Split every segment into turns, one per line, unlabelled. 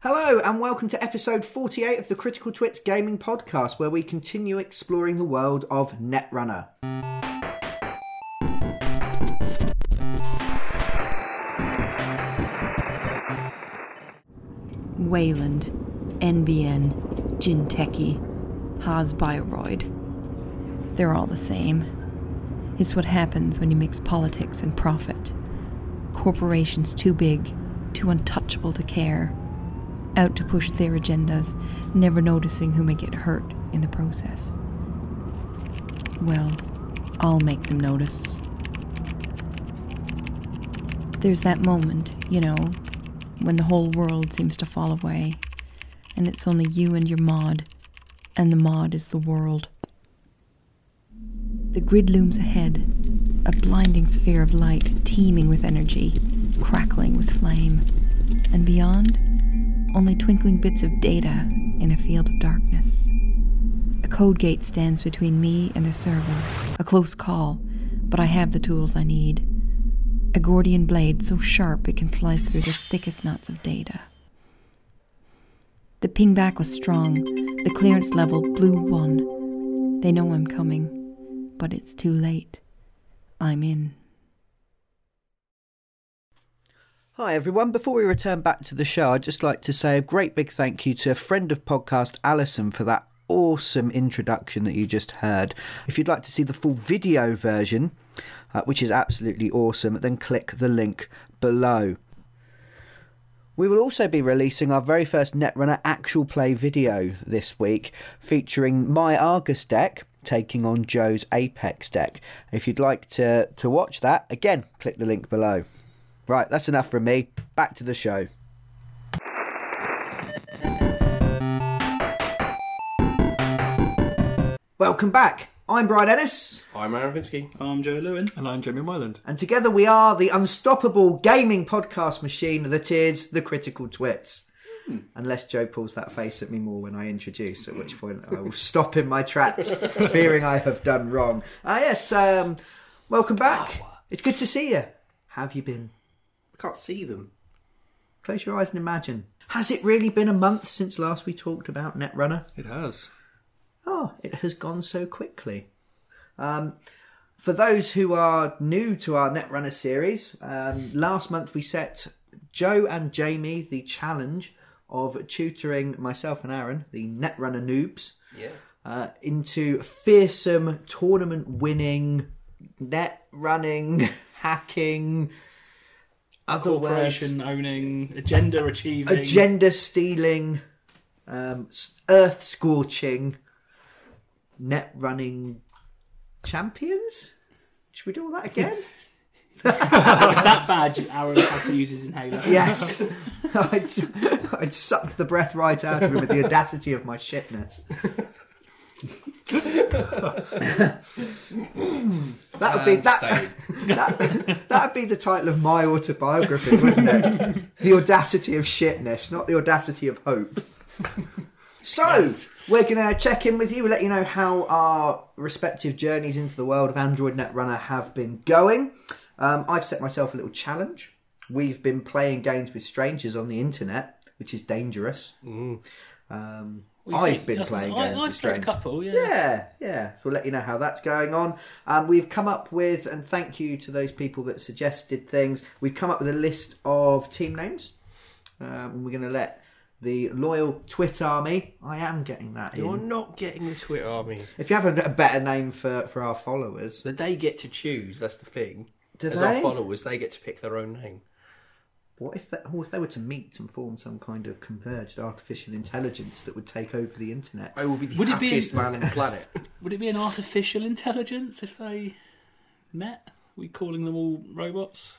Hello, and welcome to episode 48 of the Critical Twits Gaming Podcast, where we continue exploring the world of Netrunner.
Wayland, NBN, Jinteki, Haas Bioroid. They're all the same. It's what happens when you mix politics and profit. Corporations too big, too untouchable to care, out to push their agendas, never noticing who may get hurt in the process. Well, I'll make them notice. There's that moment, you know, when the whole world seems to fall away, and it's only you and your mod, and the mod is the world. The grid looms ahead, a blinding sphere of light teeming with energy, crackling with flame, and beyond, only twinkling bits of data in a field of darkness. A code gate stands between me and the server, a close call, but I have the tools I need. A Gordian blade so sharp it can slice through the thickest knots of data. The ping back was strong. The clearance level blew one. They know I'm coming, but it's too late. I'm in.
Hi everyone, before we return back to the show, I'd just like to say a great big thank you to a friend of podcast Alison for that awesome introduction that you just heard. If you'd like to see the full video version, uh, which is absolutely awesome, then click the link below. We will also be releasing our very first Netrunner actual play video this week, featuring my Argus deck taking on Joe's Apex deck. If you'd like to, to watch that, again, click the link below. Right, that's enough from me. Back to the show. Welcome back. I'm Brian Ennis,
I'm Aaron Vinsky.
I'm Joe Lewin.
And I'm Jamie Wyland.
and together we are the unstoppable gaming podcast machine that is the Critical Twits.
Hmm.
Unless Joe pulls that face at me more when I introduce, at which point I will stop in my tracks, fearing I have done wrong. Ah, yes, um, welcome back. It's good to see you. How have you been?
I can't see them.
Close your eyes and imagine. Has it really been a month since last we talked about Netrunner?
It has.
Oh, it has gone so quickly. Um, for those who are new to our Netrunner series, um, last month we set Joe and Jamie the challenge of tutoring myself and Aaron, the Netrunner noobs,
Yeah.
uh, into fearsome tournament winning, net running, hacking, other words
Corporation owning, agenda achieving.
agenda stealing, um, s- earth scorching, net running champions. Should we do all that again?
It's that badge Aaron had to use his inhaler.
yes, I'd, I'd suck the breath right out of him with the audacity of my shitness. that would be that, that. That'd be the title of my autobiography, wouldn't it? the audacity of shitness, not the audacity of hope. So, we're going to check in with you, let you know how our respective journeys into the world of Android Netrunner have been going. Um, I've set myself a little challenge. We've been playing games with strangers on the internet, which is dangerous. Um, I've been playing games
I,
with
I've played a
strangers.
couple, yeah.
Yeah, yeah. So We'll let you know how that's going on. Um, we've come up with, and thank you to those people that suggested things. We've come up with a list of team names, um, and we're going to let the loyal Twit army. I am getting that
You're
in.
not getting the Twitter army.
If you have a, a better name for for our followers,
That they get to choose, that's the thing.
Do
As our
they?
followers, they get to pick their own name.
what if they, or if they were to meet and form some kind of converged artificial intelligence that would take over the internet?
I will be the
Would it be-
happiest man on the planet.
Would it be an artificial intelligence if they met? We calling them all robots?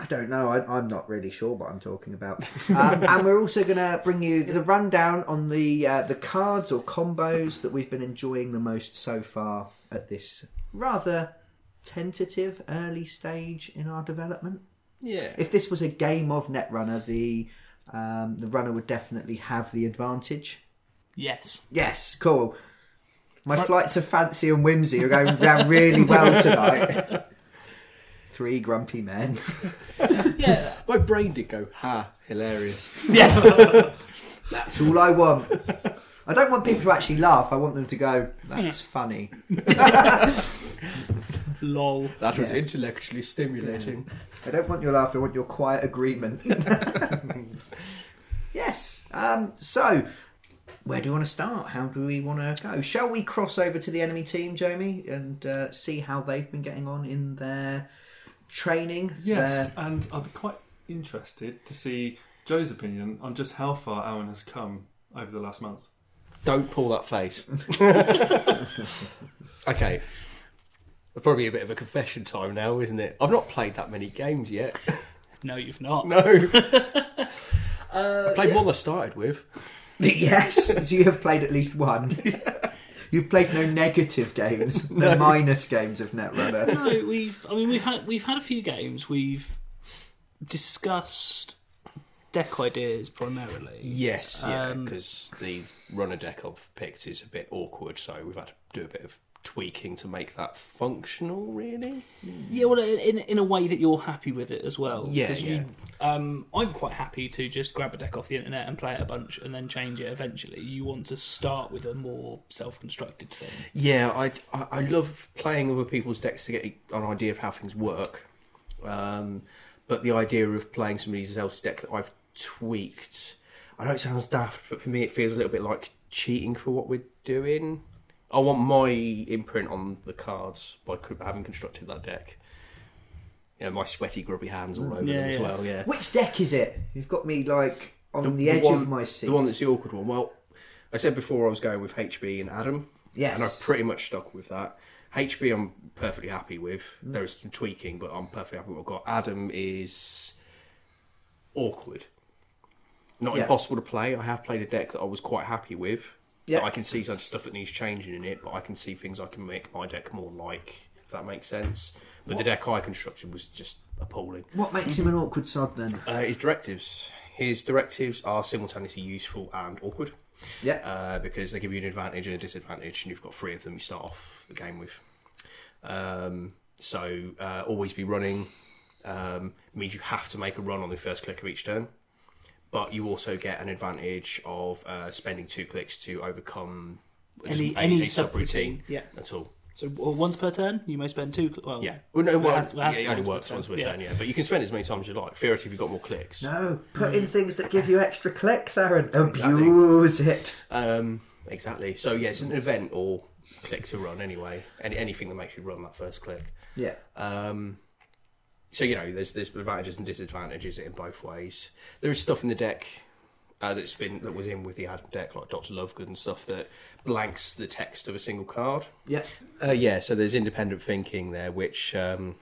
I don't know. I, I'm not really sure what I'm talking about. Um, and we're also going to bring you the rundown on the uh, the cards or combos that we've been enjoying the most so far at this rather tentative early stage in our development.
Yeah.
If this was a game of Netrunner, the um, the runner would definitely have the advantage.
Yes.
Yes, cool. My flights of fancy and whimsy are going down really well tonight. Three grumpy men.
Yeah.
My brain did go, ha, hilarious.
That's all I want. I don't want people to actually laugh. I want them to go, that's funny.
Lol.
That was
Yes.
intellectually stimulating.
I don't want your laughter. I want your quiet agreement. yes. Um, so, where do we want to start? How do we want to go? Shall we cross over to the enemy team, Jamie, and uh, see how they've been getting on in their training? Uh,
Yes,
Their-
and I'd be quite interested to see Joe's opinion on just how far Alan has come over the last month.
Don't pull that face. okay. Probably a bit of a confession time now, isn't it? I've not played that many games yet.
No, you've not.
No. I played one I started with.
yes. So you have played at least one. You've played no negative games, no, minus games of Netrunner.
No, we've. I mean, we've had we've had a few games. We've discussed deck ideas primarily.
Yes, yeah,
Um,
because the runner deck I've picked is a bit awkward, so we've had to do a bit of tweaking to make that functional, really.
Yeah, well, in in a way that you're happy with it as well.
Yeah,
'Cause You, um, I'm quite happy to just grab a deck off the internet and play it a bunch and then change it eventually. You want to start with a more self-constructed thing.
Yeah, I, I, I love playing other people's decks to get an idea of how things work. Um, but the idea of playing somebody else's deck that I've tweaked, I know it sounds daft, but for me it feels a little bit like cheating for what we're doing. I want my imprint on the cards by co- having constructed that deck. Yeah, my sweaty, grubby hands all over
Yeah,
them as
yeah.
well. Yeah,
Which deck is it? You've got me like on the, edge
one,
of my seat.
The one that's the awkward one. Well, I said before I was going with HB and Adam.
Yes.
And I pretty much stuck with that. HB, I'm perfectly happy with. There is some tweaking, but I'm perfectly happy with what I've got. Adam is awkward. Not
Yeah.
impossible to play. I have played a deck that I was quite happy with.
Yeah.
That I can see some stuff that needs changing in it, but I can see things I can make my deck more like, if that makes sense. But the deck I constructed was just appalling.
What makes him an awkward sod then?
Uh, his directives. His directives are simultaneously useful and awkward
Yeah.
uh, because they give you an advantage and a disadvantage, and you've got three of them you start off the game with. Um, so uh, always be running um, means you have to make a run on the first click of each turn, but you also get an advantage of uh, spending two clicks to overcome just
Any-
a-
any
a subroutine
subroutine, yeah.
at all.
So well, once per turn, you may spend two. Well,
Yeah, well, no, well,
it has- it has
yeah,
to
it
be
only
once per
works
turn,
once per
yeah.
turn, yeah. But you can spend as many times as you like. Theoretically, you've got more clicks.
No, put in things that give you extra clicks, Aaron.
Uh, Exactly.
Abuse it.
Um, exactly. So yeah, it's an event or click to run anyway. Any, anything that makes you run that first click.
Yeah.
Um, so you know, there's there's advantages and disadvantages in both ways. There is stuff in the deck uh, that's been that was in with the Adam deck, like Doctor Lovegood and stuff that blanks the text of a single card.
Yeah.
Uh, yeah, so there's independent thinking there, which um,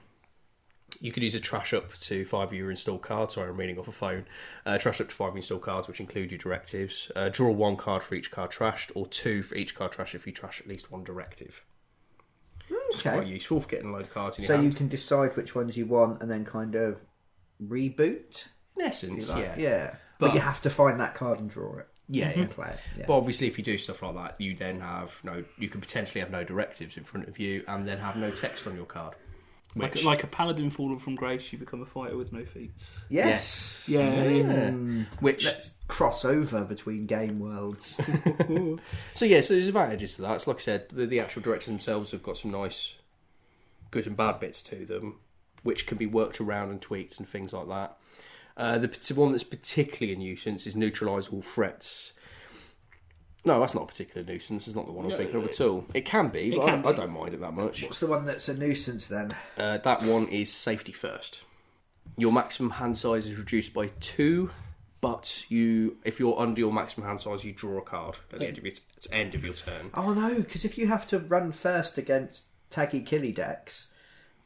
you could use a trash up to five of your install cards. Sorry, I'm reading off a phone. Uh, trash up to five of your install cards, which include your directives. Uh, draw one card for each card trashed, or two for each card trashed if you trash at least one directive. Quite
Okay.
useful for getting a load of cards in your
So
hand.
you can decide which ones you want and then kind of reboot.
in essence,
Like,
yeah.
Yeah. But,
But-
you have to find that card and draw it.
Yeah, yeah.
And play it. Yeah.
But obviously, if you do stuff like that, you then have no. You can potentially have no directives in front of you, and then have no text on your card.
Like,
Which-
like a paladin fallen from grace, you become a fighter with no feats.
yes.
Yeah.
Mm.
Which
Let's cross over between game worlds.
So yeah, so there's advantages to that. It's like I said, the, the actual directors themselves have got some nice, good and bad bits to them, which can be worked around and tweaked and things like that. Uh, the p- one that's particularly a nuisance is neutralise all threats. No, that's not a particular nuisance. It's not the one I'm thinking of at all. It can be, but I,
can
I
be.
don't mind it that much.
What's the one that's a nuisance then?
Uh, that one is safety first. Your maximum hand size is reduced by two, but you, if you're under your maximum hand size, you draw a card at the end of your, t- end of your turn.
Oh no, because if you have to run first against Taggy Killy decks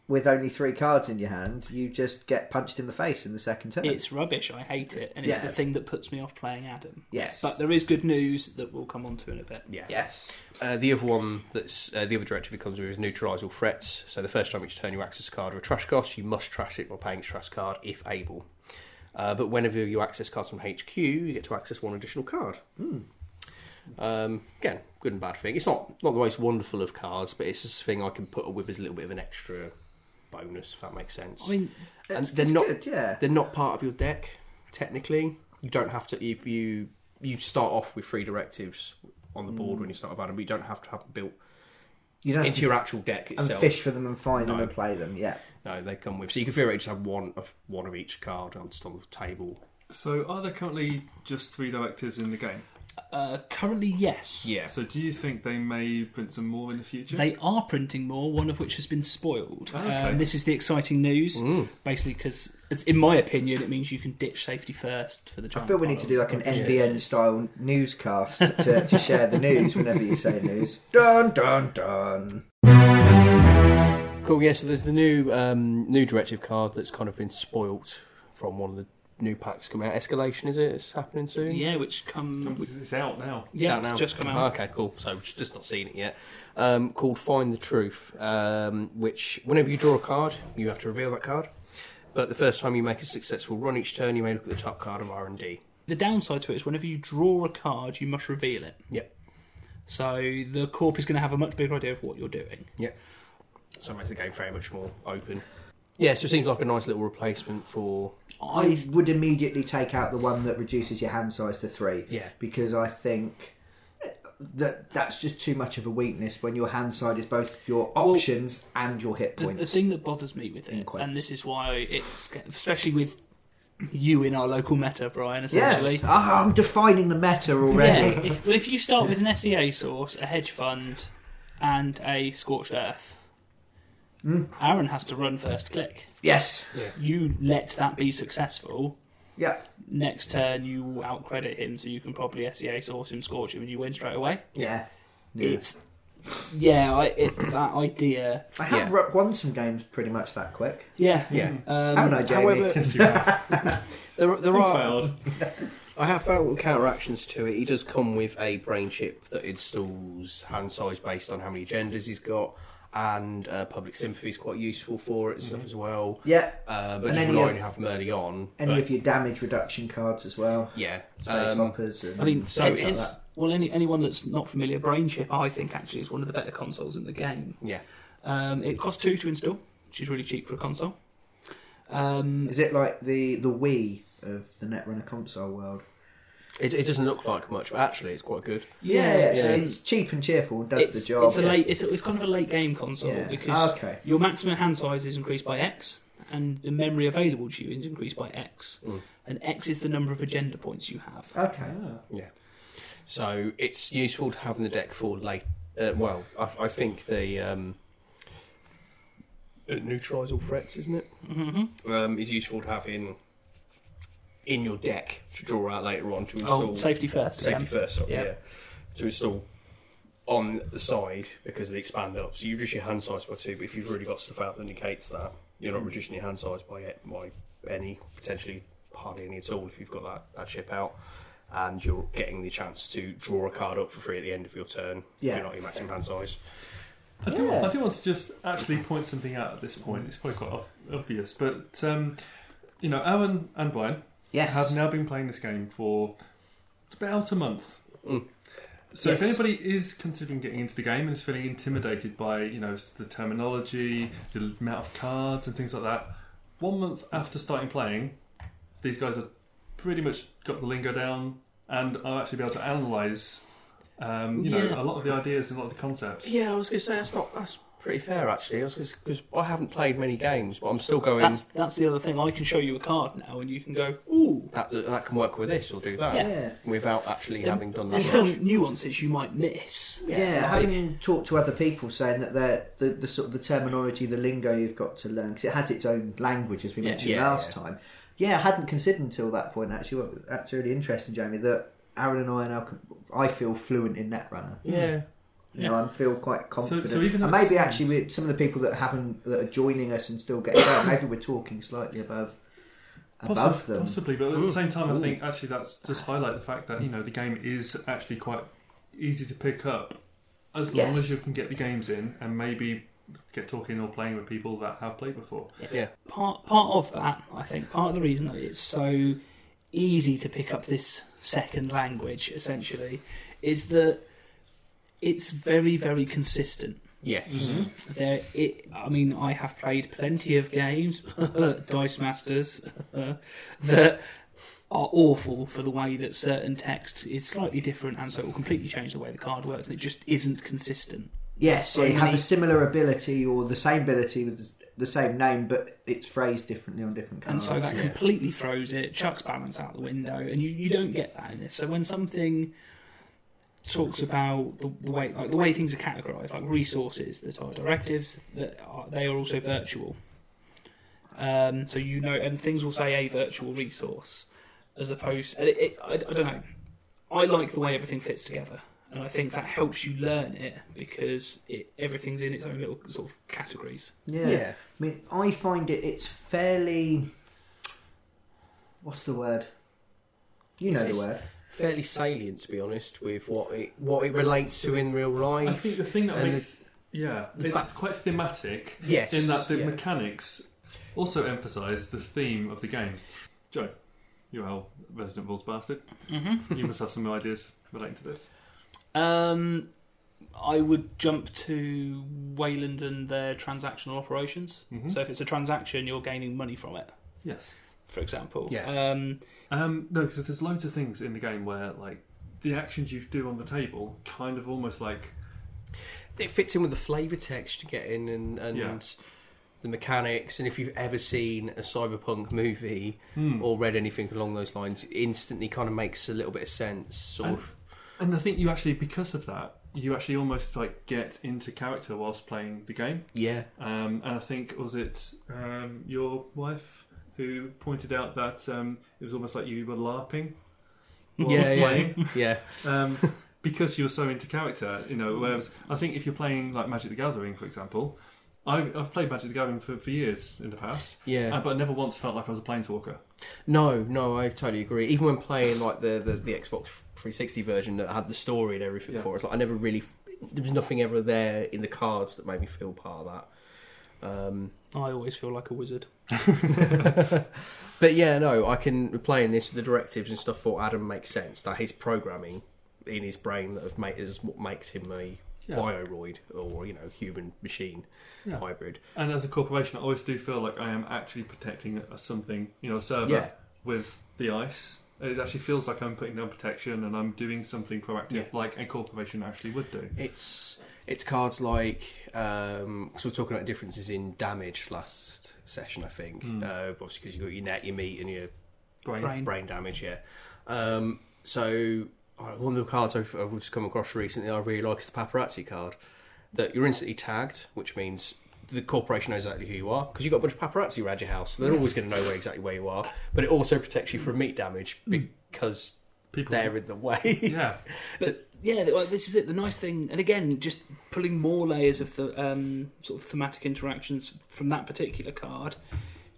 with only three cards in your hand, you just get punched in the face in the second turn.
It's rubbish. I hate it, and it's
Yeah.
the thing that puts me off playing Adam.
Yes.
but there is good news that we'll come on to in a bit.
Yeah.
yes.
Uh, the other one that's uh, the other directive it comes with is neutralise all threats. So the first time each turn you access a card with a trash cost, you must trash it by paying its trash card if able. Uh, but whenever you access cards from HQ, you get to access one additional card. Hmm. Um, again, good and bad thing. It's not not the most wonderful of cards, but it's just a thing I can put with as a little bit of an extra bonus, if that makes sense.
I mean,
and
It's-
they're
it's
not
good, yeah.
they're not part of your deck technically. You don't have to if you you start off with three directives on the board when you start a Adam, but you don't have to have them built
You don't have
into
to
your actual deck
and
itself.
fish for them and find them
No.
and play them. Yeah.
No, they come with. So you can theoretically just have one of one of each card on, just on the table.
So, are there currently just three directives in the game?
Uh, currently, yes.
Yeah.
So, do you think they may print some more in the future?
They are printing more, one of which has been spoiled.
Oh, okay. Mm.
Um, this is the exciting news, basically, because, in my opinion, it means you can ditch safety first for the
I
giant
feel we need
pile
to do
of
like an
rubbish.
NBN style newscast to, to share the news whenever you say news. Dun dun dun.
Cool. Yeah. So there's the new um, new directive card that's kind of been spoilt from one of the new packs coming out. Escalation is it? It's happening soon.
Yeah, which come.
It's out now. Uh-huh.
It's
Yeah,
out
it's just come out.
Okay, cool. So we've just not seen it yet. Um, called Find the Truth, um, which whenever you draw a card, you have to reveal that card. But the first time you make a successful run each turn, you may look at the top card of R and D.
The downside to it is whenever you draw a card, you must reveal it.
Yep.
So the corp is going to have a much bigger idea of what you're doing.
Yeah. So it makes the game very much more open. Yeah, so it seems like a nice little replacement for.
I would immediately take out the one that reduces your hand size to three.
Yeah.
Because I think that that's just too much of a weakness when your hand size is both your options and your hit
The,
points.
the thing that bothers me with
In
it,
quotes.
and this is why it's especially with you in our local meta, Brian. Essentially,
yes, Ah, I'm defining the meta
yeah.
already.
If, well, if you start with an SEA source, a hedge fund, and a scorched earth, Aaron has to run first click.
yes,
You let that be successful.
yeah,
Next turn, you will outcredit him, so you can probably SEA source him, scorch him, and you win straight away.
yeah.
It's yeah, I, it, that idea.
I have
yeah.
ru- won some games pretty much that quick,
Yeah,
Yeah.
Um,
haven't I, Jamie?
However,
Yes, you have.
there, there
You
are.
failed.
I have found little counteractions to it. He does come with a brain chip that installs hand size based on how many genders he's got, and uh, public sympathy is quite useful for it and
Mm-hmm.
stuff as well.
yeah,
Uh, but
And
just
any
rely
of-
on you have them early on.
any
but-
of your damage reduction cards as well.
yeah.
Space
Um,
hoppers. And
I mean, so
things
it
like
is.
that.
Well, any, anyone that's not familiar, Brain Chip, I think actually is one of the better consoles in the game.
yeah.
Um, it costs two to install, which is really cheap for a console. Um,
Is it like the the Wii of the Netrunner console world?
It, it doesn't look like much, but actually it's quite good.
Yeah, it's,
um,
it's cheap and cheerful and does
it's,
the job.
it's a late. It's, it's kind of a late game console
Yeah.
because
Okay.
your maximum hand size is increased by X, and the memory available to you is increased by X,
Mm.
and X is the number of agenda points you have.
Okay.
Yeah. So it's useful to have in the deck for late. Uh, well, I, I think the um, it neutralise Uh, all threats, isn't it? Mm-hmm. Um, is useful to have in in your deck to draw out later on to install
Oh, safety first.
safety
yeah.
first. Sorry,
Yeah.
yeah. To install on the side because they expand up. So you reduce your hand size by two, but if you've already got stuff out that negates that, you're not reducing your hand size by it by any potentially hardly any at all if you've got that, that chip out. And you're getting the chance to draw a card up for free at the end of your turn.
Yeah.
If you're not your maximum hand size.
I do,
Yeah.
I do want to just actually point something out at this point. It's probably quite ob- obvious, but um, you know, Aaron and Brian
Yes.
have now been playing this game for about a month.
Mm.
So if
Yes.
anybody is considering getting into the game and is feeling intimidated by you know the terminology, the amount of cards and things like that, one month after starting playing, these guys have pretty much got the lingo down and are actually be able to analyse. Um, you know,
Yeah.
a lot of the ideas and a lot of the concepts.
Yeah, I was going to say that's not that's pretty fair actually. I was because I haven't played many games, but I'm still going.
That's that's the other thing. I can show you a card now, and you can go, ooh.
that that can work with this or do that
Yeah.
yeah.
without actually having done that.
There's still
much.
nuances you might miss.
Yeah, having talked to other people saying that they're, the, the sort of the terminology, the lingo you've got to learn, because it has its own language, as we
Yeah,
mentioned
yeah,
last
yeah.
time. Yeah, I hadn't considered until that point, actually. Well, that's really interesting, Jamie, that Aaron and I now, can- I feel fluent in Netrunner.
Yeah.
You know, I feel quite confident.
so even
and
as-
maybe actually with some of the people that haven't, that are joining us and still getting out, maybe we're talking slightly above, above
Possi-
them.
Possibly, but at the same time, I think actually that's just highlight the fact that you know the game is actually quite easy to pick up as long
Yes.
as you can get the games in and maybe get talking or playing with people that have played before.
Yeah.
Part part of that, I think, part of the reason that it's so easy to pick up this second language, essentially, is that it's very, very consistent.
Yes.
There, it. I mean, I have played plenty of games, Dice Masters, that are awful for the way that certain text is slightly different, and so it will completely change the way the card works, and it just isn't consistent.
Yes,
So
they have
many-
a similar ability or the same ability with the same name, but it's phrased differently on different
And
cards.
so that completely throws it, chucks balance out the window, and you, you don't get that in this. So when something talks about the, the way like the way things are categorized, like resources that are directives, that are, they are also virtual. Um, so you know, and things will say a virtual resource as opposed. and It, it, I, I don't know. I like the way everything fits together, and I think that helps you learn it because it, everything's in its own little sort of categories.
yeah.
Yeah.
I mean, I find it it's fairly. What's the word? You know
It's-
the word.
Fairly salient, to be honest, with what it what it relates to in real life.
I think the thing that
And
makes yeah, it's quite thematic.
Yes,
in that the
yeah.
mechanics also emphasise the theme of the game. Joe, you're a resident rules bastard. Mm-hmm. You must have some ideas relating to this.
Um, I would jump to Wayland and their transactional operations.
Hmm?
So if it's a transaction, you're gaining money from it,
Mm-hmm. Yes.
for example.
Yeah.
Um,
Um, no, because there's loads of things in the game where like the actions you do on the table kind of almost like
it fits in with the flavour text you get in and, and
Yeah.
the mechanics. And if you've ever seen a cyberpunk movie
hmm.
or read anything along those lines, it instantly kind of makes a little bit of sense. Sort of.
And I think you actually, because of that, you actually almost like get into character whilst playing the game.
Yeah.
Um, and I think was it um, your wife who pointed out that um, it was almost like you were larping whilst
Yeah, yeah,
playing
yeah.
um, because you were so into character. You know, whereas I think if you're playing like Magic the Gathering, for example. I- I've played Magic the Gathering for, for years in the past,
Yeah.
uh, but I never once felt like I was a planeswalker.
No, no, I totally agree. Even when playing like the, the, the Xbox 360 version that had the story and everything
Yeah.
for us, like I never really there was nothing ever there in the cards that made me feel part of that. Um,
I always feel like a wizard.
but yeah, no, I can playing this the directives and stuff for Adam makes sense. That his programming in his brain that have made is what makes him a
Yeah.
bioroid or you know human machine
Yeah.
hybrid.
And as a corporation, I always do feel like I am actually protecting a something, you know, a server
Yeah.
with the ice. It actually feels like I'm putting down protection and I'm doing something proactive,
Yeah.
like a corporation actually would do.
It's it's cards like um, so we're talking about differences in damage last session, I think. Uh, obviously, because you got your net, your meat, and your
Brain.
Brain.
brain damage. Yeah. Um, so uh, one of the cards I've, I've just come across recently, I really like is the paparazzi card. That you're instantly tagged, which means the corporation knows exactly who you are because you've got a bunch of paparazzi around your house. So they're always going to know where exactly where you are. But it also protects you from meat damage because
People.
they're in the way.
Yeah.
But yeah, well, this is it. The nice thing, and again, just pulling more layers of the um, sort of thematic interactions from that particular card.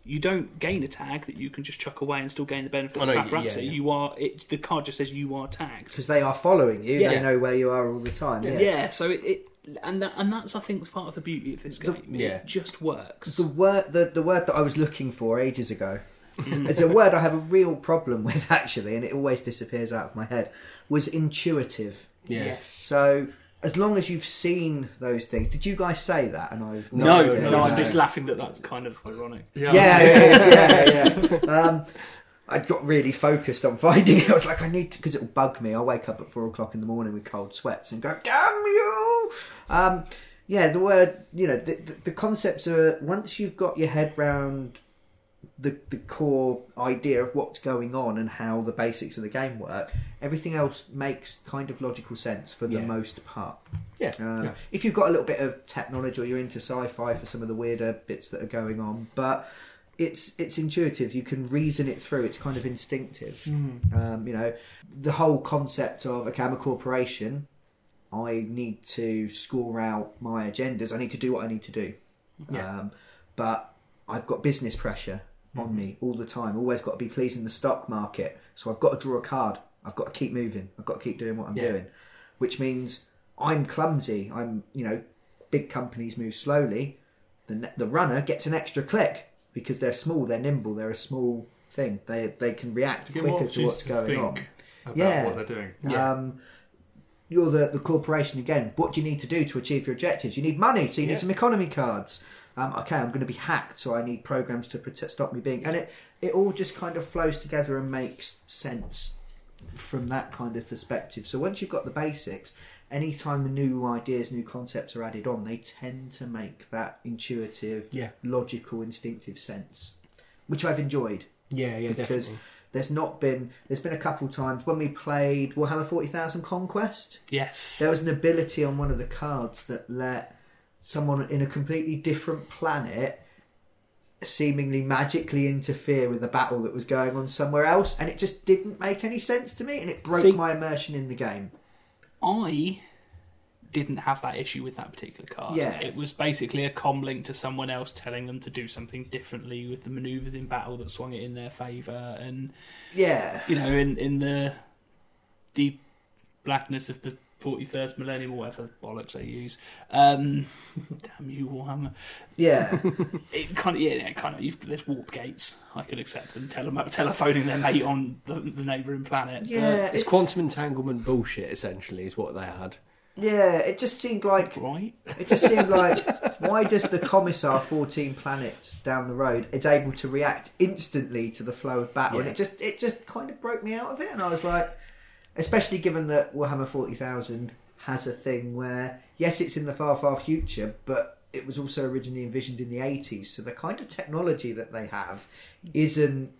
You don't gain a tag that you can just chuck away and still gain the benefit
I
of
know,
paparazzi.
Oh, yeah, yeah.
You are it, the card just says you are tagged.
Because they are following you,
Yeah.
they know where you are all the time.
Yeah.
Yeah.
so it, it and that and that's I think was part of the beauty of this
The-
game.
yeah.
It just works.
The word, the, the word that I was looking for ages ago. it's a word I have a real problem with actually, and it always disappears out of my head. Was intuitive.
Yeah.
Yes.
So as long as you've seen those things, did you guys say that? And I've
No,
No,
no,
no,
I'm
no.
just laughing that that's kind of ironic.
Yeah.
Yeah, it is, yeah, yeah. Um, I got really focused on finding it. I was like, I need to, because it'll bug me. I'll wake up at four o'clock in the morning with cold sweats and go, damn you! Um, yeah, the word, you know, the, the, the concepts are once you've got your head round the, the core idea of what's going on and how the basics of the game work, everything else makes kind of logical sense for the
Yeah.
most part.
Yeah.
Um,
Yeah.
If you've got a little bit of tech knowledge or you're into sci-fi for some of the weirder bits that are going on, but it's it's intuitive. You can reason it through. It's kind of instinctive. Um, you know, the whole concept of okay, I'm a corporation. I need to score out my agendas. I need to do what I need to do. Um, but I've got business pressure
Mm-hmm.
on me all the time. Always got to be pleasing the stock market. So I've got to draw a card. I've got to keep moving. I've got to keep doing what I'm
Yeah.
doing, which means I'm clumsy. I'm, you know, big companies move slowly. The, ne- the runner gets an extra click because they're small, they're nimble, they're a small thing. They, they can react
To get more
quicker to
opportunities
what's
to
going
think
on.
about
Yeah.
what they're doing.
Yeah.
Um, you're the, the corporation again. What do you need to do to achieve your objectives? You need money, so you
Yeah.
need some economy cards. Um, okay, I'm going to be hacked, so I need programs to protect, stop me being. And it it all just kind of flows together and makes sense from that kind of perspective. So once you've got the basics, anytime new ideas, new concepts are added on, they tend to make that intuitive,
Yeah.
logical, instinctive sense, which I've enjoyed
Yeah, yeah,
because there's not been there's been a couple times when we played Warhammer 40,000 Conquest
Yes.
there was an ability on one of the cards that let someone in a completely different planet seemingly magically interfere with the battle that was going on somewhere else and it just didn't make any sense to me and it broke
See-
my immersion in the game
I didn't have that issue with that particular card.
Yeah.
It was basically a com link to someone else telling them to do something differently with the maneuvers in battle that swung it in their favour and
yeah
you know, in in the deep blackness of the forty first millennium or whatever bollocks they use. Um damn you Warhammer.
yeah
It kind of, yeah, yeah, kind of. You've, there's warp gates. I could accept them tele- telephoning their mate on the, the neighbouring planet. but-
yeah
It's
it,
quantum entanglement bullshit, essentially, is what they had.
yeah it just seemed like
right?
It just seemed like why does the commissar 14 planets down the road is able to react instantly to the flow of battle? And
Yeah.
it just it just kind of broke me out of it, and I was like, especially given that Warhammer 40,000 has a thing where yes, it's in the far far future, but it was also originally envisioned in the 80s, so the kind of technology that they have isn't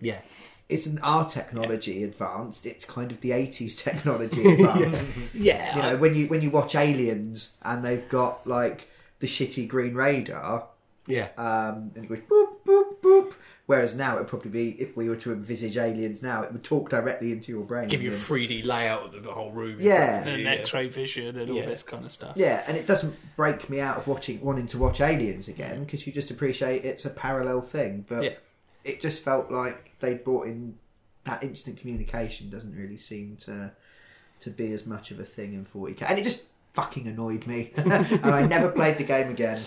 Yeah.
isn't our technology advanced. It's kind of the 80s technology advanced
Yeah.
you know when you when you watch aliens and they've got like the shitty green radar
Yeah.
um and it goes boop boop boop whereas now it'd probably be if we were to envisage aliens now it would talk directly into your brain
Give you a
and-
3D layout of the- the uh, whole room. in
Yeah.
front of
and
you,
X-ray vision and all
Yeah.
this kind of stuff.
yeah and it doesn't break me out of watching wanting to watch aliens again because you just appreciate it's a parallel thing but
Yeah.
it just felt like they brought in that instant communication doesn't really seem to to be as much of a thing in 40k and it just fucking annoyed me and i never played the game again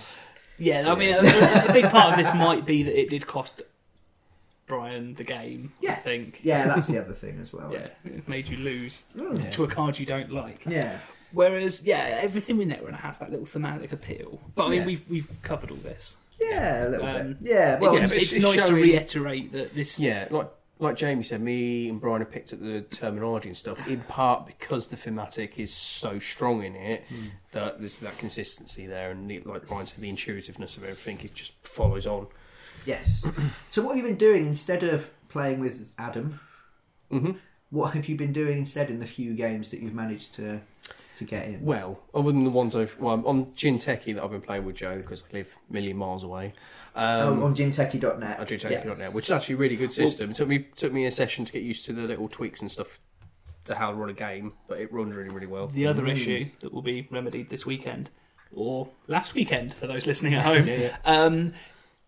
Yeah, I mean, a, a big part of this might be that it did cost Brian the game. I
Yeah.
think.
Yeah, that's the other thing as well.
Yeah, it made you lose
Mm.
to a card you don't like.
Yeah.
Whereas, yeah, everything with Netrunner has that little thematic appeal. But I mean,
Yeah.
we've we've covered all this.
Yeah, a little
Um,
bit. Yeah, well,
it's,
but it's-
it's,
it's
nice to
showing-
reiterate that this.
Yeah, like like Jamie said, me and Brian have picked up the terminology and stuff in part because the thematic is so strong in it that there's that consistency there, and the, like Brian said, the intuitiveness of everything it just follows on.
yes. So, what have you been doing instead of playing with Adam?
Mhm.
What have you been doing instead in the few games that you've managed to to get in?
Well, other than the ones I've well, I'm on Gin Techie that I've been playing with Joe because I live a million miles away. Um,
oh, on jinteki.net.
I do take
Yeah.
it on now, which is actually a really good system. it took me took me a session to get used to the little tweaks and stuff to how to run a game, but it runs really really well.
The
Mm.
other issue that will be remedied this weekend, or last weekend for those listening at home, Um,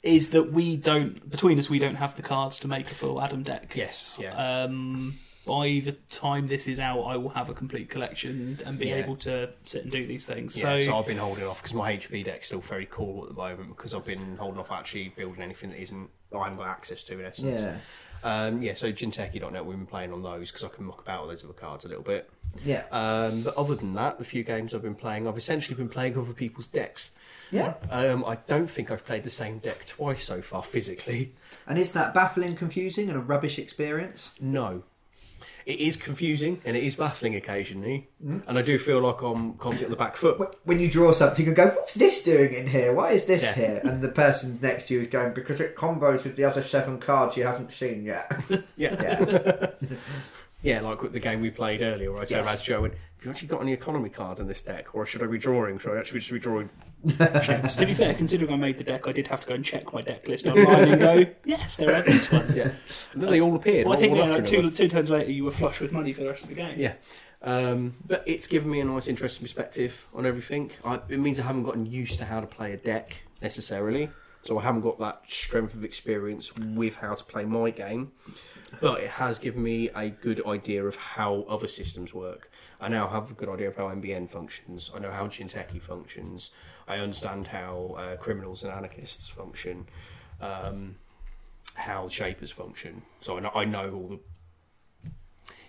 is that we don't between us we don't have the cards to make a full Adam deck.
Yes, yeah.
Um, by the time this is out, I will have a complete collection and be
Yeah.
able to sit and do these things.
Yeah, so,
so,
I've been holding off because my HP deck's still very cool at the moment because I've been holding off actually building anything that isn't I haven't got access to in essence.
Yeah.
Um, yeah. So Jinteki.net, we've been playing on those because I can muck about with those other cards a little bit.
Yeah.
Um, but other than that, the few games I've been playing, I've essentially been playing other people's decks.
Yeah.
Um, I don't think I've played the same deck twice so far physically.
And is that baffling, confusing, and a rubbish experience?
No. It is confusing and it is baffling occasionally, and I do feel like I'm constantly on the back foot.
Wh- When you draw something and go, what's this doing in here? Why is this
Yeah.
here? And the person next to you is going, because it combos with the other seven cards you haven't seen yet. yeah.
Yeah, like with the game we played earlier, where I turned
Yes.
around to Joe and, have you actually got any economy cards in this deck? Or should I be drawing? Should I actually just be drawing? gems?"
to be fair, considering I made the deck, I did have to go and check my deck list online and go, yes, there are these ones.
yeah. And then they all appeared.
Well, I
one
think
after
yeah, like
another.
two, two turns later, you were flush with money for the rest of the game.
Yeah. Um, but it's given me a nice, interesting perspective on everything. I, it means I haven't gotten used to how to play a deck necessarily. So I haven't got that strength of experience with how to play my game. But it has given me a good idea of how other systems work. I now have a good idea of how MBN functions. I know how Jinteki functions. I understand how uh, criminals and anarchists function. Um, how shapers function. So I know, I know all the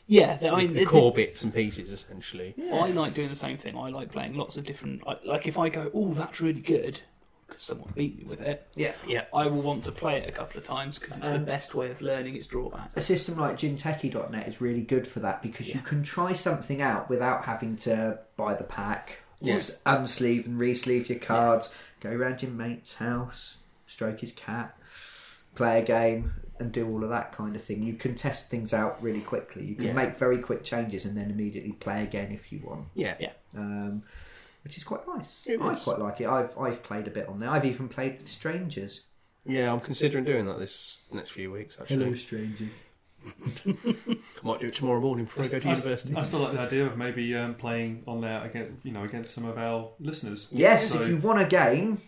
yeah. that- I
the,
mean,
the
it-
core bits and pieces essentially.
I like doing the same thing. I like playing lots of different. I- Like if I go, oh, that's really good. because someone beat me with it,
Yeah, yeah.
I will want to play it a couple of times because it's the best way of learning its drawbacks.
a system like ginteki.net is really good for that because you can try something out without having to buy the pack yes. unsleeve and resleeve your cards go round your mate's house stroke his cat play a game and do all of that kind of thing you can test things out really quickly you can
Yeah.
make very quick changes and then immediately play again if you want
Yeah.
Yeah.
um, which is quite nice
It
i
is.
quite like it I've, I've played a bit on there i've even played with strangers
Yeah, I'm considering doing that this next few weeks, actually.
strangers
I might do it tomorrow morning before I go to
I,
university.
I still like the idea of maybe um, playing on there against you know against some of our listeners.
Yes,
So-
if you want a game,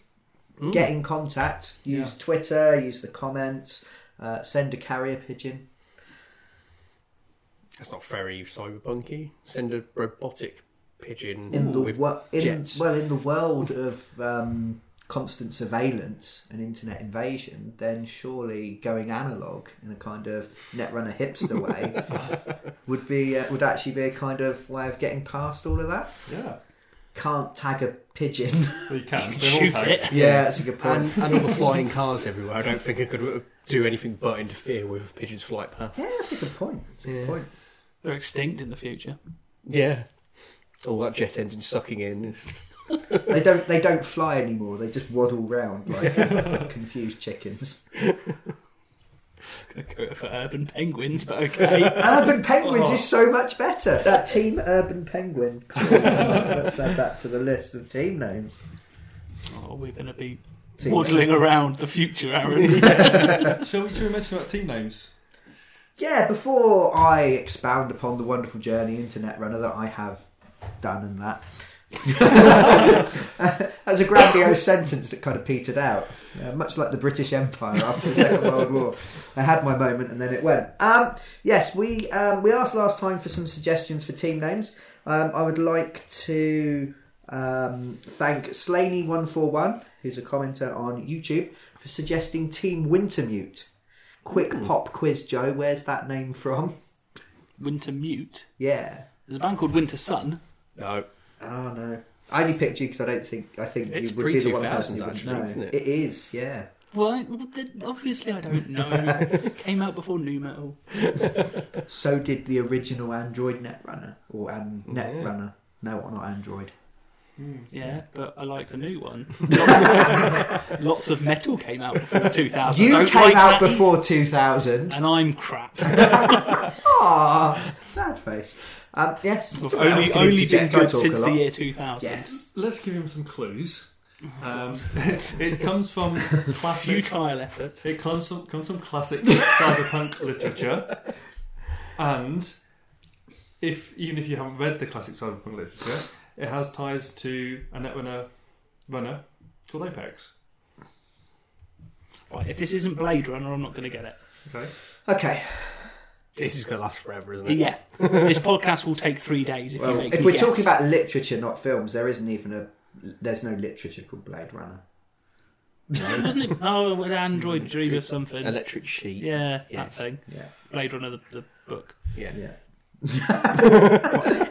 get in contact. Use Twitter, use the comments, uh, send a carrier pigeon.
That's not very cyberpunky. Send a robotic pigeon
In the
with
wo- in,
jets.
well, in the world of um, constant surveillance and internet invasion, then surely going analog in a kind of netrunner hipster way would be uh, would actually be a kind of way of getting past all of that.
Yeah,
Can't tag a pigeon.
you can.
You can
They're all
shoot
tagged.
it.
yeah, that's a good point.
and, and all the flying cars everywhere. I don't think I could do anything but interfere with a pigeon's flight path.
yeah, that's a good point. That's a good
Yeah.
point.
They're extinct in the future.
Yeah. All that jet engine sucking in.
They don't. They don't fly anymore. They just waddle round like confused chickens.
It's going to go for urban penguins, but okay.
Urban penguins
Oh.
is so much better. That team, Urban Penguin. Let's add that to the list of team names.
oh, we're going to be
Team
waddling around the future, Aaron.
Shall we, shall we mention about team names?
Yeah. Before I expound upon the wonderful journey into Netrunner that I have done and that. That's a grandiose sentence that kind of petered out, uh, much like the British Empire after the Second World War. I had my moment and then it went. Um, yes, we um, we asked last time for some suggestions for team names. Um, I would like to um, thank Slaney141, who's a commenter on YouTube, for suggesting Team Wintermute. Quick pop quiz, Joe. Where's that name from?
Winter Mute.
Yeah.
There's a band called Winter Sun.
No.
Oh no. I only picked you because I don't think I think
It's
you would be the one person
pre-2000s
who would
actually,
know.
isn't it?
It is, yeah.
Well, I- well, the- obviously I don't know. it came out before New Metal.
So did the original Android Netrunner or an- Netrunner. No, not Android.
Yeah, but I like the new one. Lots of- Lots of metal came out before 2000.
You
Uh, Don't
came
like
out
that.
before 2000.
And I'm crap.
Ah, sad face. Um, yes. someone else
only
can
only been
interject. I
good
talk
since
a
the
lot.
year 2000.
Yes.
Let's give him some clues. Um, it comes from classic
Futile efforts.
It comes from, comes from classic cyberpunk literature, and if even if you haven't read the classic cyberpunk literature, it has ties to a netrunner runner called Apex.
Right, if this isn't Blade Runner, I'm not going to get it.
Okay,
Okay.
This is going to last forever, isn't it?
Yeah, this podcast will take three days if you
Well,
make
if
me
we're
guess.
talking about literature, not films, there isn't even a. There's no literature called Blade Runner.
wasn't it? Oh, an android
Mm,
dream of something.
Electric sheep.
yeah,
Yes.
that thing.
Yeah.
Blade Runner, the, the book.
Yeah.
Yeah.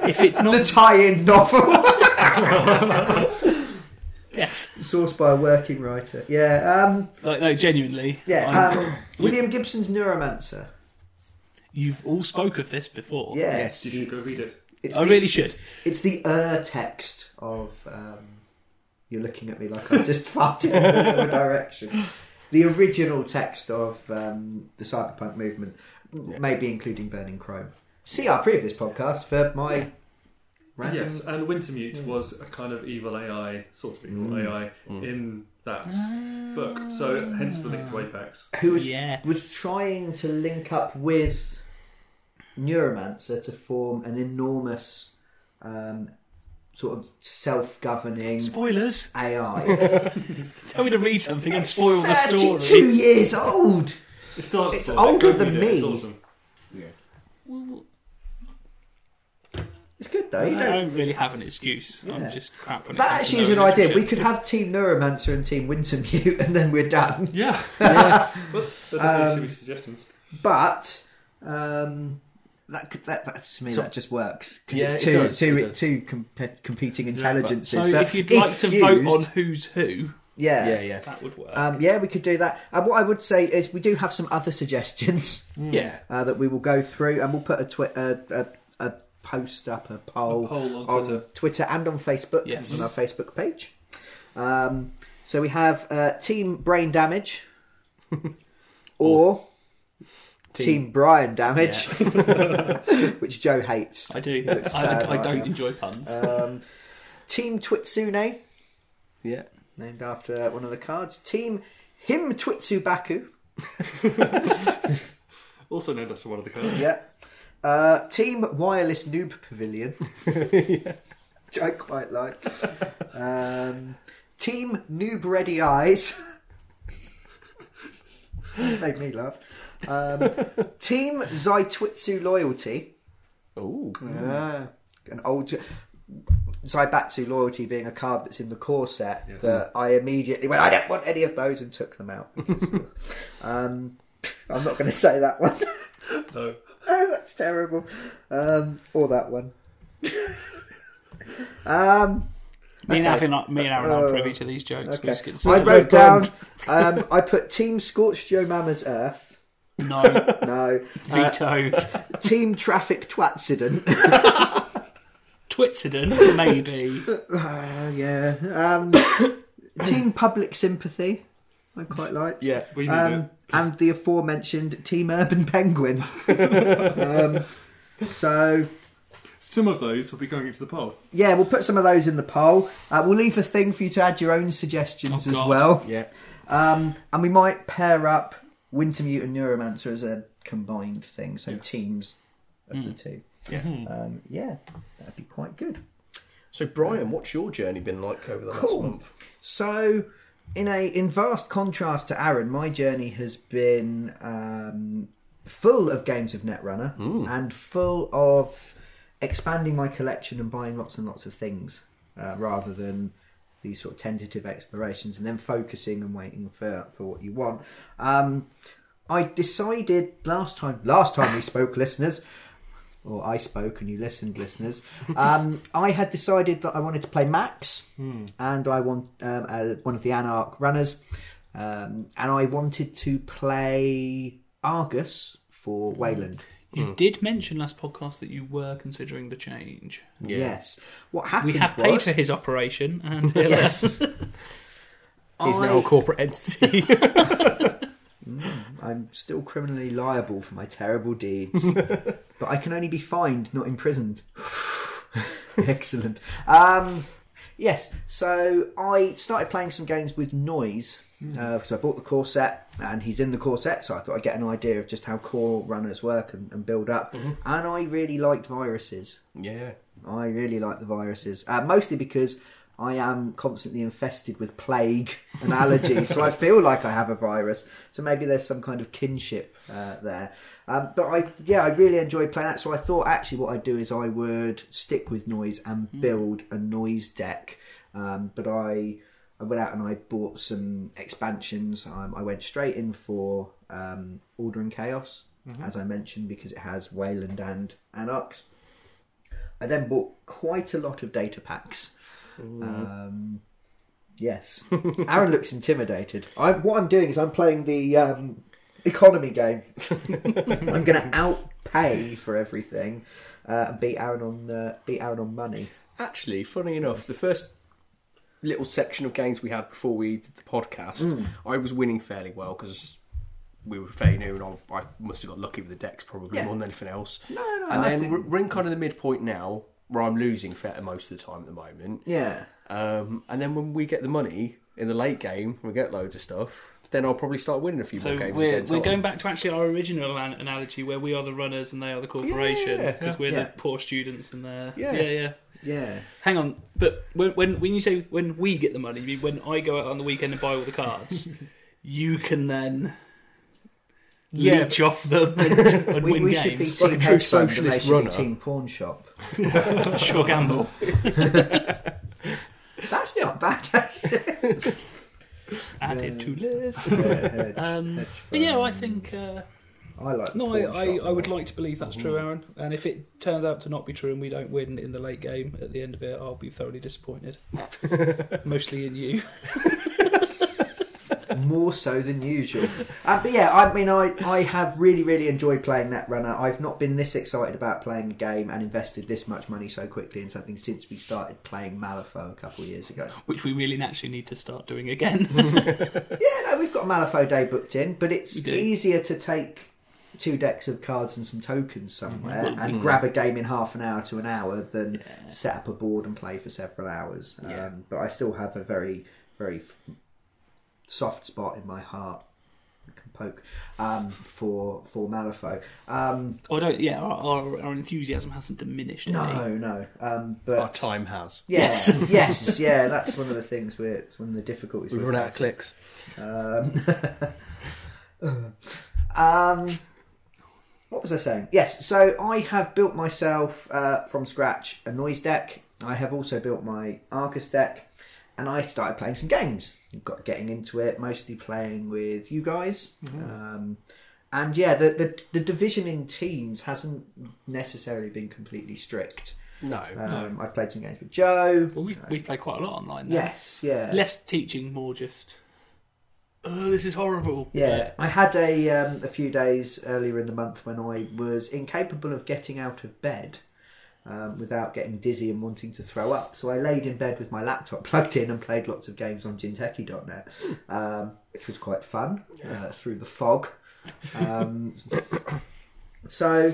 If it's
The
not,
tie-in novel,
yes,
sourced by a working writer. Yeah. Um,
like no, genuinely.
yeah.
I'm-
Um, William Gibson's Neuromancer.
you've all spoke of this before.
Yes.
you should go read it.
It's
I
the-
really should.
It's the er text of. Um, you're looking at me like I just farted in the other direction. The original text of um, the cyberpunk movement, maybe including Burning Chrome. See our previous podcast for my random.
Yes, and Wintermute was a kind of evil AI, sort of evil
Mm.
AI in that book. So hence the link to Apex.
Who was,
Yes.
was trying to link up with Neuromancer to form an enormous um, sort of self governing
Spoilers.
AI.
Tell me to read something and spoil the story.
32 years old!
It's still out
It's
spoiled.
older
Go read
than
it. It's
me.
awesome.
It's good though.
Uh, I
You don't,
don't really have an excuse.
Yeah.
I'm just crap. when it
That
comes to
actually is an
literature.
idea. We could have Team Neuromancer and Team Wintermute, and then we're done.
Yeah, yeah. but there definitely should be suggestions.
But um, that, could, that, that to me that just works because
Yeah,
it's
it
two
does,
two
it does.
two comp- competing intelligences.
So
that
if you'd like to vote
used-
on who's who,
Yeah.
yeah, yeah,
That would work.
Um, yeah, we could do that. And what I would say is, we do have some other suggestions
yeah.
uh, that we will go through, and we'll put a, twi- uh, a, a, a post up, a poll,
A poll on Twitter.
Twitter and on Facebook,
Yes.
on our Facebook page. Um, so we have uh, Team Brain Damage or Team, Brian Damage, which Joe hates.
I do.
looks
I,
sad
I, I
right
don't
now.
enjoy puns.
Um, team Twitsune,
yeah.
named after one of the cards. Team Him Twitsubaku.
Also named after one of the cards.
Yeah. Uh, Team Wireless Noob Pavilion, which I quite like. Um, team Noob Ready Eyes. Made me laugh. Um, team Zaitwitsu Loyalty.
Ooh.
An old. Zaibatsu Loyalty being a card that's in the core set
Yes.
that I immediately went, I don't want any of those and took them out. um, I'm not going to say that one.
No.
Oh, that's terrible. Um, or that one. um,
Me
okay.
and Avin, are- me and Aaron
Uh,
aren't privy to these jokes. We
okay.
just get-
I
We're
wrote
bummed.
down. Um, I put Team Scorched Joe Mama's Earth.
no
No. Uh,
veto.
team Traffic Twatcident.
Twitcident, maybe.
Uh, yeah. Um, team Public Sympathy. I quite liked.
Yeah.
We need
Um,
it.
and the aforementioned Team Urban Penguin. um, so
Some of those will be going into the poll.
Yeah, we'll put some of those in the poll. Uh, we'll leave a thing for you to add your own suggestions
Oh,
as
God.
well.
Yeah.
Um, and we might pair up Wintermute and Neuromancer as a combined thing, so teams of the two.
Yeah.
Um, yeah, that'd be quite good.
So, Brian, what's your journey been like over the
Cool.
last month?
So, in a in vast contrast to Aaron, my journey has been um, full of games of Netrunner and full of expanding my collection and buying lots and lots of things uh, rather than these sort of tentative explorations and then focusing and waiting for, for what you want. Um, I decided last time last time we spoke, listeners, or I spoke and you listened, listeners. Um, I had decided that I wanted to play Max,
Hmm.
and I want um, uh, one of the Anarch runners, um, and I wanted to play Argus for
Hmm.
Wayland.
You did mention last podcast that you were considering the change.
Yes, what happened?
We have
was,
paid for his operation, and
Yes.
He's now
I-
a corporate entity.
I'm still criminally liable for my terrible deeds, but I can only be fined, not imprisoned. Excellent. Um, yes, so I started playing some games with Noise because I bought the core set and he's in the core set, so I thought I'd get an idea of just how core runners work and, and build up. And I really liked viruses.
yeah.
I really like the viruses, uh, mostly because I am constantly infested with plague and allergies, so I feel like I have a virus. So maybe there's some kind of kinship uh, there. Um, but I, yeah, I really enjoy playing that. So I thought actually what I'd do is I would stick with noise and build a noise deck. Um, but I, I went out and I bought some expansions. Um, I went straight in for um, Order and Chaos, as I mentioned, because it has Wayland and Anarchs. I then bought quite a lot of data packs. Um, yes, Aaron looks intimidated. I, what I'm doing is I'm playing the um, economy game. I'm going to outpay for everything uh, and beat Aaron on uh, beat Aaron on money.
Actually, funny enough, the first little section of games we had before we did the podcast,
Hmm.
I was winning fairly well because we were fairly new, and I, I must have got lucky with the decks probably
Yeah.
more than anything else.
No, no,
and
I
then
think-
we're, we're in kind of the midpoint now, where I'm losing fair most of the time at the moment.
Yeah,
Um, and then when we get the money in the late game, we get loads of stuff. Then I'll probably start winning a few
so
more games.
we're,
again, so
we're
I-
going back to actually our original an- analogy where we are the runners and they are the corporation
Yeah.
because we're
Yeah.
the poor students and they're
Yeah.
yeah yeah.
yeah.
Hang on, but when, when when you say when we get the money, you mean when I go out on the weekend and buy all the cards, you can then
Yeah,
leech off them and, and
We,
win
we should be
games.
team
Like a true
hedge fund and they
socialist
should be
runner.
team pawn shop.
Sure gamble.
That's not bad.
Added to list. Um,
Hedge
But yeah, I
fund.
think uh,
I like. the
no, I,
pawn
I,
shop
I would
one.
like to believe that's true, Aaron. And if it turns out to not be true and we don't win in the late game at the end of it, I'll be thoroughly disappointed. Mostly in you.
more so than usual. Uh, but yeah, I mean, I, I have really, really enjoyed playing that runner. I've not been this excited about playing a game and invested this much money so quickly in something since we started playing Malifaux a couple of years ago.
Which we really naturally need to start doing again.
yeah, no, Uh, we've got Malifaux Day booked in, but it's
We do.
easier to take two decks of cards and some tokens somewhere
Mhm.
and grab a game in half an hour to an hour than
Yeah.
set up a board and play for several hours.
Yeah.
Um, but I still have a very, very f- soft spot in my heart. Can poke um, for for Malifaux. Um,
Although, yeah, our, our, our enthusiasm hasn't diminished.
no, no. Um, but
Oh,
Our time has.
yeah,
Yes.
yes, yeah. That's one of the things we're. It's one of the difficulties.
We've
we're
run out of
facing.
clicks.
Um, what was I saying? Yes, so I have built myself uh, from scratch a noise deck. I have also built my Arcus deck, and I started playing some games. Got getting into it, mostly playing with you guys. Um, and yeah, the, the the division in teams hasn't necessarily been completely strict.
No.
Um, I've played some games with Joe.
Well, we, we play quite a lot online now.
Yes, yeah.
Less teaching, more just, oh, this is horrible.
Yeah, I had a um, a few days earlier in the month when I was incapable of getting out of bed um, without getting dizzy and wanting to throw up. So I laid in bed with my laptop plugged in and played lots of games on Jinteki.net, um, which was quite fun uh, through the fog. Um, so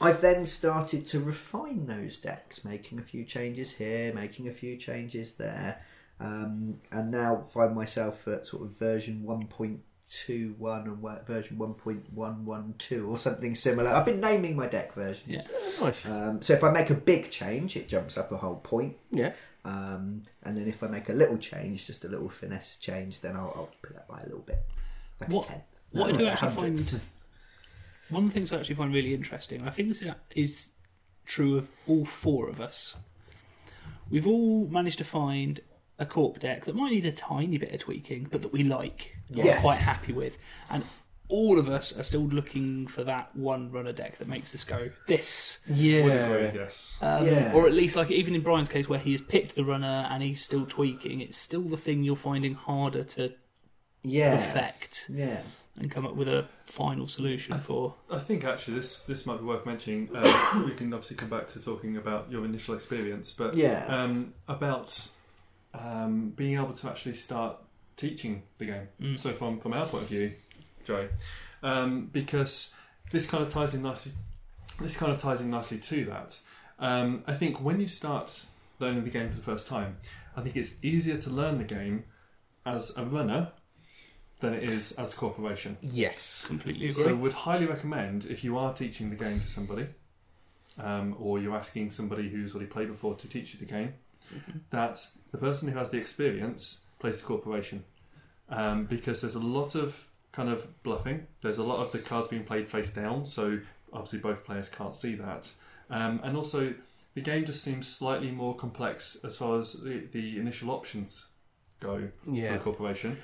I've then started to refine those decks, making a few changes here, making a few changes there, um, and now find myself at sort of version 1.21 and wa- version 1.112 or something similar. I've been naming my deck versions.
Nice.
Um, so if I make a big change, it jumps up a whole point.
Yeah.
Um, and then if I make a little change, just a little finesse change, then I'll, I'll put that by a little bit. Like
What-
a tenth.
What I
No,
do
a
actually
hundredth.
find one of the things I actually find really interesting, and I think this is, is true of all four of us. We've all managed to find a corp deck that might need a tiny bit of tweaking, but that we like, that
Yes.
we're quite happy with, and all of us are still looking for that one runner deck that makes us go this,
Agree,
Yeah.
yes.
um,
Yeah.
or at least like even in Brian's case where he has picked the runner and he's still tweaking. It's still the thing you're finding harder to
Yeah.
perfect
Yeah.
and come up with a final solution for.
I think actually this this might be worth mentioning. Uh, we can obviously come back to talking about your initial experience, but
Yeah.
um, about um, being able to actually start teaching the game. So from from our point of view, Joe, um, because this kind of ties in nicely. This kind of ties in nicely to that. Um, I think when you start learning the game for the first time, I think it's easier to learn the game as a runner than it is as a corporation.
Yes.
Completely agree.
So, would highly recommend if you are teaching the game to somebody, um, or you're asking somebody who's already played before to teach you the game, that the person who has the experience plays the corporation, um, because there's a lot of kind of bluffing. There's a lot of the cards being played face down, so obviously both players can't see that, um, and also the game just seems slightly more complex as far as the, the initial options go for
Yeah.
the corporation.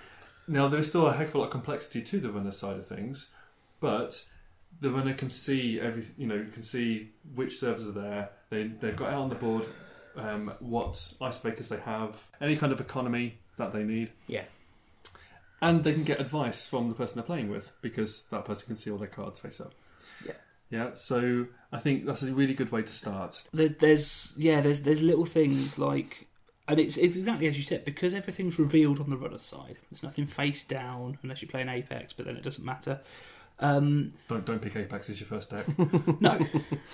Now, there's still a heck of a lot of complexity to the runner side of things, but the runner can see every, you know, you can see which servers are there. They they've got out on the board um, what icebreakers they have, any kind of economy that they need,
Yeah.
and they can get advice from the person they're playing with because that person can see all their cards face up.
Yeah.
Yeah. So I think that's a really good way to start.
there's, there's yeah, there's there's little things like, and it's it's exactly as you said because everything's revealed on the runner side. There's nothing face down unless you play an apex, but then it doesn't matter. Um,
Don't don't pick Apex as your first deck.
no,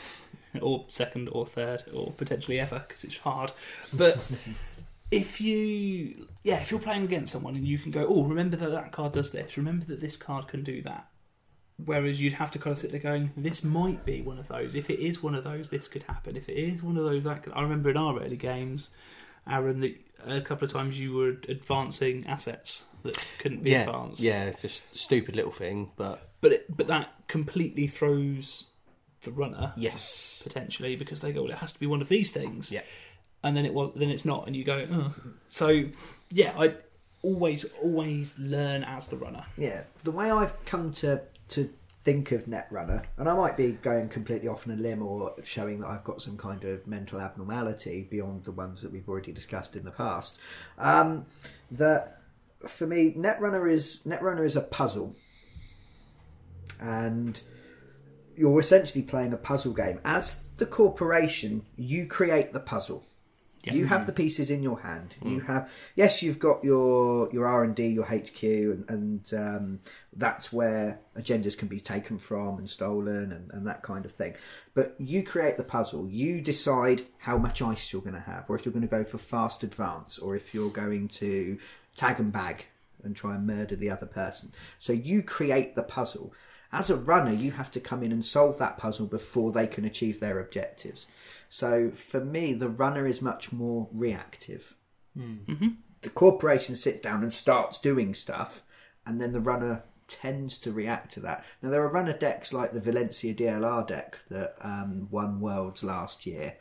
or second or third or potentially ever because it's hard. But if you yeah, if you're playing against someone and you can go, oh, remember that that card does this. Remember that this card can do that. Whereas you'd have to kind of sit there going, this might be one of those. If it is one of those, this could happen. If it is one of those, that could. I remember in our early games, Aaron, that a couple of times you were advancing assets that couldn't be
yeah.
advanced.
Yeah, just stupid little thing, but
But it, but that completely throws the runner
yes.
potentially because they go, well, it has to be one of these things.
Yeah.
And then it was, then it's not, and you go, oh. So, yeah, I always, always learn as the runner.
Yeah, the way I've come to to think of Netrunner, and I might be going completely off on a limb or showing that I've got some kind of mental abnormality beyond the ones that we've already discussed in the past, um, that for me, Netrunner is Netrunner is a puzzle, and you're essentially playing a puzzle game. As the corporation, you create the puzzle. You have the pieces in your hand. You have yes, you've got your your R and D, your HQ, and, and um, that's where agendas can be taken from and stolen and, and that kind of thing. But you create the puzzle. You decide how much ice you're going to have, or if you're going to go for fast advance, or if you're going to tag and bag and try and murder the other person. So you create the puzzle. As a runner, you have to come in and solve that puzzle before they can achieve their objectives. So for me, the runner is much more reactive. The corporation sits down and starts doing stuff, and then the runner tends to react to that. Now there are runner decks like the Valencia DLR deck that um, won Worlds last year,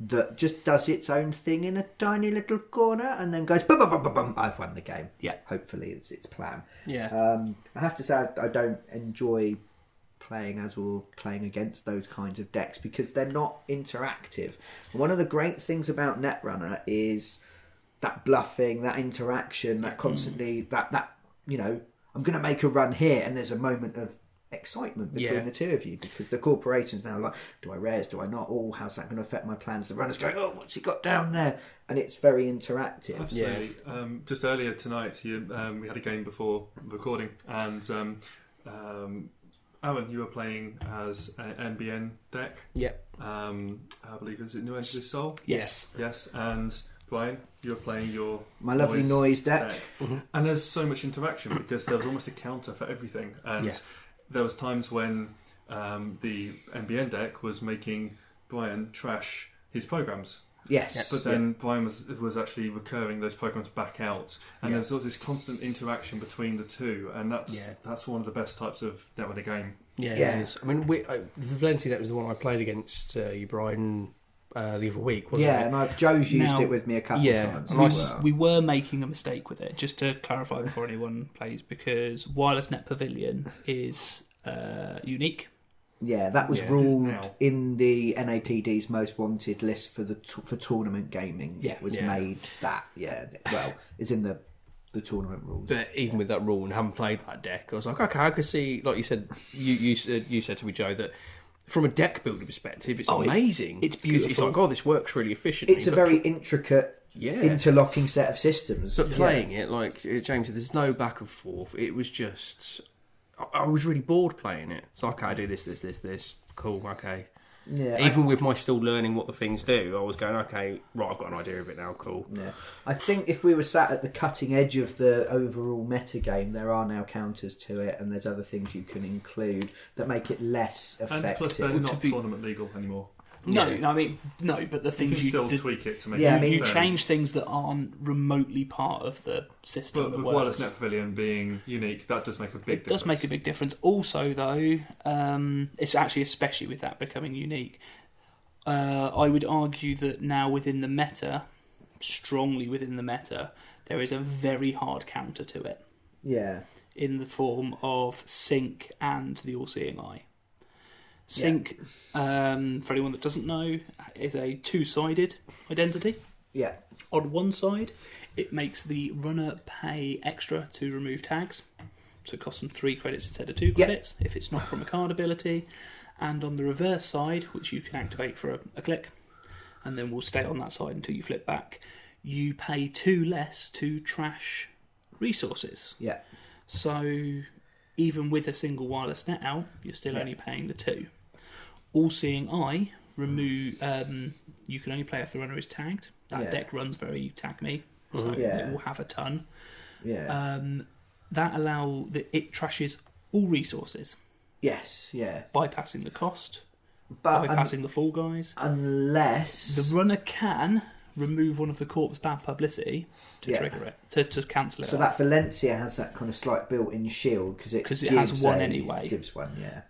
that just does its own thing in a tiny little corner and then goes bum bum bum bum bum. I've won the game.
Yeah.
hopefully it's its plan.
Yeah.
Um, I have to say I, I don't enjoy playing as or playing against those kinds of decks because they're not interactive. And one of the great things about Netrunner is that bluffing, that interaction,
Mm.
that constantly that that you know I'm going to make a run here, and there's a moment of excitement between
Yeah.
the two of you because the corporation's now like, do I raise, do I not? Oh, how's that going to affect my plans? The runner's going, oh, what's he got down there? And it's very interactive.
Absolutely. Um, just earlier tonight, you, um, we had a game before recording, and um, um, Alan, you were playing as an NBN deck.
Yep.
Um, I believe is it New Age of the Soul?
Yes.
Yes, and Brian, you were playing your
My lovely noise deck. Mm-hmm.
and there's so much interaction because there was almost a counter for everything, and
Yeah.
there was times when um, the NBN deck was making Brian trash his programs
Yes,
but then Brian was was actually recurring those programs back out, and
Yeah.
there's all this constant interaction between the two, and that's
Yeah.
that's one of the best types of that winner game.
Yeah,
Yeah.
it is. I mean, we, I, the Valencia deck was the one I played against uh, you, Brian, uh, the other week, wasn't
yeah,
it?
and I've, Joe's used
Now-
it with me a couple
Yeah,
times.
and I
as
s-
well.
We were making a mistake with it, just to clarify before anyone plays, because Wireless Net Pavilion is uh, unique.
Yeah, that was
Yeah, it is
ruled
now.
in the NAPD's most wanted list for the t- for tournament gaming.
Yeah.
it was
Yeah.
made that. Yeah, well, it's in the the tournament rules.
But even with that rule and having played that deck, I was like, okay, I could see, like you said, you you said, you said to me, Joe, that from a deck builder perspective, it's
Oh, it's-
amazing.
it's
'Cause It's
beautiful.
like, oh, this works really efficiently.
It's a
but-
very intricate,
Yeah.
interlocking set of systems.
But playing it, like uh, James said, there's no back and forth. It was just. I, I was really bored playing it. It's like, okay, I do this, this, this, this. Cool, okay.
yeah,
Even with my still learning what the things do, I was going, okay, right, I've got an idea of it now, cool.
I, yeah. I think if we were sat at the cutting edge of the overall metagame, there are now counters to it, and there's other things you can include that make it less
And
effective.
plus, they're
to
not
be-
tournament legal anymore.
No,
Yeah.
no, I mean no, but the
You
things
can
you
still
the-
tweak it to make
Yeah,
it
I mean-
you
fair.
change things that aren't remotely part of the system.
But
that
with
works.
Wireless Net Pavilion being unique, that does make a big
it
difference.
does make a big difference. Also, though, um, it's actually especially with that becoming unique. Uh, I would argue that now within the meta, strongly within the meta, there is a very hard counter to it
yeah,
in the form of sync and the all-seeing eye. Sync, um, for anyone that doesn't know, is a two-sided identity
yeah,
on one side, it makes the runner pay extra to remove tags. So it costs them three credits instead of two credits if it's not from a card ability. And on the reverse side, which you can activate for a, a click, and then will stay on that side until you flip back, you pay two less to trash resources.
yeah.
So even with a single wireless net out, you're still
Yeah.
only paying the two. All seeing eye remove. Um, you can only play if the runner is tagged. That
Yeah. Mm-hmm.
deck runs very tag me, so
Yeah.
it will have a ton.
Yeah.
Um, that allow that it trashes all resources,
yes. Yeah.
bypassing the cost,
But un-
bypassing the fall guys.
unless
The runner can remove one of the corp's bad publicity to
Yeah.
trigger it to, to cancel it.
So
out.
that Valencia has that kind of slight built-in shield because it
'Cause it has
gives
one
a-
anyway.
Gives one, yeah.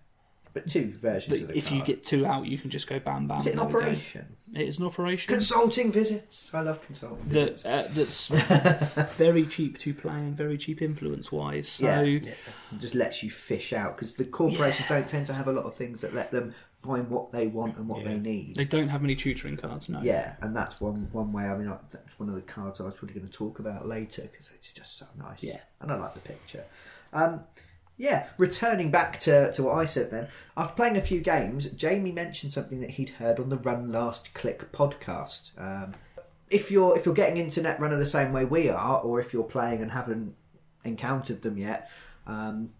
But two versions
But
of the
if you
card.
get two out, you can just go bam bam.
is it an
there we go.
operation?
It is an operation.
Consulting visits. I love consulting visits.
that uh, that's very cheap to play and very cheap influence wise. So
Yeah. It just lets you fish out because the corporations don't tend to have a lot of things that let them find what they want and what
Yeah.
they need.
They don't have many tutoring cards, no.
Yeah, and that's one one way. I mean, like, that's one of the cards I was probably going to talk about later because it's just so nice.
Yeah.
and I like the picture. Um, yeah, returning back to, to what I said then, after playing a few games, Jamie mentioned something that he'd heard on the Run Last Click podcast. Um, if you're if you're getting into Netrunner the same way we are, or if you're playing and haven't encountered them yet, um,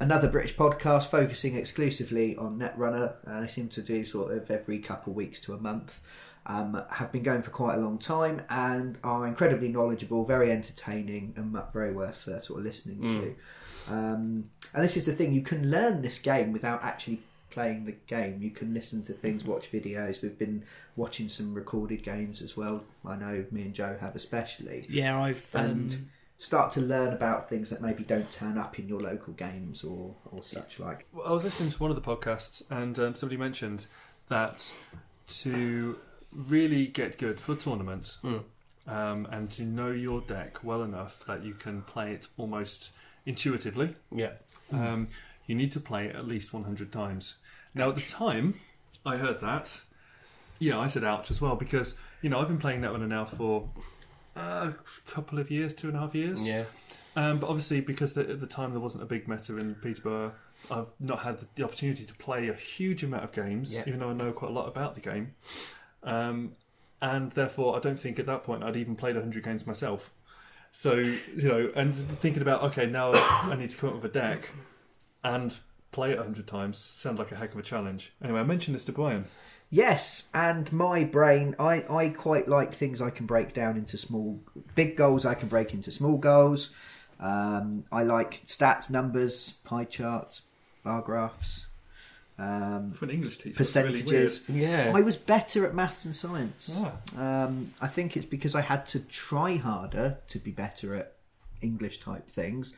another British podcast focusing exclusively on Netrunner. Uh, they seem to do sort of every couple of weeks to a month. Um, have been going for quite a long time and are incredibly knowledgeable, very entertaining, and mu- very worth uh, sort of listening to. Um, and this is the thing: you can learn this game without actually playing the game. You can listen to things, watch videos. We've been watching some recorded games as well. I know me and Joe have especially
Yeah, I've.
and
Um,
start to learn about things that maybe don't turn up in your local games or, or such like.
Well, I was listening to one of the podcasts, and um, somebody mentioned that to really get good for tournaments um, and to know your deck well enough that you can play it almost intuitively,
Yeah.
um, you need to play it at least 100 times. Now, at the time I heard that, yeah, I said ouch as well because, you know, I've been playing Netrunner now for uh, a couple of years, two and a half years.
Yeah.
Um, but obviously, because the, at the time there wasn't a big meta in Peterborough, I've not had the, the opportunity to play a huge amount of games,
Yeah.
even though I know quite a lot about the game. Um, and therefore, I don't think at that point I'd even played 100 games myself. So, you know, and thinking about, okay, now I need to come up with a deck and play it 100 times sounds like a heck of a challenge. Anyway, I mentioned this to Brian.
Yes, and my brain, I, I quite like things I can break down into small, big goals I can break into small goals. Um, I like stats, numbers, pie charts, bar graphs, um,
For an English teacher, it's really weird.
percentages.
Yeah.
I was better at maths and science.
Ah.
Um, I think it's because I had to try harder to be better at English type things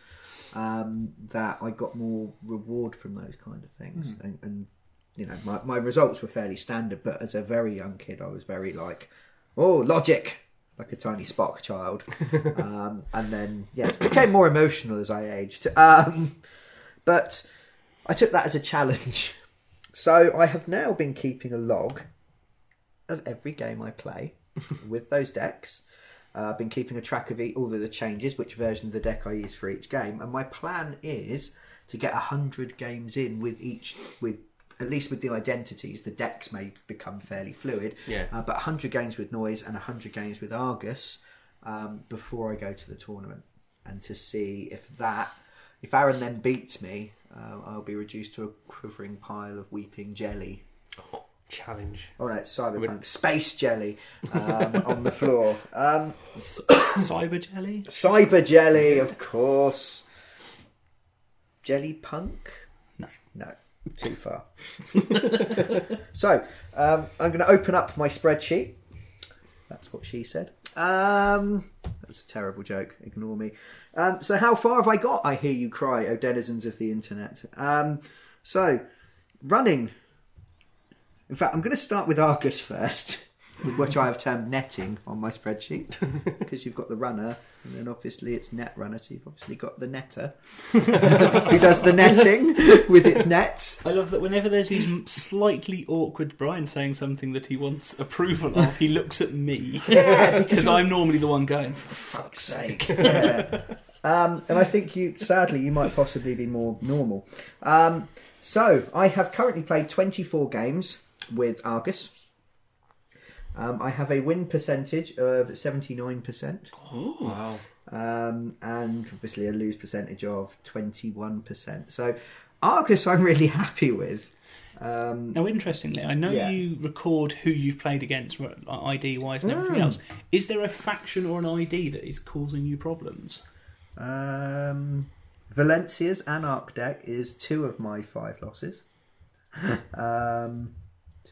um, that I got more reward from those kind of things. And, and you know, my, my results were fairly standard, but as a very young kid, I was very like, oh, logic, like a tiny Spock child. um, and then, yes, became more emotional as I aged. Um, but I took that as a challenge. So I have now been keeping a log of every game I play with those decks. Uh, I've been keeping a track of e- all of the changes, which version of the deck I use for each game, and my plan is to get hundred games in with each with. At least with the identities, the decks may become fairly fluid.
Yeah.
Uh, but 100 games with Noise and 100 games with Argus um, before I go to the tournament. And to see if that, if Aaron then beats me, uh, I'll be reduced to a quivering pile of weeping jelly
Challenge.
Oh no, it's cyberpunk. Space jelly um, on the floor. Um,
Cyber Jelly?
cyber jelly, of course. Jelly punk?
No.
No, too far. so, um, I'm going to open up my spreadsheet. That's what she said. Um, that was a terrible joke. Ignore me. Um, so, how far have I got? I hear you cry, O denizens of the internet. Um, so, running. In fact, I'm going to start with Argus first, with which I have termed netting on my spreadsheet, because you've got the runner, and then obviously it's net runner, so you've obviously got the netter, who does the netting with its nets.
I love that whenever there's these m- slightly awkward Brian saying something that he wants approval of, he looks at me. Because I'm normally the one going, for fuck's sake.
Yeah. Um, and I think you, sadly, you might possibly be more normal. Um, so I have currently played 24 games with Argus. Um, I have a win percentage of 79%.
Wow.
um, and obviously a lose percentage of 21%. So Argus, I'm really happy with. Um,
Now, interestingly, I know
Yeah.
you record who you've played against ID wise and
Mm.
everything else. Is there a faction or an ID that is causing you problems?
um, Valencia's Anarch deck is two of my five losses. um,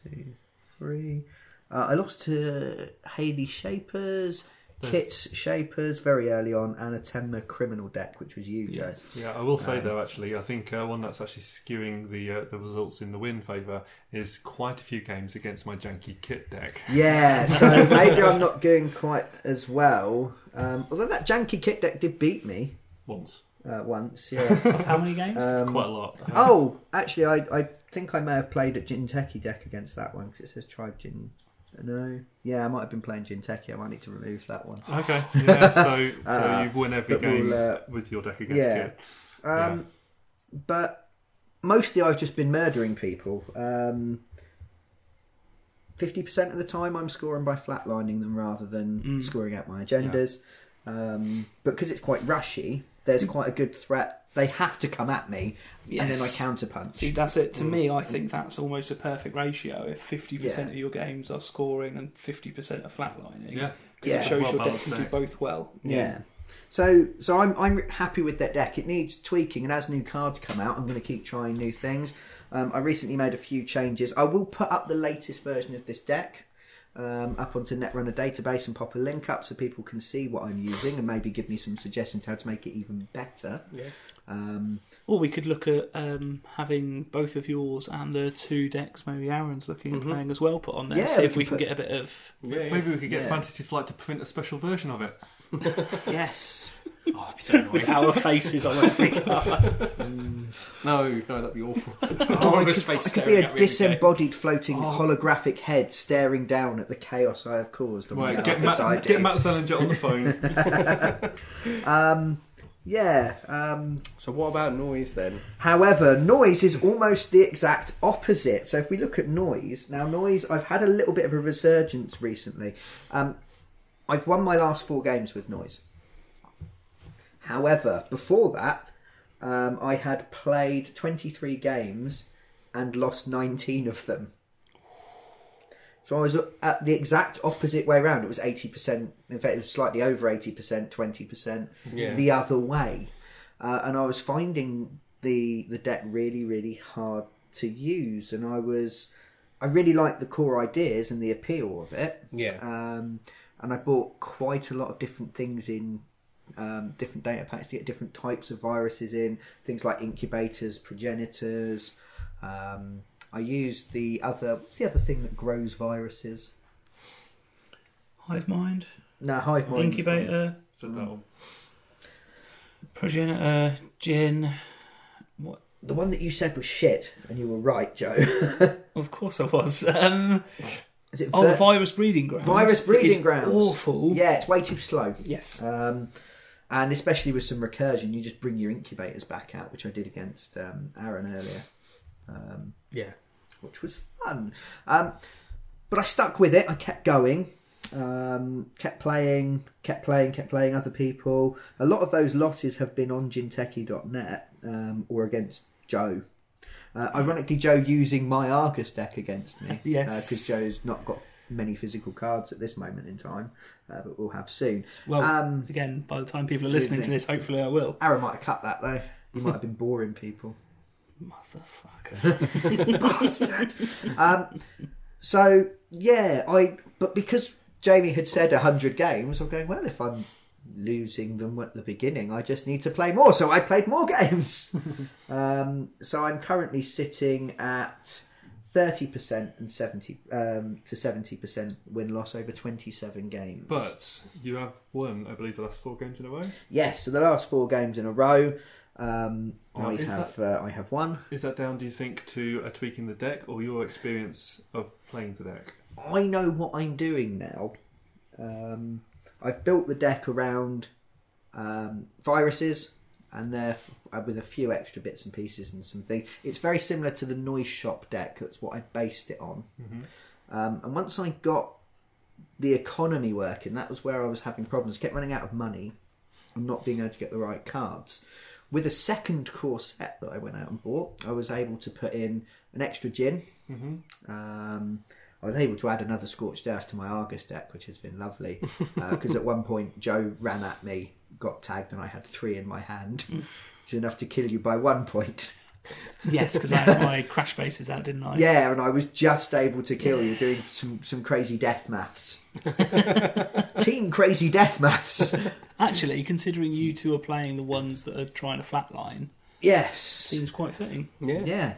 two, three. Uh, I lost to Haley Shapers, Kits Shapers very early on, and a Tenma Criminal deck, which was you, Joe.
Yeah, I will
Um,
say though, actually, I think uh, one that's actually skewing the uh, the results in the win favour is quite a few games against my janky kit deck.
Yeah, so maybe I'm not doing quite as well. Um, although that janky kit deck did beat me
Once,
uh, once, yeah.
Uh-huh.
Uh,
How many games?
Um,
quite a lot.
oh, actually, I, I think I may have played at Jinteki deck against that one because it says Tribe Jin. uh, No, yeah, I might have been playing Jinteki. I might need to remove that one.
Okay. Yeah. So, so
Uh,
you win every
but we'll,
game
uh,
with your deck against
yeah.
Kit.
Um, But mostly I've just been murdering people. Um, 50% of the time I'm scoring by flatlining them rather than
Mm.
scoring out my agendas. Um, but because it's quite rushy, there's quite a good threat. They have to come at me, and then I
Yes.
counterpunch.
See, that's it.
Mm.
To me, I think that's almost a perfect ratio. If fifty percent
Yeah.
of your games are scoring and fifty percent are flatlining,
Yeah.
because
Yeah.
it shows
Well
your deck
balanced
can do
deck.
both well.
Yeah. So so I'm I'm happy with that deck. It needs tweaking, and as new cards come out, I'm going to keep trying new things. Um, I recently made a few changes. I will put up the latest version of this deck um, up onto Netrunner database and pop a link up so people can see what I'm using and maybe give me some suggestions how to make it even better.
Yeah.
Um,
Or we could look at um, having both of yours and the two decks maybe Aaron's looking and playing as well put on there.
Mm-hmm. Yeah,
see
we
if we
can
can
put-
get a bit of
Maybe we could get
Yeah.
Fantasy Flight to print a special version of it.
yes.
Oh, it'd be so
with
nice.
our faces on every card.
No, no, that'd be awful.
Oh,
All
I
of us
could,
face
I could
staring
be
at
a
me every day.
disembodied floating
Oh.
holographic head staring down at the chaos I have caused. on my
Right, get,
darkest
Matt,
side.
get Matt Zellinger on the phone.
Um, yeah. Um,
So what about noise then?
However, noise is almost the exact opposite. So if we look at noise, now noise, I've had a little bit of a resurgence recently. Um, I've won my last four games with noise. However, before that, um, I had played 23 games and lost 19 of them. So I was at the exact opposite way round. It was 80%, in fact, it was slightly over 80%, 20%
Yeah.
the other way. Uh, and I was finding the the deck really, really hard to use. And I was, I really liked the core ideas and the appeal of it.
Yeah.
Um, and I bought quite a lot of different things in um, different data packs to get different types of viruses in, things like incubators, progenitors. Um, I used the other. What's the other thing that grows viruses?
Hive mind,
No, hive mind.
incubator,
Said that one.
progenitor, gin.
The one that you said was shit, and you were right, Joe.
Of course, I was. Um,
Is it
oh,
vir-
virus breeding ground.
virus
It
breeding
is
grounds?
Awful.
Yeah, it's way too slow.
Yes.
Um, and especially with some recursion, you just bring your incubators back out, which I did against um, Aaron earlier, Um,
Yeah.
which was fun. Um, but I stuck with it. I kept going, um, kept playing, kept playing, kept playing other people. A lot of those losses have been on Jinteki.net um, or against Joe. Uh, ironically, Joe using my Argus deck against me. uh,
Yes.
Because Joe's not got many physical cards at this moment in time, uh, but we'll have soon.
Well,
Um,
again, by the time people are listening to
think?
this, hopefully I will.
Aaron might have cut that though. You might have been boring people.
Motherfucker.
Bastard. um, so yeah, I but because Jamie had said hundred games, I'm going well. If I'm losing them at the beginning, I just need to play more. So I played more games. um, so I'm currently sitting at. 30% and 70 um, to 70% win loss over 27 games.
But you have won, I believe, the last four games in a row.
yes, so the last four games in a row um,
Now,
I
is
have uh, I have won.
Is that down, do you think, to a tweak in the deck or your experience of playing the deck?
I know what I'm doing now. Um, I've built the deck around um, viruses and there with a few extra bits and pieces and some things. It's very similar to the noise shop deck. That's what I based it on. Um, and once I got the economy working, that was where I was having problems. Kept running out of money and not being able to get the right cards. With a second core set that I went out and bought, I was able to put in an extra gin. Um, I was able to add another Scorched Earth to my Argus deck, which has been lovely. Because at one point, Joe ran at me, got tagged, and I had three in my hand, which is enough to kill you by one point.
yes, because I had my crash bases out, didn't I?
Yeah, and I was just able to kill you doing some, some crazy death maths. Team crazy death maths.
Actually, considering you two are playing the ones that are trying to flatline,
Yes.
seems quite fitting.
Yeah.
Yeah.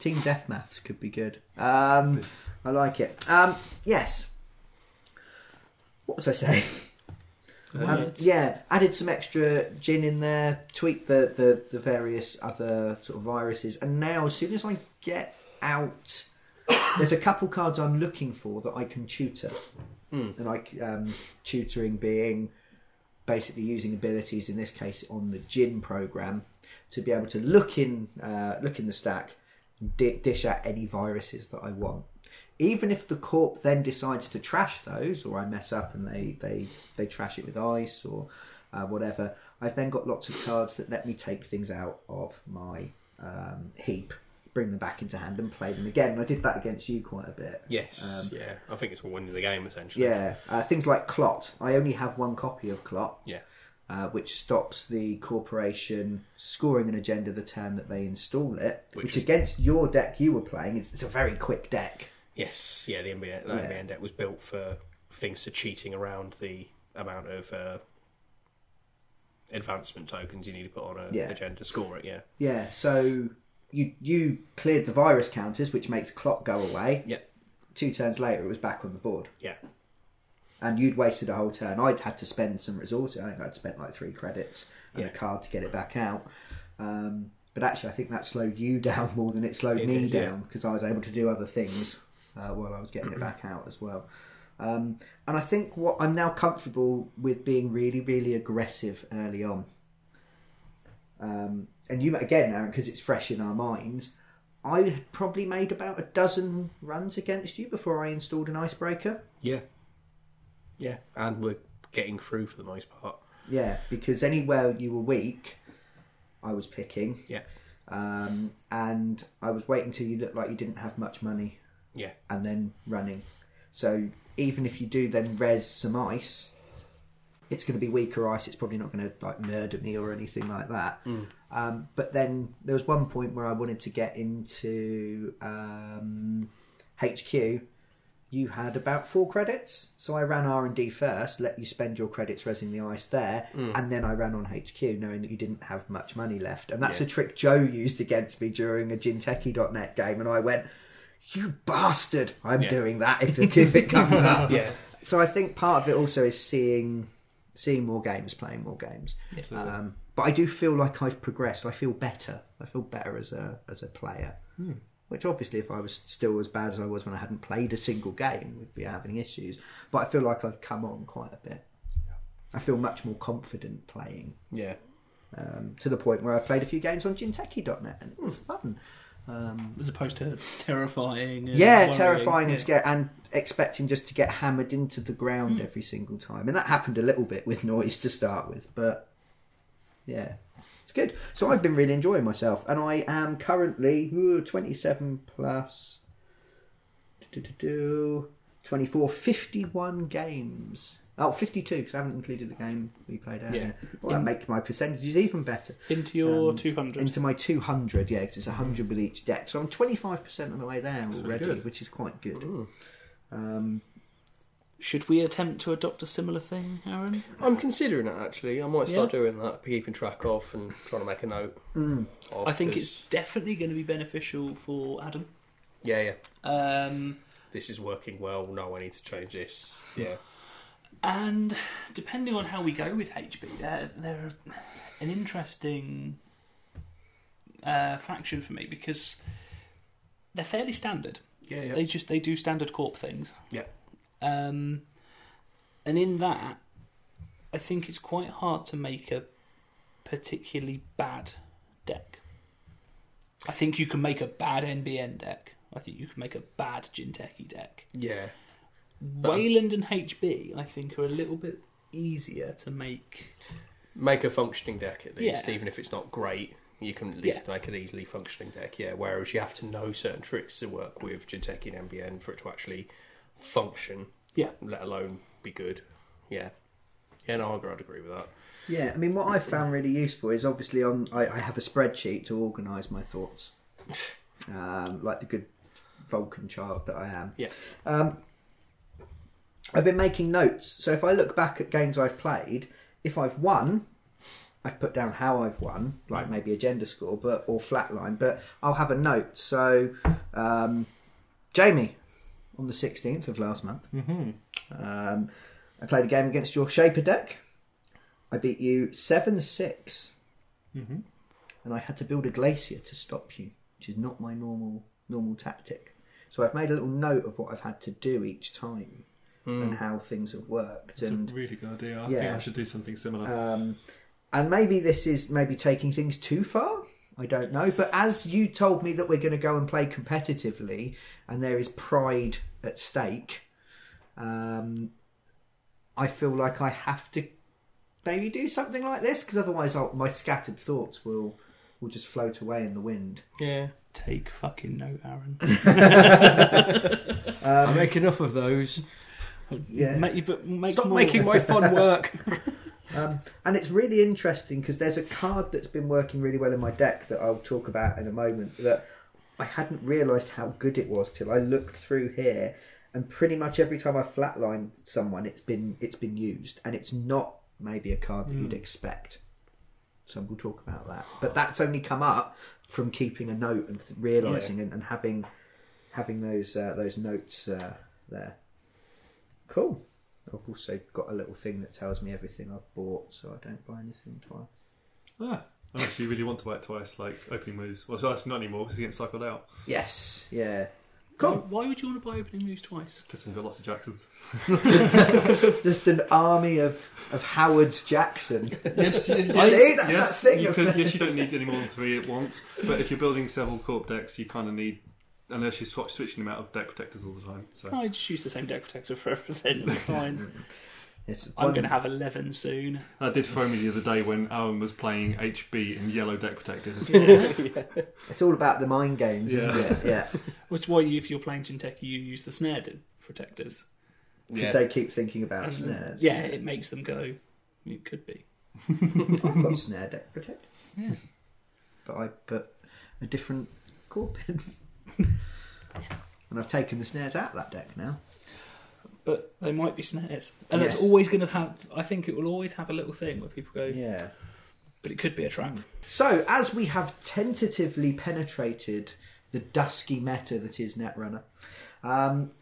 Team death maths could be good. Um, I like it. Um, yes. What was I saying? Um,
Words.
yeah, added some extra gin in there, tweaked the, the, the various other sort of viruses, and now as soon as I get out. There's a couple cards I'm looking for that I can tutor, and like um, tutoring being basically using abilities in this case on the gin program to be able to look in uh, look in the stack, di- dish out any viruses that I want. Even if the corp then decides to trash those, or I mess up and they they they trash it with ice or uh, whatever, I've then got lots of cards that let me take things out of my um, heap, bring them back into hand, and play them again. And I did that against you quite a bit.
Yes.
Um,
yeah. I think it's winning the game essentially.
Yeah, uh, things like Clot. I only have one copy of Clot
Yeah.
uh, which stops the corporation scoring an agenda the turn that they install it, which,
Which is-
against your deck you were playing, it's, it's a very quick deck.
Yes. Yeah. The NBA, the
Yeah.
NBA deck was built for things to cheating around the amount of uh, advancement tokens you need to put on a
Yeah.
agenda to score it. Yeah.
Yeah, so you you cleared the virus counters, which makes clock go away.
Yeah.
Two turns later, it was back on the board,
Yeah.
and you'd wasted a whole turn. I'd had to spend some resources. I think I'd spent like three credits and a
Yeah.
card to get it back out. Um, but actually, I think that slowed you down more than it slowed
It
me
did, yeah.
down because I was able to do other things uh, while I was getting it back out as well. Um, and I think what I'm now comfortable with being really, really aggressive early on. Um, and you again, Aaron, because it's fresh in our minds. I had probably made about a dozen runs against you before I installed an icebreaker.
Yeah. Yeah. And we're getting through for the most part.
Yeah, because anywhere you were weak, I was picking,
Yeah.
um, and I was waiting till you looked like you didn't have much money,
Yeah.
and then running. So even if you do then res some ice, it's going to be weaker ice. It's probably not going to like murder me or anything like that. Um, but then there was one point where I wanted to get into um, HQ. You had about four credits, so I ran R and D first, let you spend your credits resing the ice there,
Mm.
and then I ran on HQ, knowing that you didn't have much money left. And that's a trick Joe used against me during a Jinteki.net game, and I went, "You bastard! I'm
Yeah.
doing that if it, if it comes up."
Yeah.
So I think part of it also is seeing seeing more games, playing more games. Um, but I do feel like I've progressed. I feel better. I feel better as a as a player. Which obviously, if I was still as bad as I was when I hadn't played a single game, we'd be having issues. But I feel like I've come on quite a bit. I feel much more confident playing
Yeah.
um, to the point where I played a few games on Jinteki.net and it was fun. Um,
as opposed to terrifying. And
yeah,
worrying.
terrifying
Yeah.
and scary, and expecting just to get hammered into the ground every single time. And that happened a little bit with noise to start with, but yeah, it's good. So I've been really enjoying myself, and I am currently ooh, 27 plus do, do, do, 24, 51 games. Oh, 52, because I haven't included the game we played earlier. Well, that makes my percentages even better.
Into your
Um,
200.
Into my 200, yeah, because it's 100 with each deck. So I'm 25% of the way there already,
good.
which is quite good. Um,
Should we attempt to adopt a similar thing, Aaron?
I'm considering it actually. I might start
Yeah.
doing that, keeping track of and trying to make a note. of,
I think
'cause-
it's definitely going to be beneficial for Adam.
yeah, yeah.
Um,
This is working well. No, I need to change this.
Hmm.
Yeah,
And depending on how we go with HB, they're, they're an interesting uh, faction for me because they're fairly standard.
yeah, yeah.
They just they do standard corp things.
Yeah.
Um, and in that, I think it's quite hard to make a particularly bad deck. I think you can make a bad NBN deck. I think you can make a bad Jinteki deck.
yeah.
Wayland and HB, I think, are a little bit easier to make.
Make a functioning deck at least,
Yeah.
even if it's not great. You can at least make an easily functioning deck. Yeah. Whereas you have to know certain tricks to work with Jinteki and MBN for it to actually function.
Yeah.
Let alone be good. Yeah. Yeah. No, I'd- I'd agree with that.
yeah, I mean, what I've found really useful is obviously on. I, I have a spreadsheet to organise my thoughts, um, like the good Vulcan child that I am.
Yeah.
Um, I've been making notes. So if I look back at games I've played, if I've won, I've put down how I've won,
Mm.
like maybe agenda score, but or flatline. But I'll have a note. So, um, Jamie, on the sixteenth of last month,
Mm-hmm.
um, I played a game against your Shaper deck. I beat you seven
Mm-hmm.
six, and I had to build a glacier to stop you, which is not my normal normal tactic. So I've made a little note of what I've had to do each time and how things have worked.
Mm. It's a
and
really good idea. I think
Yeah.
I should do something similar.
um, and maybe this is maybe taking things too far. I don't know. But as you told me that we're going to go and play competitively, and there is pride at stake, um, I feel like I have to maybe do something like this because otherwise, I'll, my scattered thoughts will will just float away in the wind.
Yeah.
Take fucking note, Aaron.
I make enough of those.
Yeah.
Make, but make
Stop
more.
making my fun work.
Um, and it's really interesting because there's a card that's been working really well in my deck that I'll talk about in a moment that I hadn't realised how good it was till I looked through here, and pretty much every time I flatline someone, it's been it's been used, and it's not maybe a card that you'd expect. So we'll talk about that, but that's only come up from keeping a note and th- realising and, and having having those uh, those notes uh, there. Cool. I've also got a little thing that tells me everything I've bought, so I don't buy anything twice.
ah, I actually really want to act twice, like opening moves. Well, that's not anymore because it gets cycled out.
Yes. Yeah. Cool.
Why would you want to buy opening moves twice?
Just got lots of Jacksons.
Just an army of, of Howard's Jackson.
yes, yes,
See, that's
yes,
that thing
You
of-
could, yes, you don't need any more than three at once. But if you're building several corp decks, you kind of need, unless you're swap, switching them out of deck protectors all the time. So
I just use the same deck protector for everything. it'll be Fine.
It's
I'm
one-
going to have 11 soon.
that did throw me the other day when Owen was playing HB in yellow deck protectors.
It's all about the mind games, isn't
Yeah.
it? Yeah.
Which is why, you, if you're playing Jinteki, you use the snare d- protectors.
Because they keep thinking about snares.
Yeah, it makes them go. It could be.
I've got snare deck protectors. But I put a different core pin. and I've taken the snares out of that deck now.
But they might be snares. And
Yes.
that's always going to have, I think it will always have a little thing where people go,
Yeah.
but it could be a trap.
So, as we have tentatively penetrated the dusky meta that is Netrunner, um,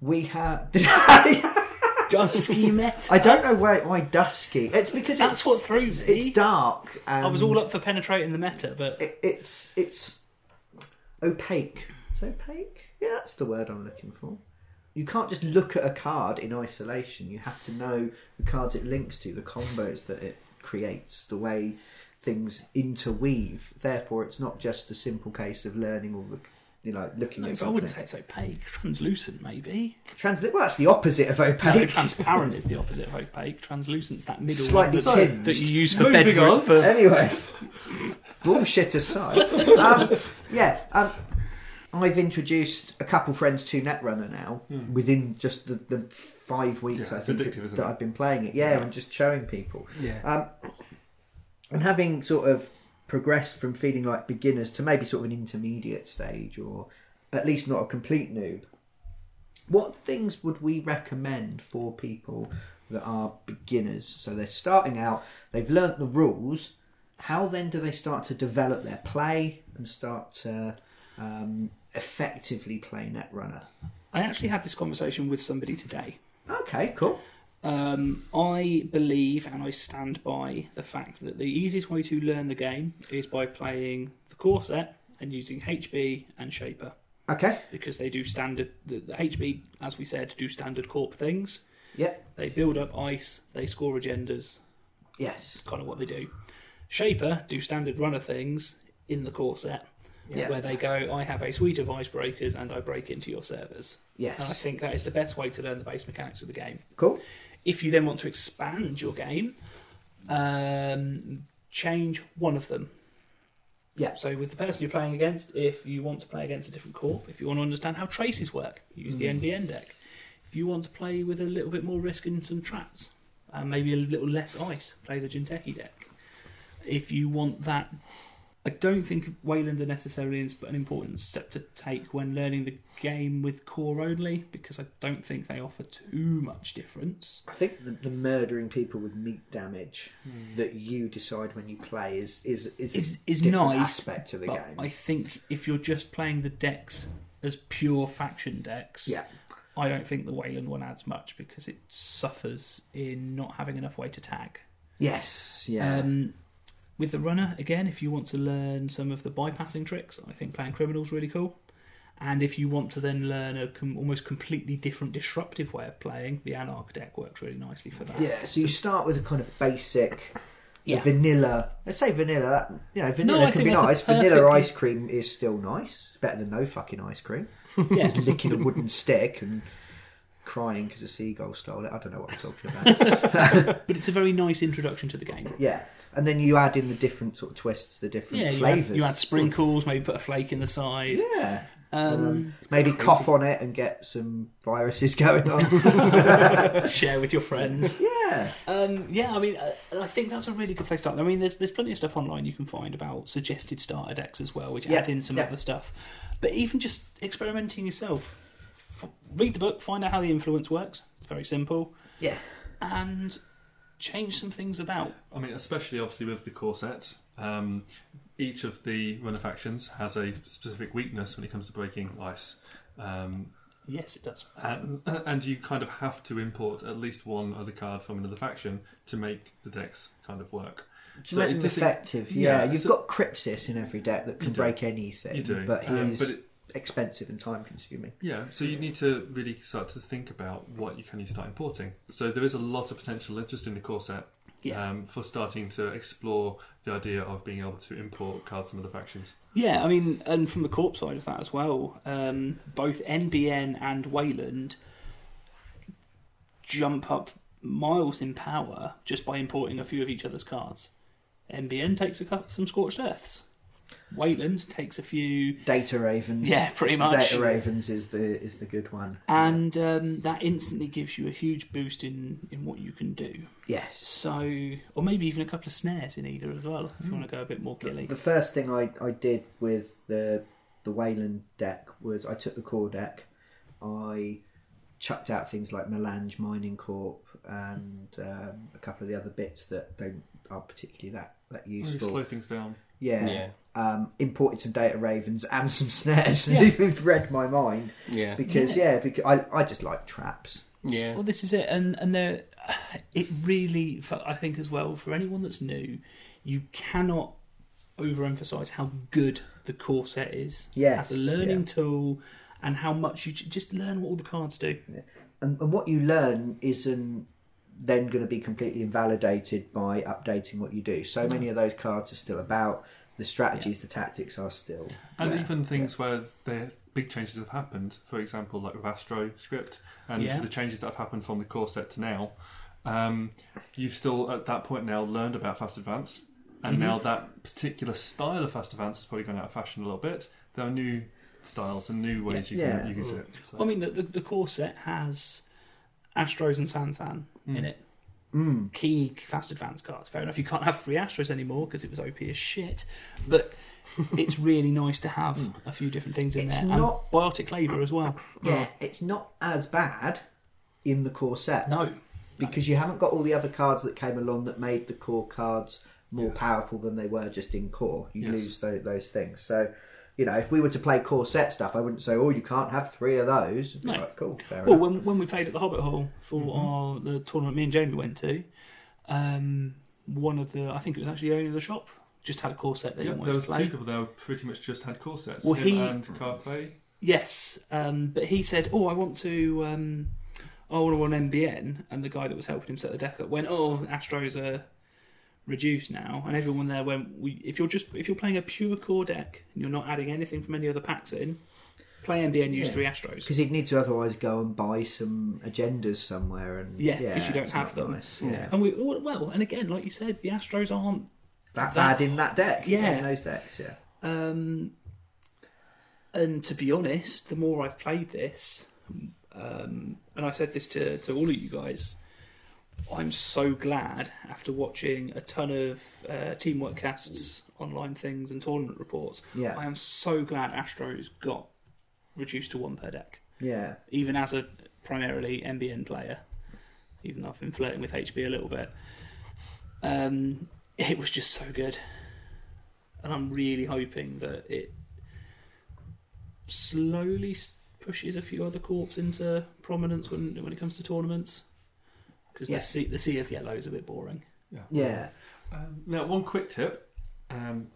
we have.
Dusky met.
I don't know why, why dusky. It's because
That's
it's,
what threw me.
It's dark. And
I was all up for penetrating the meta, but
It, it's it's opaque. It's opaque. Yeah, that's the word I'm looking for. You can't just look at a card in isolation. You have to know the cards it links to, the combos that it creates, the way things interweave. Therefore, it's not just a simple case of learning or look, you know, looking
no,
at
but I
something.
wouldn't say it's opaque. Translucent, maybe.
Transli- well, that's the opposite of
No,
opaque.
transparent is the opposite of opaque. Translucent's that middle
Slightly
one that,
tinged.
that you use for
Moving
bedroom.
on.
For,
anyway, bullshit aside, um, yeah, um, I've introduced a couple friends to Netrunner now within just the, the five weeks
Hmm. Yeah,
I
it's
think
addictive,
it's-
isn't
that
it?
I've been playing it. Yeah, I'm just showing people.
Yeah.
Um, and having sort of progressed from feeling like beginners to maybe sort of an intermediate stage or at least not a complete noob, what things would we recommend for people that are beginners? So they're starting out, they've learnt the rules. How then do they start to develop their play and start to um, effectively play Netrunner?
I actually had this conversation with somebody today.
Okay, cool.
Um, I believe and I stand by the fact that the easiest way to learn the game is by playing the core set and using HB and Shaper
Okay,
because they do standard. The, the HB, as we said, do standard corp things.
yep,
They build up ice, they score agendas,
yes,
kind of what they do. Shaper do standard runner things in the core set
Yeah.
where they go, I have a suite of icebreakers and I break into your servers.
yes,
And I think that is the best way to learn the base mechanics of the game.
cool.
If you then want to expand your game, um, change one of them.
Yeah.
So with the person you're playing against, if you want to play against a different corp, if you want to understand how traces work, use
Mm.
the NBN deck. If you want to play with a little bit more risk and some traps, and maybe a little less ice, play the Jinteki deck. If you want that, I don't think Wayland are necessarily ins- an important step to take when learning the game with core only, because I don't think they offer too much difference.
I think the, the murdering people with meat damage
Hmm.
that you decide when you play is is is, a
is is
different
nice
aspect to the
but
game.
I think if you're just playing the decks as pure faction decks,
Yeah,
I don't think the Wayland one adds much because it suffers in not having enough way to tag.
yes, yeah,
Um, with the runner again, if you want to learn some of the bypassing tricks, I think playing criminals really cool. And if you want to then learn a com- almost completely different disruptive way of playing, the Anarch deck works really nicely for that.
Yeah, so you start with a kind of basic,
Yeah.
vanilla. Let's say vanilla. That you know, vanilla
I
can
think
be
that's a
nice. Vanilla
perfectly-
ice cream is still nice. It's better than no fucking ice cream.
Yeah.
Just licking a wooden stick and crying because a seagull stole it. I don't know what I'm talking about.
But it's a very nice introduction to the game.
yeah, and then you add in the different sort of twists, the different
Yeah, you
flavors.
add, you add sprinkles, maybe put a flake in the side.
Yeah.
Um,
Maybe cough on it and get some viruses going on.
share with your friends.
yeah.
Um, yeah, I mean, uh, I think that's a really good place to start. I mean, there's there's plenty of stuff online you can find about suggested starter decks as well, which
Yeah,
add in some
yeah.
other stuff. But even just experimenting yourself, F- read the book, find out how the influence works. It's very simple,
Yeah.
and change some things about.
I mean, especially obviously with the corset, um, each of the runner factions has a specific weakness when it comes to breaking ice. Um,
Yes, it does.
and, Um, and you kind of have to import at least one other card from another faction to make the decks kind of work.
To make them
dis-
effective, yeah. You've
so-
got Crypsis in every deck that can break anything,
You do.
but
Um,
he's
but it-
expensive and time consuming.
Yeah, so you need to really start to think about what you can you start importing. So there is a lot of potential just in the core set
Yeah.
um, for starting to explore the idea of being able to import cards from other factions.
Yeah, I mean, and from the corp side of that as well, um, both NBN and Wayland jump up miles in power just by importing a few of each other's cards. NBN takes a couple, some scorched earths. Wayland takes a few,
Data Ravens.
yeah, pretty much,
Data Ravens is the is the good one.
and um, that instantly gives you a huge boost in in what you can do.
Yes.
So, or maybe even a couple of snares in either as well if you want to go a bit more killy.
The first thing I, I did with the the Wayland deck was I took the core deck, I chucked out things like Melange Mining Corp and um, a couple of the other bits that don't aren't particularly that that
Really
useful.
slow things down.
Yeah.
Yeah.
Um, imported some data ravens and some snares.
Yeah.
You've read my mind
Yeah.
because yeah, because I, I just like traps.
Yeah.
Well, this is it, and and there, it really, for- I think as well for anyone that's new, you cannot overemphasize how good the core set is
Yes,
as a learning
yeah.
tool, and how much you j- just learn what all the cards do.
And, and what you learn isn't then going to be completely invalidated by updating what you do. So many of those cards are still about. The strategies, the tactics are still.
And
there.
even things where the big changes have happened, for example, like with Astro Script and
Yeah.
the changes that have happened from the core set to now, um, you've still at that point now learned about Fast Advance, and now that particular style of Fast Advance has probably gone out of fashion a little bit. There are new styles and new ways you can
Yeah.
you can do it. So.
I mean, the, the the core set has Astros and Sansan
Hmm.
in it. Key fast advance cards. Fair enough. You can't have free Astros anymore because it was OP as shit. But it's really nice to have a few different things in
Hmm. It's
there.
not-
And biotic flavor as well.
Yeah, it's not as bad in the core set
No.
because you haven't got all the other cards that came along that made the core cards more powerful than they were just in core. You
Yes.
lose those, those things. So, you know, if we were to play core set stuff, I wouldn't say, "Oh, you can't have three of those." It'd be
No.
like, cool, fair
Well,
enough.
when, when we played at the Hobbit Hall for
Mm-hmm.
our, the tournament me and Jamie went to, um, one of the, I think it was actually the owner of the shop, just had a core set that
Yeah,
he wanted
there was
to play.
two people there who pretty much just had core sets.
Well,
him
he-
and Carpe.
Yes, um, but he said, "Oh, I want to, um, I want to run NBN." And the guy that was helping him set the deck up went, "Oh, Astros are reduced now," and everyone there went, we, "If you're just if you're playing a pure core deck and you're not adding anything from any other packs in, play NBN, use
Yeah.
three Astros."
Because he'd need to otherwise go and buy some agendas somewhere, and
Yeah, 'cause you don't
it's
have
not
them. Um,
Nice. Yeah,
And we well, and again, like you said, the Astros aren't
that
That-
bad in that deck.
Yeah.
in those decks. Yeah,
Um, and to be honest, the more I've played this, um, and I've said this to, to all of you guys, I'm so glad after watching a ton of uh, teamwork casts, online things, and tournament reports.
Yeah.
I am so glad Astro's got reduced to one per deck,
yeah.
even as a primarily NBN player. Even though I've been flirting with HB a little bit, um, it was just so good and I'm really hoping that it slowly s- pushes a few other corps into prominence when when it comes to tournaments. Because
Yeah.
the sea the sea of yellow is a bit boring.
Yeah,
Um, now, one quick tip. Um,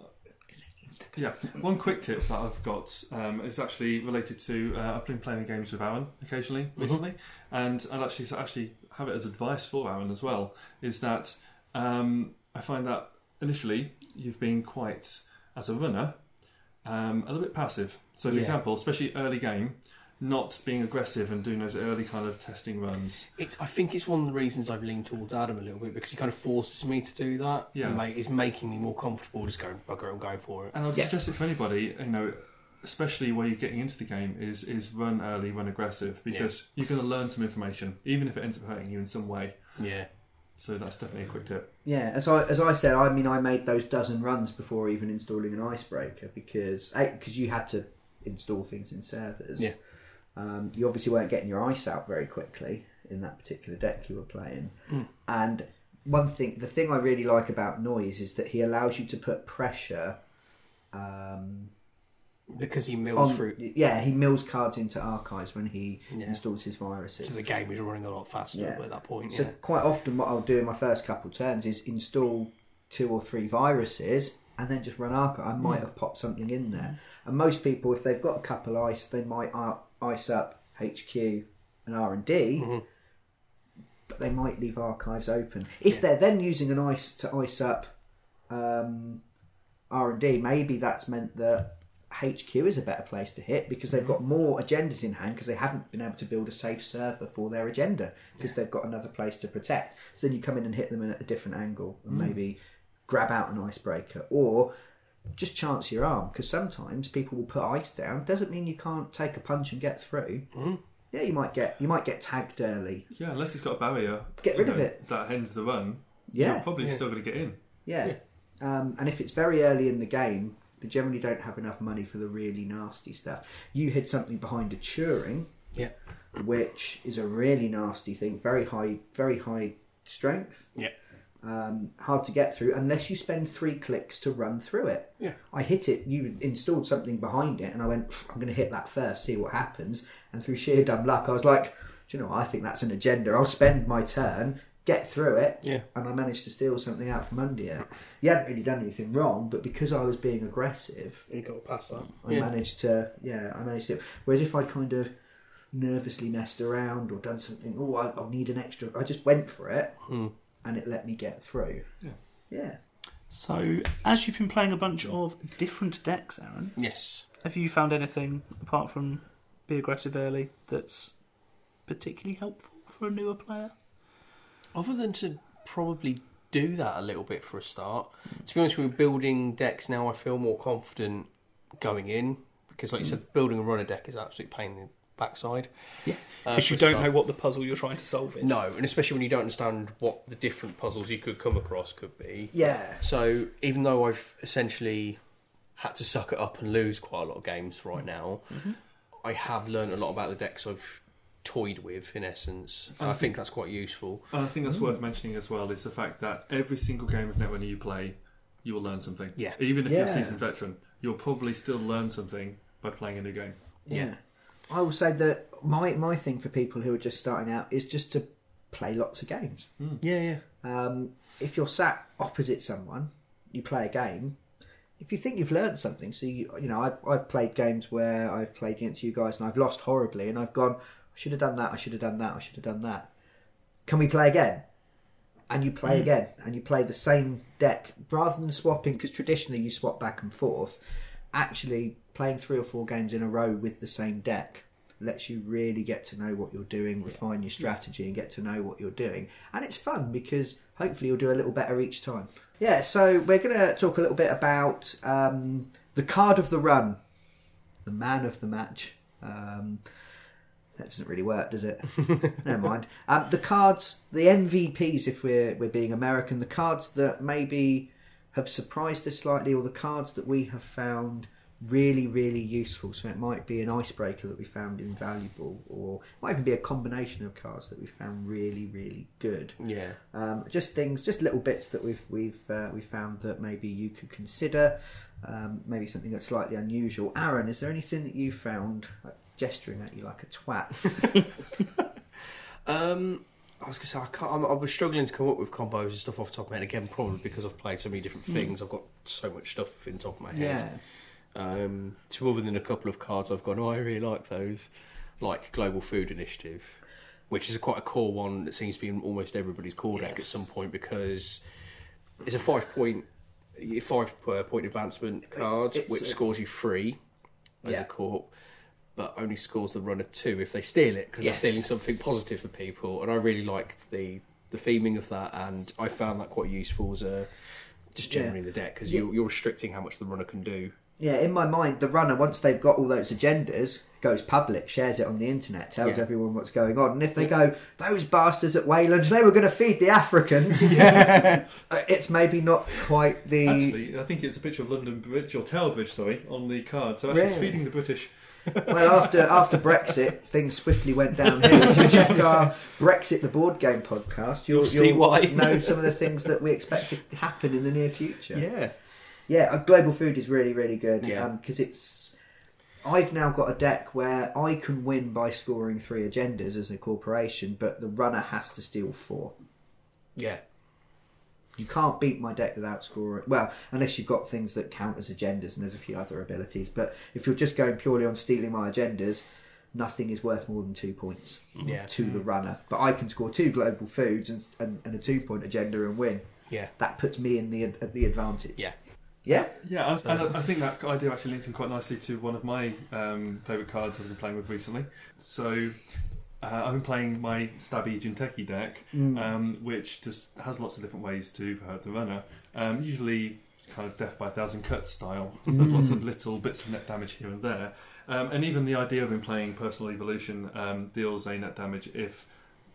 Yeah. One quick tip that I've got um, is actually related to uh, I've been playing games with Aaron occasionally recently, and I'd actually so actually have it as advice for Aaron as well. Is that um, I find that initially you've been quite as a runner um, a little bit passive. So, for
Yeah.
example, especially early game, not being aggressive and doing those early kind of testing runs.
It's, I think it's one of the reasons I've leaned towards Adam a little bit because he kind of forces me to do that.
Yeah.
And like, it's making me more comfortable just going bugger it and going for it.
And I would
Yeah.
suggest it for anybody, you know, especially where you're getting into the game, is is run early, run aggressive, because you're going to learn some information, even if it ends up hurting you in some way.
Yeah.
So that's definitely a quick tip.
Yeah, as I as I said, I mean, I made those dozen runs before even installing an icebreaker because because you had to install things in servers.
Yeah.
Um, you obviously weren't getting your ice out very quickly in that particular deck you were playing,
Mm.
and one thing, the thing I really like about Noise is that he allows you to put pressure. Um,
Because he mills
on,
through.
Yeah, he mills cards into archives when he
Yeah.
installs his viruses.
So the game is running a lot faster
Yeah.
at that point.
So
yeah.
quite often, what I'll do in my first couple turns is install two or three viruses and then just run Arca. I
Hmm.
might have popped something in there. And most people, if they've got a couple ice, they might i- ice up HQ and R and
Mm-hmm.
D, but they might leave archives open. If they're then using an ice to ice up um, R and D, maybe that's meant that. HQ is a better place to hit because they've got more agendas in hand because they haven't been able to build a safe server for their agenda because they've got another place to protect. So then you come in and hit them at a different angle and maybe grab out an icebreaker or just chance your arm because sometimes people will put ice down. Doesn't mean you can't take a punch and get through. Yeah, you might get you might get tagged early.
Yeah, unless it's got a barrier,
Get
you
rid of it.
That ends the run.
Yeah,
you're probably still going to get in.
Yeah. Um, and if it's very early in the game, they generally don't have enough money for the really nasty stuff. You hid something behind a Turing,
Yeah.
which is a really nasty thing. Very high, very high strength.
Yeah.
Um, hard to get through unless you spend three clicks to run through it.
Yeah.
I hit it. You installed something behind it, and I went, "Pff, "I'm going to hit that first, see what happens." And through sheer dumb luck, I was like, "Do you know? what? I think that's an agenda. I'll spend my turn, get through it,
Yeah.
and I managed to steal something out from under you. You hadn't really done anything wrong, but because I was being aggressive,
You got past that.
I managed to, yeah, I managed to. Whereas if I kind of nervously messed around or done something, oh, I, I'll need an extra, I just went for it
Hmm.
and it let me get through.
Yeah.
Yeah.
So, as you've been playing a bunch of different decks, Aaron,
Yes.
have you found anything apart from be aggressive early that's particularly helpful for a newer player?
Other than to probably do that a little bit for a start. To be honest, we're building decks now. I feel more confident going in because, like you said, building a runner deck is an absolute pain in the backside.
Yeah,
Uh,
because you
for a
don't
start.
know what the puzzle you're trying to solve is.
No, and especially when you don't understand what the different puzzles you could come across could be.
Yeah.
So even though I've essentially had to suck it up and lose quite a lot of games right now, I have learned a lot about the decks I've toyed with in essence. And I think that's quite useful.
And I think that's worth mentioning as well is the fact that every single game of Netrunner you play, you will learn something.
Yeah.
Even if you're a
Yeah.
seasoned veteran, you'll probably still learn something by playing a new game.
Yeah. I will say that my, my thing for people who are just starting out is just to play lots of games.
Yeah, yeah.
Um, if you're sat opposite someone, you play a game. If you think you've learned something, so you, you know, I've, I've played games where I've played against you guys and I've lost horribly, and I've gone, I should have done that, I should have done that, I should have done that. Can we play again? And you play again, and you play the same deck rather than swapping, because traditionally you swap back and forth. Actually, playing three or four games in a row with the same deck lets you really get to know what you're doing, refine your strategy, and get to know what you're doing. And it's fun because hopefully you'll do a little better each time. Yeah, so we're going to talk a little bit about um, the card of the run, the man of the match. Um, that doesn't really work, does it? Never mind. Um, the cards, the MVPs, if we're we're being American, the cards that maybe have surprised us slightly, or the cards that we have found really, really useful. So it might be an icebreaker that we found invaluable, or it might even be a combination of cards that we found really, really good.
Yeah.
Um, just things, just little bits that we've we've uh, we found that maybe you could consider. Um, maybe something that's slightly unusual. Aaron, is there anything that you found? Gesturing at you like a twat.
Um, I was gonna say I, can't, I'm, I was struggling to come up with combos and stuff off the top of my head again, probably because I've played so many different things. I've got so much stuff in top of my head. Um, to other than a couple of cards, I've gone. Oh, I really like those, like Global Food Initiative, which is quite a core one that seems to be in almost everybody's core deck at
Yes.
some point because it's a five point, five uh, point advancement card,
it's
which
a-
scores you three as
Yeah.
a corp, but only scores the runner two if they steal it because
Yes.
they're stealing something positive for people. And I really liked the the theming of that, and I found that quite useful as a just
Yeah.
generally in the deck because
Yeah.
you're, you're restricting how much the runner can do.
Yeah, in my mind, the runner, once they've got all those agendas, goes public, shares it on the internet, tells
Yeah.
everyone what's going on. And if they go, those bastards at Wayland, they were going to feed the Africans, uh, it's maybe not quite the.
Actually, I think it's a picture of London Bridge or Tower Bridge, sorry, on the card. So actually, it's
Really?
feeding the British.
Well, after after Brexit, things swiftly went downhill. If you check our Brexit the Board Game podcast, you'll,
You'll see why.
know some of the things that we expect to happen in the near future.
Yeah,
Yeah, uh, global food is really, really good.
Yeah.
because it's. I've now got a deck where I can win by scoring three agendas as a corporation, but the runner has to steal four.
yeah,
You can't beat my deck without scoring. Well, unless you've got things that count as agendas, and there's a few other abilities. But if you're just going purely on stealing my agendas, nothing is worth more than two points
Mm. Yeah.
to the runner. But I can score two global foods and, and, and a two point agenda and win.
yeah,
That puts me in the at the advantage.
yeah.
Yeah.
Yeah, and, and I- I think that idea actually links in quite nicely to one of my um, favourite cards I've been playing with recently. So uh, I've been playing my Stabby Jinteki deck,
Hmm.
um, which just has lots of different ways to hurt the runner. Um, usually kind of death by a thousand cuts style, so lots of little bits of net damage here and there. Um, and even the idea of him playing Personal Evolution um, deals a net damage if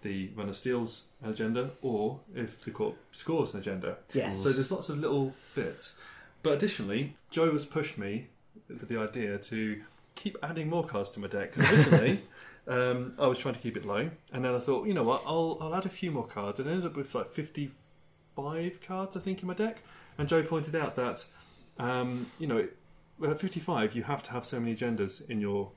the runner steals an agenda or if the corp scores an agenda.
Yes.
So there's lots of little bits. But additionally, Joe has pushed me with the idea to keep adding more cards to my deck because originally um, I was trying to keep it low, and then I thought, you know what, I'll I'll add a few more cards, and I ended up with like fifty five cards I think in my deck. And Joe pointed out that um, you know well, at fifty five you have to have so many agendas in your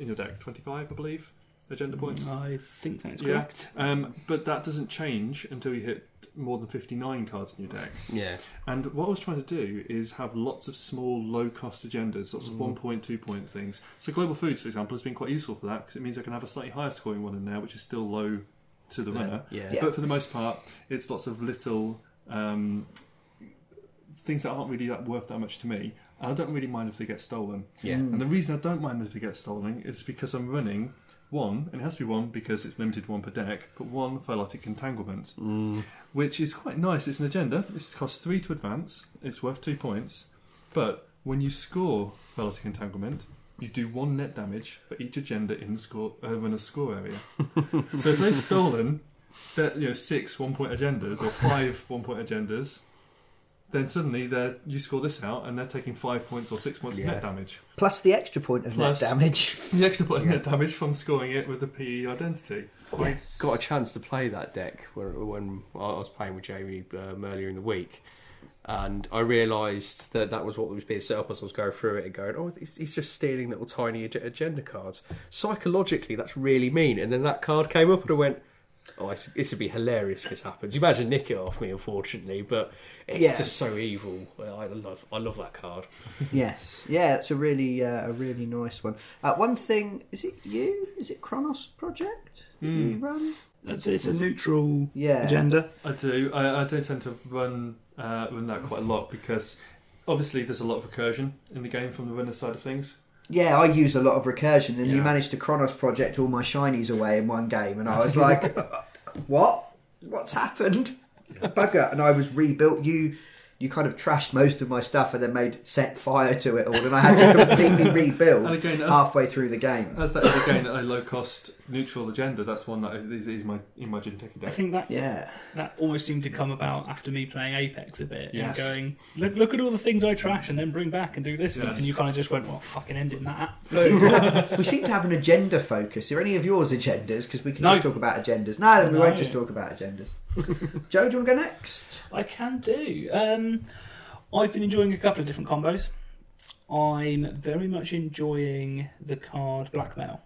in your deck twenty five I believe agenda points.
I think that's
Yeah.
correct.
Um, but that doesn't change until you hit more than 59 cards in your deck.
Yeah,
And what I was trying to do is have lots of small, low cost agendas,
Mm.
lots of one point, two point things. So, Global Foods, for example, has been quite useful for that because it means I can have a slightly higher scoring one in there, which is still low to the runner.
yeah.
But for the most part, it's lots of little um, things that aren't really that worth that much to me. And I don't really mind if they get stolen.
Yeah. Mm.
And the reason I don't mind if they get stolen is because I'm running one, and it has to be one because it's limited to one per deck, but one phylotic entanglement, which is quite nice. It's an agenda. It costs three to advance. It's worth two points, but when you score phylotic entanglement, you do one net damage for each agenda in the score uh, runner's score area. so if they've stolen, that you know six one point agendas or five one point agendas. Then suddenly they you score this out and they're taking five points or six points of net damage.
Plus the extra point of
Plus-
net damage.
The extra point of net damage from scoring it with the PE identity.
I got a chance to play that deck when, when I was playing with Jamie um, earlier in the week, and I realised that that was what was being set up as I was going through it and going, "Oh, he's, he's just stealing little tiny ag- agenda cards." Psychologically, that's really mean. And then that card came up, and I went, "Oh, this, this would be hilarious if this happens." You imagine nick it off me, unfortunately, but it's
Yeah.
just so evil. I love, I love that card.
Yes, yeah, it's a really uh, a really nice one. Uh, one thing is it you? Is it Kronos Project that you
Hmm.
run?
That's, it's a neutral
Yeah.
agenda.
I do. I, I do tend to run uh, run that quite a lot because obviously there's a lot of recursion in the game from the runner side of things.
Yeah, I use a lot of recursion, and you
Yeah.
managed to Kronos Project all my shinies away in one game, and I was like, "What? What's happened? Bugger!" And I was rebuilt. You. You kind of trashed most of my stuff and then made set fire to it all, and I had to completely rebuild
And again, that's-
halfway through the game.
As that is again a low cost neutral agenda, that's one that is, is my in my Jinteki
I
deck.
think that
yeah,
that almost seemed to come about after me playing Apex a bit
Yes.
and going, look, look at all the things I trash and then bring back and do this stuff.
Yes.
And you kind of just went, well, fucking ending that.
we seem, to have, we seem to have an agenda focus. Are any of yours agendas? Because we can
No.
just talk about agendas. No, we
No.
won't just talk about agendas. Joe, do you want to go next?
I can do. Um, I've been enjoying a couple of different combos. I'm very much enjoying the card Blackmail,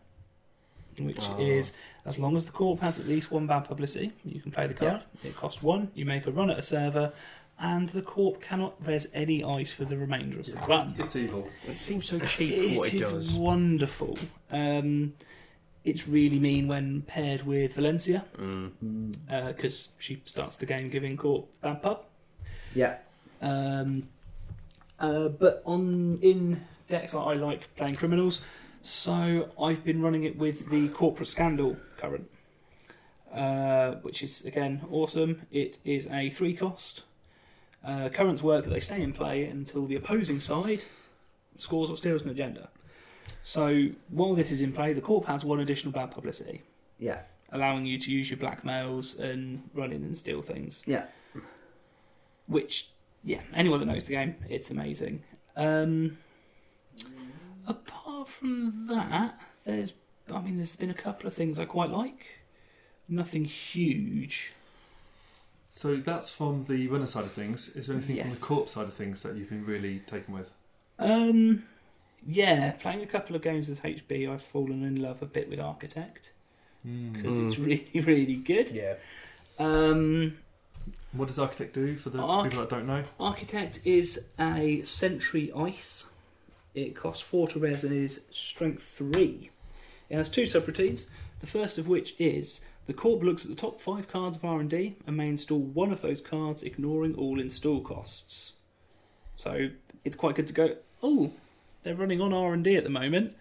which is as long as the corp has at least one bad publicity, you can play the card. It costs one, you make a run at a server, and the corp cannot res any ice for the remainder of the run.
It's evil.
It seems so cheap
It
what it
is
does.
wonderful. Um, it's really mean when paired with Valencia because she starts the game giving Corp bad pub.
Yeah.
Um, uh, but on in decks, I like playing criminals, so I've been running it with the corporate scandal current, uh, which is again awesome. It is a three cost. Uh, currents work that they stay in play until the opposing side scores or steals an agenda. So while this is in play, the corp has one additional bad publicity,
Yeah.
allowing you to use your blackmails and run in and steal things
Yeah.
which yeah anyone that knows the game it's amazing um apart from that there's i mean there's been a couple of things i quite like nothing huge
So that's from the winner side of things. Is there anything
Yes.
from the corpse side of things that you've been really taken with?
um yeah playing a couple of games with hb i've fallen in love a bit with architect because it's really really good
Yeah.
um
What does Architect do for the
Arch-
people that don't know?
Architect is a Sentry Ice. It costs four to res and is strength three. It has two subroutines. The first of which is the corp looks at the top five cards of R and D and may install one of those cards, ignoring all install costs. So it's quite good to go. Oh, they're running on R and D at the moment.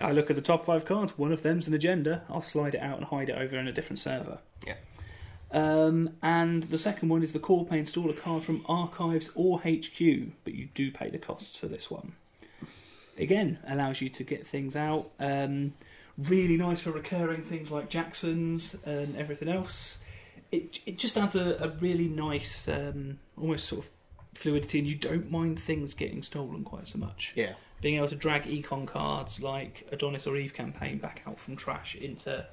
I look at the top five cards. One of them's an agenda. I'll slide it out and hide it over in a different server.
Yeah.
Um, and the second one is the core pay install a card from archives or HQ, but you do pay the costs for this one. Again, allows you to get things out. Um, really nice for recurring things like Jackson's and everything else. It it just adds a, a really nice, um, almost sort of fluidity, and you don't mind things getting stolen quite so much.
Yeah.
Being able to drag econ cards like Adonis or Eve campaign back out from trash into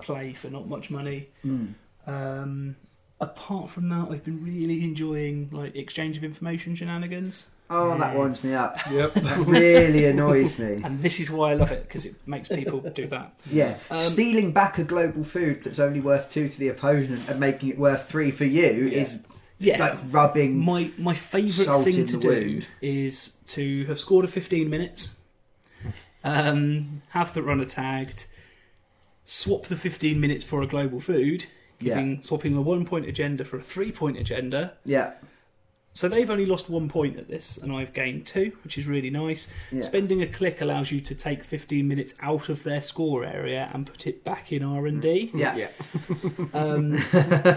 play for not much money.
Hmm.
Um, apart from that, I've been really enjoying like exchange of information shenanigans,
Oh, that winds me up.
Yep.
That really annoys me.
and this is why I love it because it makes people do that.
Yeah.
Um,
Stealing back a global food that's only worth two to the opponent and making it worth three for you
Yeah.
is
Yeah,
like rubbing.
my my favourite
Salt
thing
in
to
the
do
wound.
is to have scored a 15 minutes, um, have the runner tagged, swap the 15 minutes for a global food,
Yeah.
giving swapping a one point agenda for a three point agenda.
Yeah.
So they've only lost one point at this, and I've gained two, which is really nice.
Yeah.
Spending a click allows you to take 15 minutes out of their score area and put it back in R and D,
Yeah.
Yeah.
um,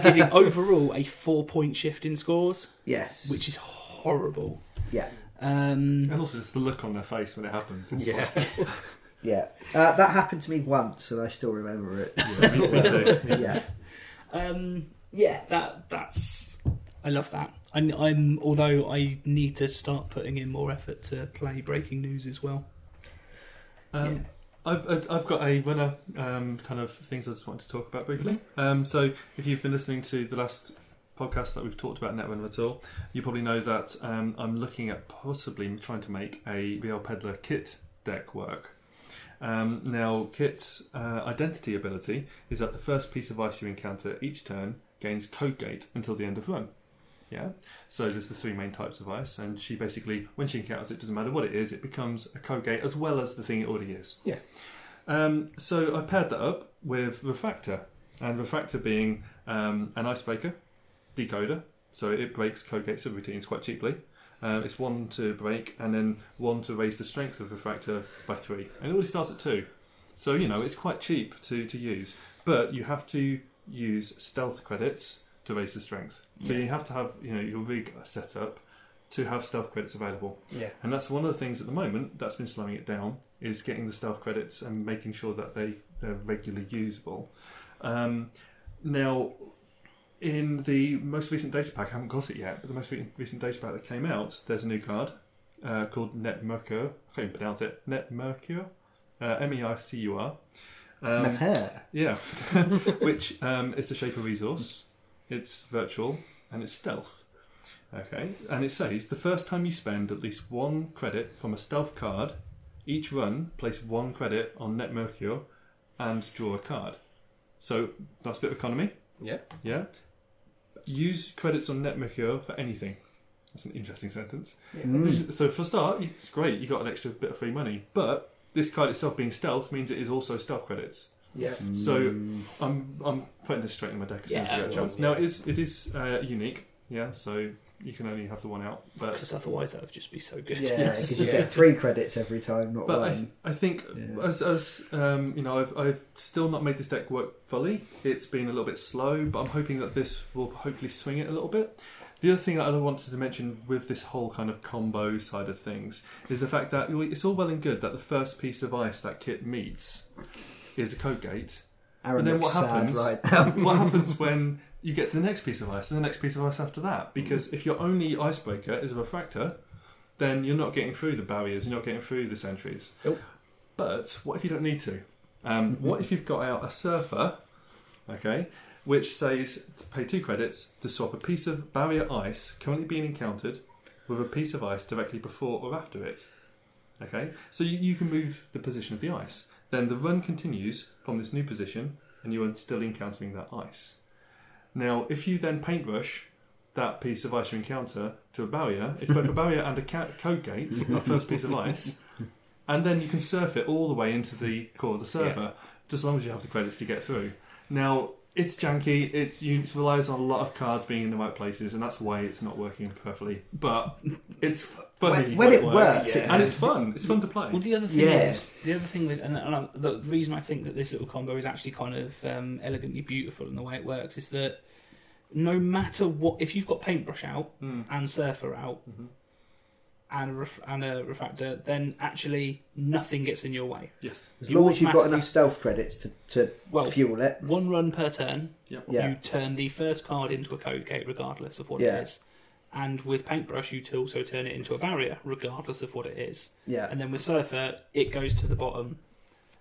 giving overall a four-point shift in scores,
Yes.
which is horrible.
Yeah.
Um,
And also just the look on their face when it happens. It's
Yeah.
Yeah. Uh, that happened to me once and I still remember it.
Me too.
yeah.
um, yeah, that that's I love that. I'm, I'm although I need to start putting in more effort to play breaking news as well.
Um, I've, I've- I've got a runner um, kind of things I just wanted to talk about briefly. Um, so, if you've been listening to the last podcast that we've talked about Netrunner at all, you probably know that um, I'm looking at possibly trying to make a real Peddler kit deck work. Um, now, Kit's uh, identity ability is that the first piece of ice you encounter each turn gains Code Gate until the end of run. Yeah. So there's the three main types of ice, and she basically, when she encounters it, doesn't matter what it is, it becomes a Kogate as well as the thing it already is.
Yeah.
Um, so I paired that up with Refractor, and Refractor being um, an icebreaker, decoder, so it breaks Kogates of routines quite cheaply. Um, it's one to break, and then one to raise the strength of Refractor by three, and it already starts at two. So you know it's quite cheap to, to use, but you have to use stealth credits to raise the strength. So you have to have you know your rig set up to have stealth credits available,
Yeah.
and that's one of the things at the moment that's been slowing it down is getting the stealth credits and making sure that they they're regularly usable. Um, now, in the most recent data pack, I haven't got it yet, but the most re- recent data pack that came out, there's a new card uh, called Net Mercur. I can't even pronounce it. Net Mercur, uh, M E R C U R. Um,
Her.
yeah, which um, it's a shaper resource. It's virtual and it's stealth. Okay, and it says the first time you spend at least one credit from a stealth card, each run place one credit on Net Mercure and draw a card. So that's a bit of economy.
Yeah.
Yeah. Use credits on NetMercure for anything. That's an interesting sentence.
Hmm.
Hmm.
So for a start, it's great. You got an extra bit of free money, but this card itself being stealth means it is also stealth credits.
Yes.
So I'm I'm putting this straight in my deck as soon as I
Yeah,
get a
well,
chance. Now it is it is uh, unique. Yeah. So you can only have the one out, but
Because otherwise, that would just be so good.
Yeah, because you get three credits every time, not
But
uh,
I,
one.
I think
Um, Yeah.
as, as um, you know, I've, I've still not made this deck work fully. It's been a little bit slow, but I'm hoping that this will hopefully swing it a little bit. The other thing I wanted to mention with this whole kind of combo side of things is the fact that it's all well and good that the first piece of ice that kit meets is a code gate.
Aaron
but then
looks
what
sad
happens-
right now.
What happens when you get to the next piece of ice and the next piece of ice after that? Because if your only icebreaker is a refractor, then you're not getting through the barriers, you're not getting through the sentries.
Nope.
But what if you don't need to? Um, what if you've got out a surfer, okay, which says to pay two credits to swap a piece of barrier ice currently being encountered with a piece of ice directly before or after it? Okay, so you, you can move the position of the ice. Then the run continues from this new position, and you are still encountering that ice. Now, if you then paintbrush that piece of ice you encounter to a barrier, it's both a barrier and a ca- code gate, that first piece of ice, and then you can surf it all the way into the core of the server, just as long as you have the credits to get through. Now, it's janky, it's, it relies on a lot of cards being in the right places, and that's why it's not working perfectly. But it's funny
When- when it works,
it
and it's fun. It's fun to play.
Well, the other thing
Yeah.
is the other thing, with, and, and I- the reason I think that this little combo is actually kind of um, elegantly beautiful in the way it works is that no matter what, if you've got paintbrush out
Mm.
and surfer out
Mhm.
and a ref- and a refractor, then actually nothing gets in your way.
Yes.
As
You
long as you've got
automatically-
enough stealth credits to, to
Well,
fuel it.
one run per turn,
Yeah.
you turn the first card into a code gate, regardless of what
Yeah.
it is. And with paintbrush, you t- also turn it into a barrier, regardless of what it is.
Yeah.
And then with Surfer, it goes to the bottom.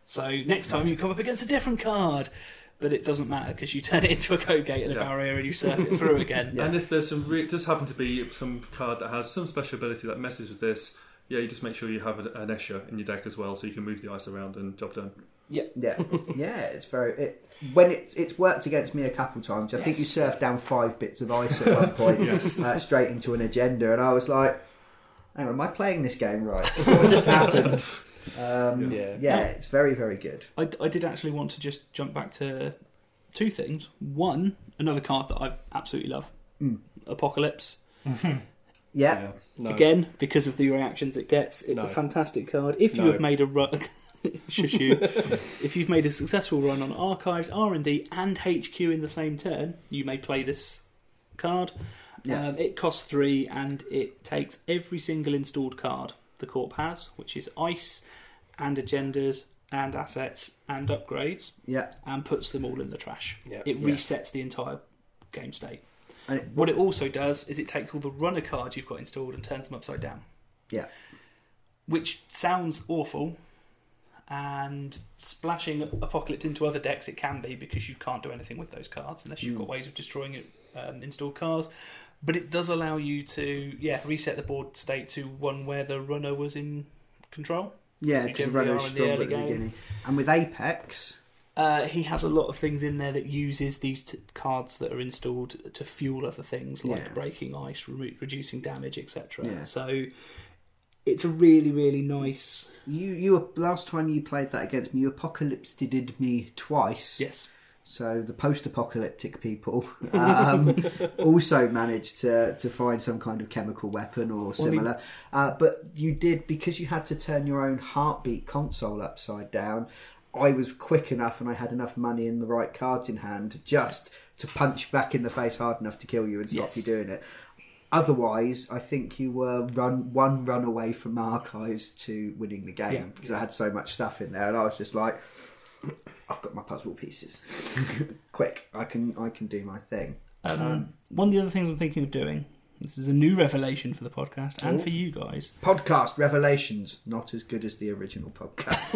So next time you come up against a different card, but it doesn't matter because you turn it into a code gate and a
Yeah.
barrier and you surf it through again.
And if there's some, re- it just happened to be some card that has some special ability that messes with this. Yeah, you just make sure you have an, an Escher in your deck as well, so you can move the ice around and job done.
Yeah, yeah, it's very. It, when it, it's worked against me a couple times, I think you
Yes.
surfed down five bits of ice at one point, uh, straight into an agenda, and I was like, "Hang on, am I playing this game right? What just happened?" Um, yeah.
Yeah.
it's very, very good.
I, I did actually want to just jump back to two things. One, another card that I absolutely love,
Mm.
Apocalypse.
Yeah,
No.
Again, because of the reactions it gets, it's
No.
a fantastic card. If you
No.
have made a run, shush you. if you've made a successful run on archives, R and D, and HQ in the same turn, you may play this card.
Yeah.
Um, it costs three, and it takes every single installed card the corp has, which is ice, and agendas, and assets, and upgrades,
yeah,
and puts them all in the trash.
Yeah.
It
Yeah.
resets the entire game state.
and it,
What it also does is it takes all the runner cards you've got installed and turns them upside down.
Yeah.
Which sounds awful, and splashing Apocalypse into other decks it can be because you can't do anything with those cards unless you've got
Hmm.
ways of destroying it, um, installed cards. But it does allow you to yeah reset the board state to one where the runner was in control.
yeah,
So
because the
generally
runner was
are in the
strong at the
early game.
beginning, and with Apex,
Uh, he has a lot of things in there that uses these t- cards that are installed to fuel other things like
Yeah.
breaking ice, re- reducing damage, etc.
Yeah.
So it's a really, really nice.
you you were- last time you played that against me, you apocalypsed me twice.
Yes.
So the post-apocalyptic people um, also managed to, to find some kind of chemical weapon or similar. uh, but you did because you had to turn your own heartbeat console upside down. I was quick enough and I had enough money and the right cards in hand just to punch back in the face hard enough to kill you and stop
Yes.
you doing it. Otherwise, I think you were run one run away from archives to winning the game
Yeah.
because I had so much stuff in there, and I was just like, "I've got my puzzle pieces. Quick, I can I can do my thing."
Um, one of the other things I'm thinking of doing. This is a new revelation for the podcast and for you guys.
Podcast revelations not as good as the original podcast.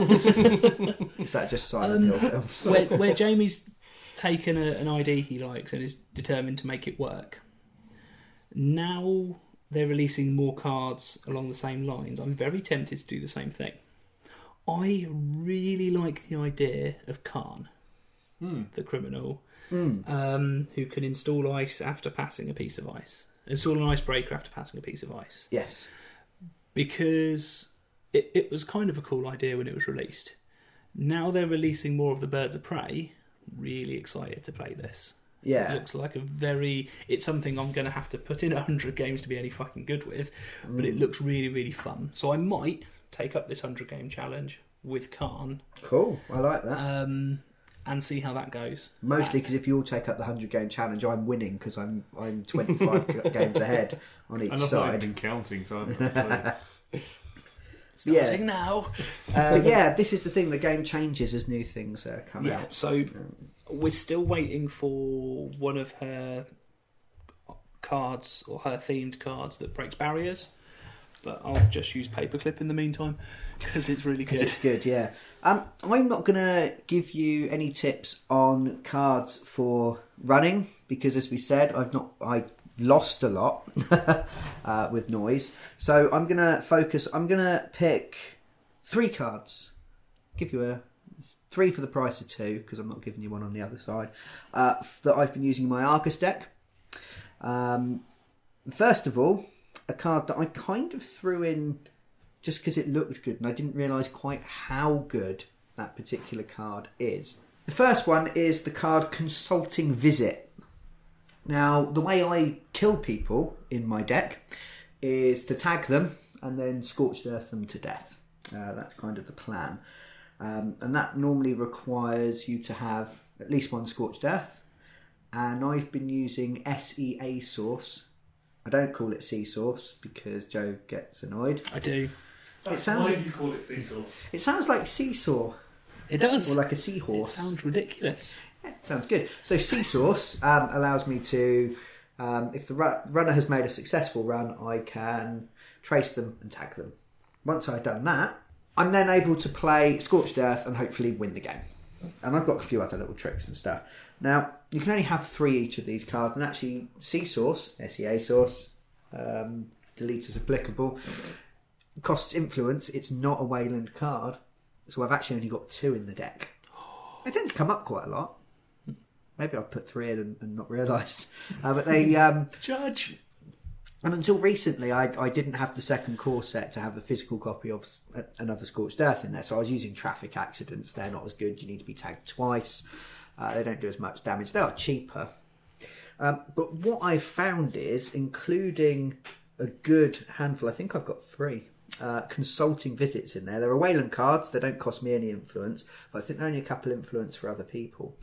Is that just Silent Hill films?
Where, where Jamie's taken a, an ID he likes and is determined to make it work. Now they're releasing more cards along the same lines. I'm very tempted to do the same thing. I really like the idea of Khan, the criminal, um, who can install ice after passing a piece of ice. Install an icebreaker after passing a piece of ice.
Yes.
Because it, it was kind of a cool idea when it was released. Now they're releasing more of the Birds of Prey. Really excited to play this. It
Yeah.
looks like a very. It's something I'm going to have to put in 100 games to be any fucking good with, but
Mm.
it looks really, really fun. So I might take up this 100 game challenge with Khan
Cool. I like that.
um, and see how that goes.
Mostly because if you all take up the hundred game challenge, I'm winning because I'm I'm twenty five games ahead on each
And I've not even
side.
been counting, so I'm, I'm
yeah.
Starting now.
Uh, yeah, this is the thing. The game changes as new things uh, come
Yeah,
out.
so we're still waiting for one of her cards or her themed cards that breaks barriers. But I'll just use paperclip in the meantime because it's really good.
It's good, yeah. Um, I'm not going to give you any tips on cards for running because, as we said, I've not I lost a lot uh, with noise. So I'm going to focus. I'm going to pick three cards. Give you a three for the price of two because I'm not giving you one on the other side uh, f- that I've been using in my Argus deck. Um, first of all, a card that I kind of threw in just because it looked good, and I didn't realise quite how good that particular card is. The first one is the card Consulting Visit. Now, the way I kill people in my deck is to tag them and then scorched earth them to death. Uh, that's kind of the plan. Um, and that normally requires you to have at least one scorched earth. And I've been using SEA Source. I don't call it Sea Source because Joe gets annoyed.
I do.
It sounds
you call it sea sauce?
it sounds like seesaw
It does.
or like a
It
seahorse.
sounds ridiculous.
Yeah, sounds good. So Seasource um, allows me to, um, if the ru- runner has made a successful run, I can trace them and tag them. Once I've done that, I'm then able to play Scorched Earth and hopefully win the game. And I've got a few other little tricks and stuff. Now you can only have three each of these cards, and actually Seasource, SEA Source, um, delete is applicable. Costs influence. It's not a Wayland card, so I've actually only got two in the deck. They tend to come up quite a lot. Maybe I've put three in and, and not realised. Uh, but they, um,
Judge.
and until recently, I, I didn't have the second core set to have a physical copy of uh, another Scorched Earth in there. So I was using traffic accidents. They're not as good. You need to be tagged twice. Uh, they don't do as much damage. They are cheaper. Um, but what I've found is, including a good handful, I think I've got three uh, consulting visits in there. There are Wayland cards, they don't cost me any influence, but I think they're only a couple influence for other people.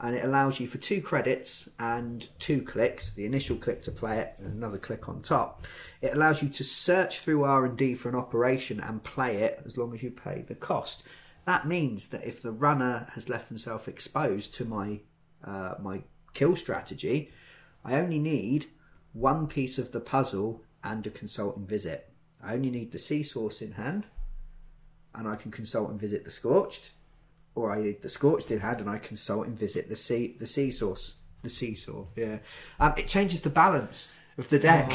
And it allows you for two credits and two clicks, the initial click to play it and another click on top. It allows you to search through R&D for an operation and play it as long as you pay the cost. That means that if the runner has left themselves exposed to my uh, my kill strategy, I only need one piece of the puzzle and a consultant visit. I only need the sea source in hand, and I can consult and visit the scorched, or I need the scorched in hand and I consult and visit the sea the sea source the seesaw. Yeah, um, it changes the balance of the deck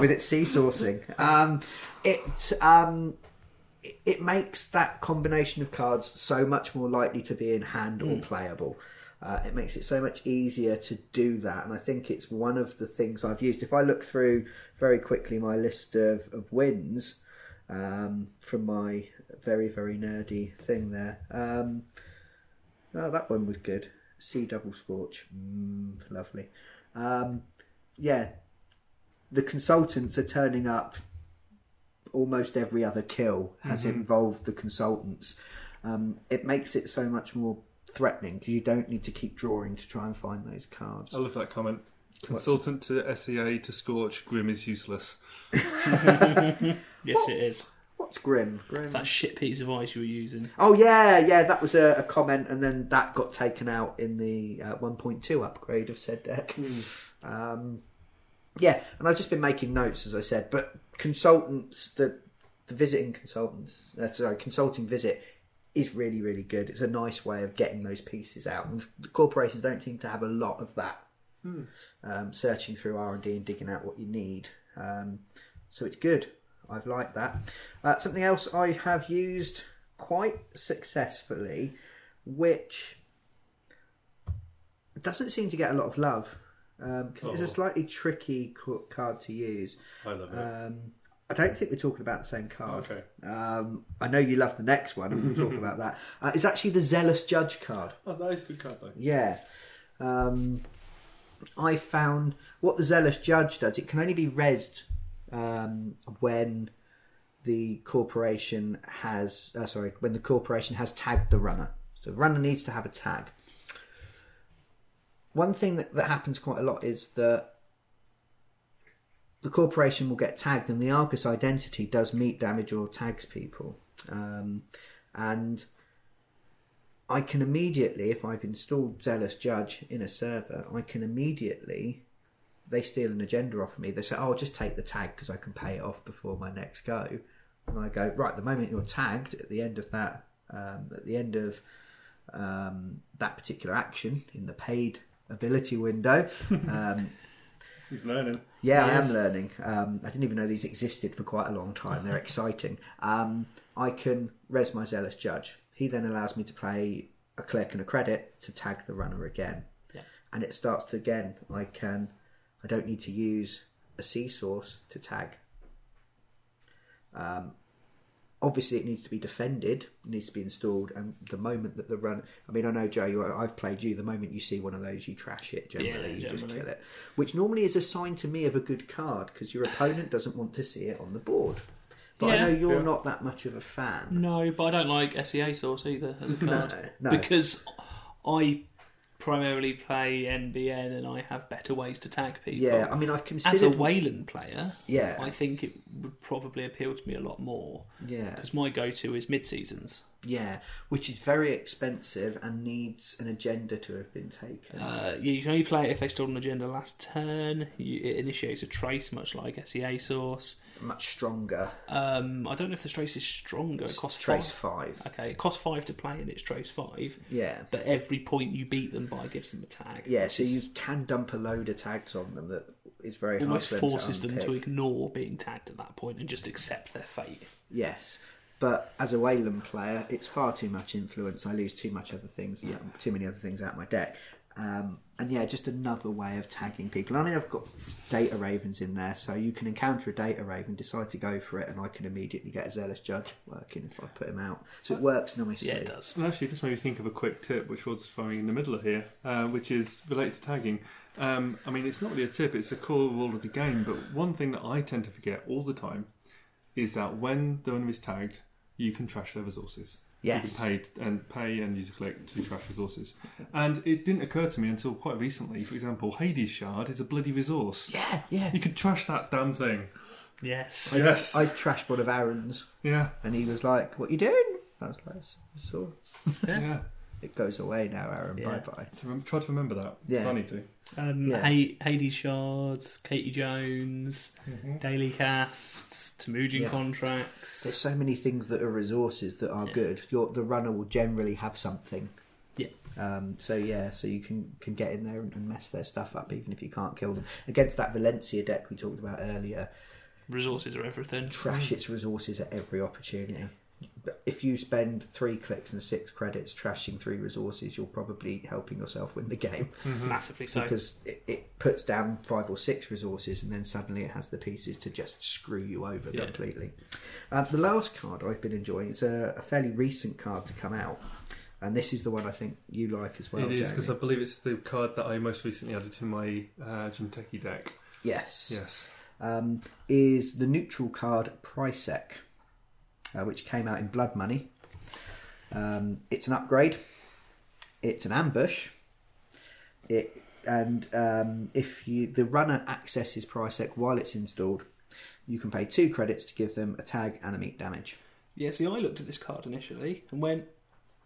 with its sea sourcing. Um, it um, it makes that combination of cards so much more likely to be in hand or playable. Uh, it makes it so much easier to do that, and I think it's one of the things I've used. If I look through very quickly my list of, of wins um, from my very, very nerdy thing there, um, oh, that one was good. C double scorch, mm, lovely. Um, yeah, the consultants are turning up almost every other kill has involved the consultants. Um, it makes it so much more threatening because you don't need to keep drawing to try and find those cards.
I love that comment. Consultant to SEA to Scorch, Grim is useless.
Yes, it is.
What's grim? Grim.
That shit piece of ice you were using.
Oh yeah, yeah. That was a, a comment, and then that got taken out in the uh, 1.2 upgrade of said deck. Um, yeah, and I've just been making notes as I said, but consultants, the the visiting consultants, uh, sorry, consulting visit is really really good. It's a nice way of getting those pieces out, and corporations don't seem to have a lot of that. Um, searching through R and D and digging out what you need. Um, so it's good. I've liked that. Uh, something else I have used quite successfully, which doesn't seem to get a lot of love um, because it's
Oh.
a slightly tricky co- card to use.
I love it.
Um, I don't think we're talking about the same card.
Okay.
Um, I know you love the next one, and we'll talk about that. Uh, it's actually the Zealous Judge card.
oh, that is a good card though.
Yeah. Um, I found what the zealous judge does. It can only be resed um, when the corporation has. Uh, sorry, when the corporation has tagged the runner. So the runner needs to have a tag. One thing that, that happens quite a lot is that the corporation will get tagged, and the Argus identity does meet damage or tags people. Um, and I can immediately, if I've installed Zealous Judge in a server, I can immediately, they steal an agenda off me. They say, oh, just take the tag because I can pay it off before my next go. And I go, right, the moment you're tagged at the end of that, um, at the end of um, that particular action in the paid ability window, um,
He's learning.
yeah, I
Yes.
am learning. Um, I didn't even know these existed for quite a long time. They're exciting. Um, I can res my zealous judge. He then allows me to play a clerk and a credit to tag the runner again.
Yeah.
And it starts to again. I can. I don't need to use a C source to tag. Um, obviously, it needs to be defended. It needs to be installed. And the moment that the run, I mean, I know Joe. You, I've played you. The moment you see one of those, you trash it. Generally,
Yeah,
you just
generally.
kill it. Which normally is a sign to me of a good card because your opponent doesn't want to see it on the board. But I
Yeah.
know you're
Yeah.
not that much of a fan.
No, but I don't like SEA source either as a card
no.
because I primarily play NBN and I have better ways to tag people.
Yeah, I mean, I've
as a
considered.
Wayland player,
Yeah.
I think it would probably appeal to me a lot more
yeah,
because my go-to is mid-seasons.
yeah, which is very expensive and needs an agenda to have been taken.
Uh, yeah, you can only play it if they stole an agenda last turn. You, it initiates a trace, much like SEA source.
Much stronger.
Um, I don't know if the trace is stronger. It costs
Trace
Five.
five.
Okay, it costs five to play, and it's trace five.
Yeah.
But every point you beat them by gives them a tag.
Yeah,
which
so you
is-
can dump a load of tags on them that is very
almost
hard for
forces
them
them
to,
to
unpick.
ignore being tagged at that point and just accept their fate.
Yes, but as a Wayland player, it's far too much influence. I lose too much other things, too many other things out my deck. Um, and yeah, just another way of tagging people. And I mean, I've got data ravens in there, so you can encounter a data raven, decide to go for it, and I can immediately get a zealous judge working if I put him out. So it works nicely.
Yeah, it does.
Well, actually, this made me think of a quick tip, which was throwing in the middle of here, uh, which is related to tagging. Um, I mean, it's not really a tip; it's a core rule of the game. But one thing that I tend to forget all the time is that when the enemy is tagged, you can trash their resources. You
Yes.
can pay and pay and use a click to trash resources. And it didn't occur to me until quite recently. For example, Hades Shard is a bloody resource.
Yeah, yeah.
You could trash that damn thing.
Yes.
Yes.
I trashed one of Aaron's,
yeah.
and he was like, "What you doing?" I was like, "So
Yeah.
it goes away now, Aaron.
Yeah.
Bye bye."
So rem- try to remember that. 'cause
Yeah.
I need to.
Um,
Yeah.
Ha- Hades Shards, Katie Jones, Daily Casts,
Mm-hmm.
Temujin
Yeah. There's
contracts.
so many things that are resources that are
Yeah.
good. Your, the runner will generally have something.
Yeah.
Um, so yeah, so you can can get in there and, and mess their stuff up, even if you can't kill them. Against that Valencia deck we talked about earlier,
Resources are everything.
trash its resources at every opportunity. But If you spend three clicks and six credits trashing three resources, you're probably helping yourself win the game
Massively so.
because it, it puts down five or six resources and then suddenly it has the pieces to just screw you over
Yeah.
completely. Uh, the last card I've been enjoying is a, a fairly recent card to come out, and this is the one I think you like as well.
it is because I
Jamie.
believe it's the card that I most recently added to my uh, Jinteki deck.
yes,
Yes.
um, is the neutral card Prisec, uh, which came out in Blood Money. Um, it's an upgrade. It's an ambush. It and um, if you the runner accesses Prisec while it's installed, you can pay two credits to give them a tag and a meat damage.
Yeah, see, I looked at this card initially and went,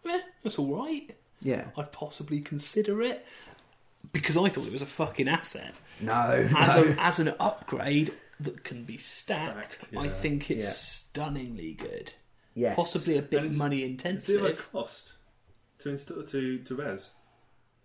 eh, that's alright.
Yeah.
I'd possibly consider it because I thought it was a fucking asset.
No.
As,
no.
a, as an upgrade that can be stacked,
Stacked,
I
yeah.
think it's
Yeah.
stunningly good.
Yes.
Possibly a
And
bit
it's
money
Zero
intensive,
cost to install to to res.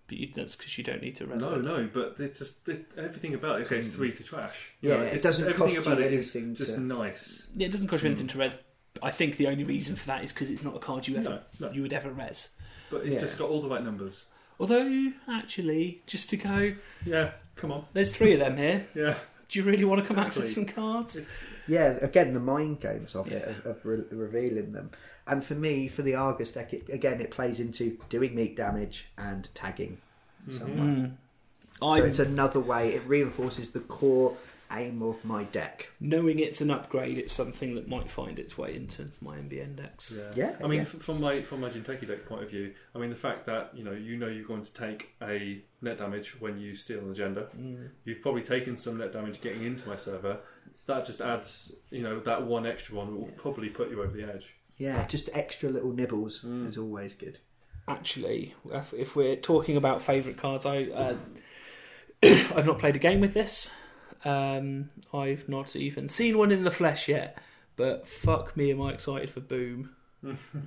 but you, that's because you don't need to resurrect.
No, no, but it's just it, everything about it. Okay, it's three to trash.
Yeah, it
it's-
doesn't
Everything
cost
about
you
it is
anything
just
to-
nice.
Yeah, it doesn't cost you anything to res, I think the only reason for that is because it's not a card you ever
Hmm. No, no.
you would ever res.
But it's
Yeah.
just got all the right numbers.
Although, actually, just to go,
Yeah, come on.
there's three of them here.
Yeah.
Do you really want to come
Exactly.
access some cards?
Yeah, again, the mind games of it,
Yeah.
of, of re- revealing them. And for me, for the Argus deck, it, again, it plays into doing meat damage and tagging
Hmm.
Mm-hmm.
someone. So
I'm
it's another way, it reinforces the core aim of my deck.
knowing it's an upgrade. It's something that might find its way into my NBN decks.
Yeah.
Yeah,
I mean,
yeah.
f- from my from my Jinteki deck point of view, I mean the fact that you know you know you're going to take a net damage when you steal an agenda.
Mm.
You've probably taken some net damage getting into my server. That just adds, you know, that one extra one will probably put you over the edge.
Yeah, just extra little nibbles
Mm.
is always good.
Actually, if, if we're talking about favourite cards, I uh, I've not played a game with this. Um, I've not even seen one in the flesh yet. But fuck me, am I excited for Boom.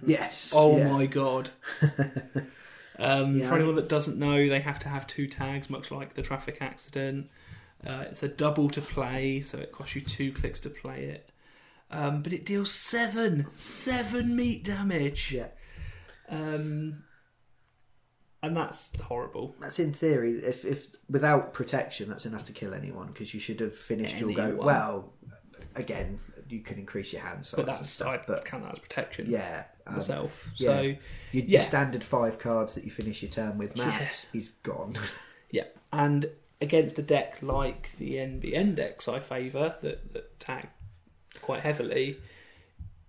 Yes.
Oh
yeah.
my god. um,
Yeah.
For anyone that doesn't know, they have to have two tags, much like the traffic accident. Uh, it's a double to play, so it costs you two clicks to play it. Um, but it deals seven, seven meat damage.
Yeah.
Um, and that's horrible.
That's in theory. If, if without protection, that's enough to kill anyone because you should have finished your go.
Anyone.
Well, again, you can increase your hand size
But
and
that's
stuff,
I
but
count that as protection.
yeah, um,
Myself.
yeah.
So
Your,
Yeah.
your standard five cards that you finish your turn with max is gone.
Yeah, and against a deck like the NBN decks I favour that, that tag quite heavily,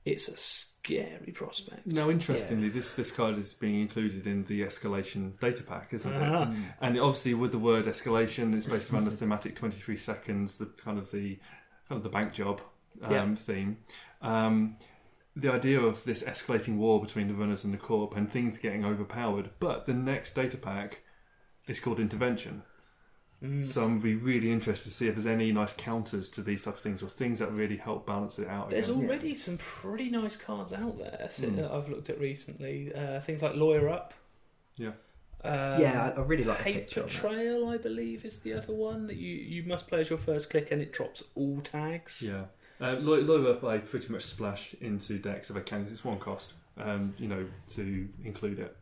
it's a scary prospect.
Now, interestingly, this this card is being included in the escalation data pack, isn't it?
Ah.
And obviously, with the word escalation, it's based around the thematic twenty three seconds, the kind of the kind of the bank job um,
Yeah.
theme. Um, the idea of this escalating war between the runners and the corp and things getting overpowered, but the next data pack is called intervention.
Mm.
So I'm be really interested to see if there's any nice counters to these type of things or things that really help balance it out.
There's
again.
already some pretty nice cards out there so-
Hmm.
that I've looked at recently. Uh, things like Lawyer Up.
Yeah.
Um,
yeah, I, I really like the
Hate
picture. on that.
Betrayal, I believe, is the other one that you, you must play as your first click and it drops all tags.
Yeah, uh, Lo- Lower I pretty much splash into decks if I can 'cause it's one cost, um, you know, to include it.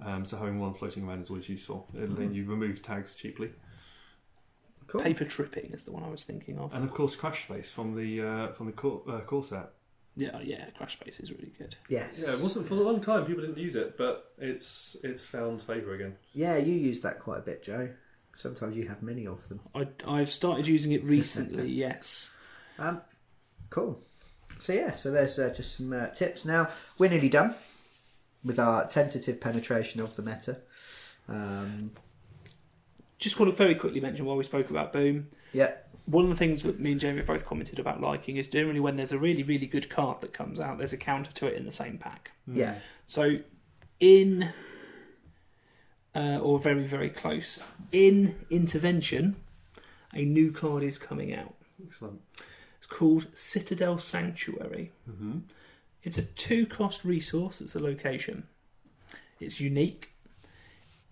Um, so having one floating around is always useful. It'll then you remove tags cheaply,
Cool.
Paper Tripping is the one I was thinking of.
Um,
and of course Crash Space from the uh, from the core, uh, core set.
yeah, yeah, Crash Space is really good.
Yes.
Yeah, it wasn't for a long time. People didn't use it, but it's it's found favour again.
Yeah, you use that quite a bit, Joe. Sometimes you have many of them.
I, I've started using it recently, yes.
Um, cool. So yeah, so there's uh, just some uh, tips. Now we're nearly done with our tentative penetration of the meta. Um,
Just want to very quickly mention while we spoke about Boom,
yeah,
one of the things that me and Jamie have both commented about liking is generally when there's a really, really good card that comes out, there's a counter to it in the same pack.
yeah,
So, in, uh, or very, very close, in Intervention, a new card is coming out.
Excellent.
It's called Citadel Sanctuary. It's a two cost resource, it's a location. It's unique.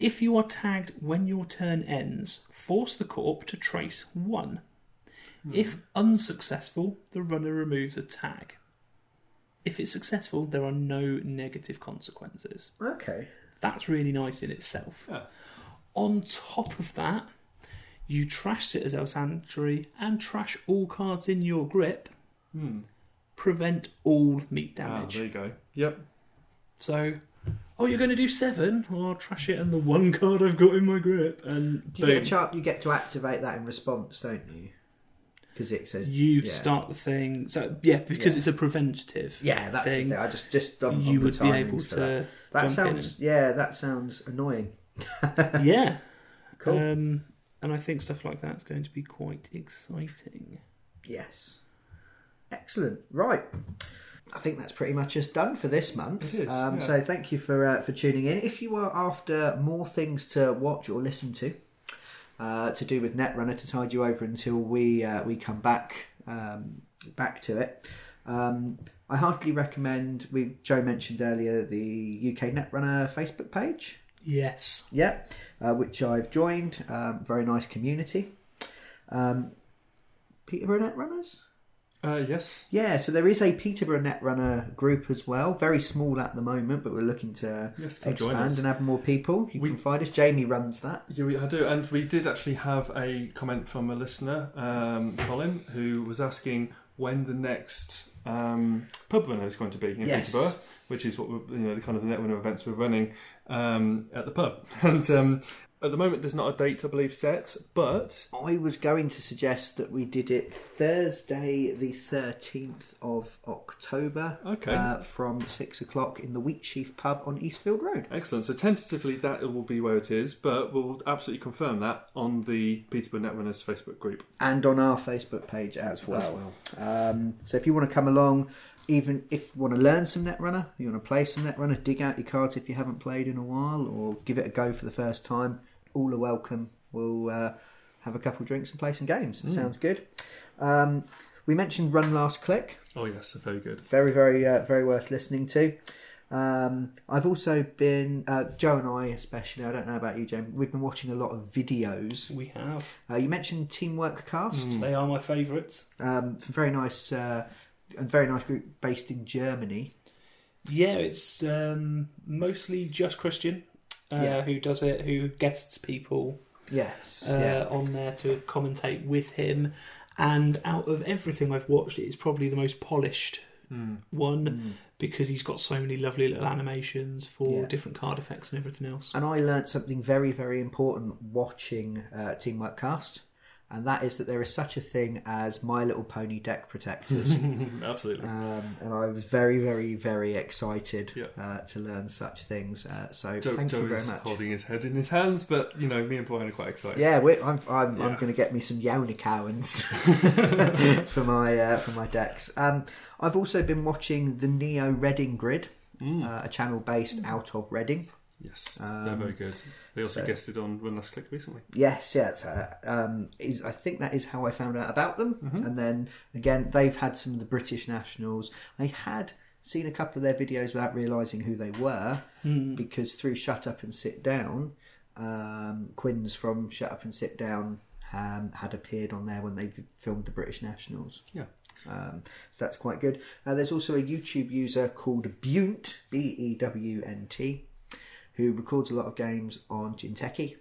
If you are tagged when your turn ends, force the corp to trace one. If unsuccessful, the runner removes a tag. If it's successful, there are no negative consequences.
okay,
That's really nice in itself. On top of that, you trash Citadel Sanctuary and trash all cards in your grip.
Hmm.
Prevent all meat
Ah,
damage.
there you go. Yep.
So, oh, you're going to do seven? Well, I'll trash it and the one card I've got in my grip. And
do you get
boom.
a chart? You get to activate that in response, don't you? Because it says
you
yeah.
start the thing. So, yeah, because it's a preventative.
Yeah, that's
thing.
the thing. I just just on,
you
on
would
the
be able
timings
to.
for that. That
jump in
sounds yeah, that sounds annoying.
and- yeah.
Cool.
Um, and I think stuff like that's going to be quite exciting.
Yes. Excellent. Right. I think that's pretty much us done for this month.
It is,
um,
yeah.
So thank you for uh, for tuning in. If you are after more things to watch or listen to, uh, to do with Netrunner to tide you over until we uh, we come back um, back to it. Um, I heartily recommend. We Joe mentioned earlier the UK Netrunner Facebook page.
Yes.
Yeah, uh, which I've joined. Um, very nice community. Um, Peterborough Net Runners?
Uh, yes.
Yeah, so there is a Peterborough Netrunner group as well. Very small at the moment, but we're looking to
Yes, come join
expand
us.
and add more people. You
We-
can find us. Jamie runs that.
Yeah, we, I do. And we did actually have a comment from a listener, um, Colin, who was asking when the next um, pub runner is going to be in
Yes.
Peterborough, which is what we're, you know the kind of net runner events we're running um, at the pub. And um, at the moment, there's not a date, I believe, set, but
I was going to suggest that we did it Thursday, the 13th of October.
Okay.
Uh, from six o'clock in the Wheatsheaf pub on Eastfield Road.
Excellent. So tentatively, that will be where it is, but we'll absolutely confirm that on the Peterborough Netrunners Facebook group
and on our Facebook page as well.
as well.
Um, so if you want to come along, even if you want to learn some Netrunner, you want to play some Netrunner, dig out your cards if you haven't played in a while, or give it a go for the first time, all are welcome. We'll uh, have a couple of drinks and play some games. That Sounds good. Um, we mentioned Run Last Click.
Oh yes, they're very good.
Very, very, uh, very worth listening to. Um, I've also been uh, Joe and I, especially. I don't know about you, Jim. We've been watching a lot of videos.
We have.
Uh, you mentioned Teamwork Cast.
They are my favourites.
um, very nice uh, a very nice group based in Germany.
Yeah, it's um, mostly just Christian uh,
Yeah.
who does it, who guests people
Yes,
uh, on there to commentate with him. And out of everything I've watched, it's probably the most polished
Hmm.
one because he's got so many lovely little animations for
Yeah.
different card effects and everything else.
And I learnt something very very important watching uh, Teamwork Cast, and that is that there is such a thing as My Little Pony deck protectors.
Absolutely.
Um, and I was very, very, very excited
Yeah.
uh, to learn such things. Uh, so
Joe,
thank
Joe
you very
is
much.
holding his head in his hands, but you know, me and Brian are quite excited.
Yeah, we're, I'm, I'm, I'm
Yeah.
going to get me some Yaunikowans for my uh, for my decks. Um, I've also been watching the Neo Reading Grid, uh, a channel based out of Reading.
Yes, they're very good. They also guested on Run Last Click recently.
Yes, yeah, it's, uh, um, is I think that is how I found out about them. And then again, they've had some of the British nationals. I had seen a couple of their videos without realising who they were because through Shut Up and Sit Down, um, Quinn's from Shut Up and Sit Down um, had appeared on there when they v- filmed the British nationals.
Yeah.
Um, so that's quite good. Uh, there's also a YouTube user called Bunt, B E W N T, who records a lot of games on Jinteki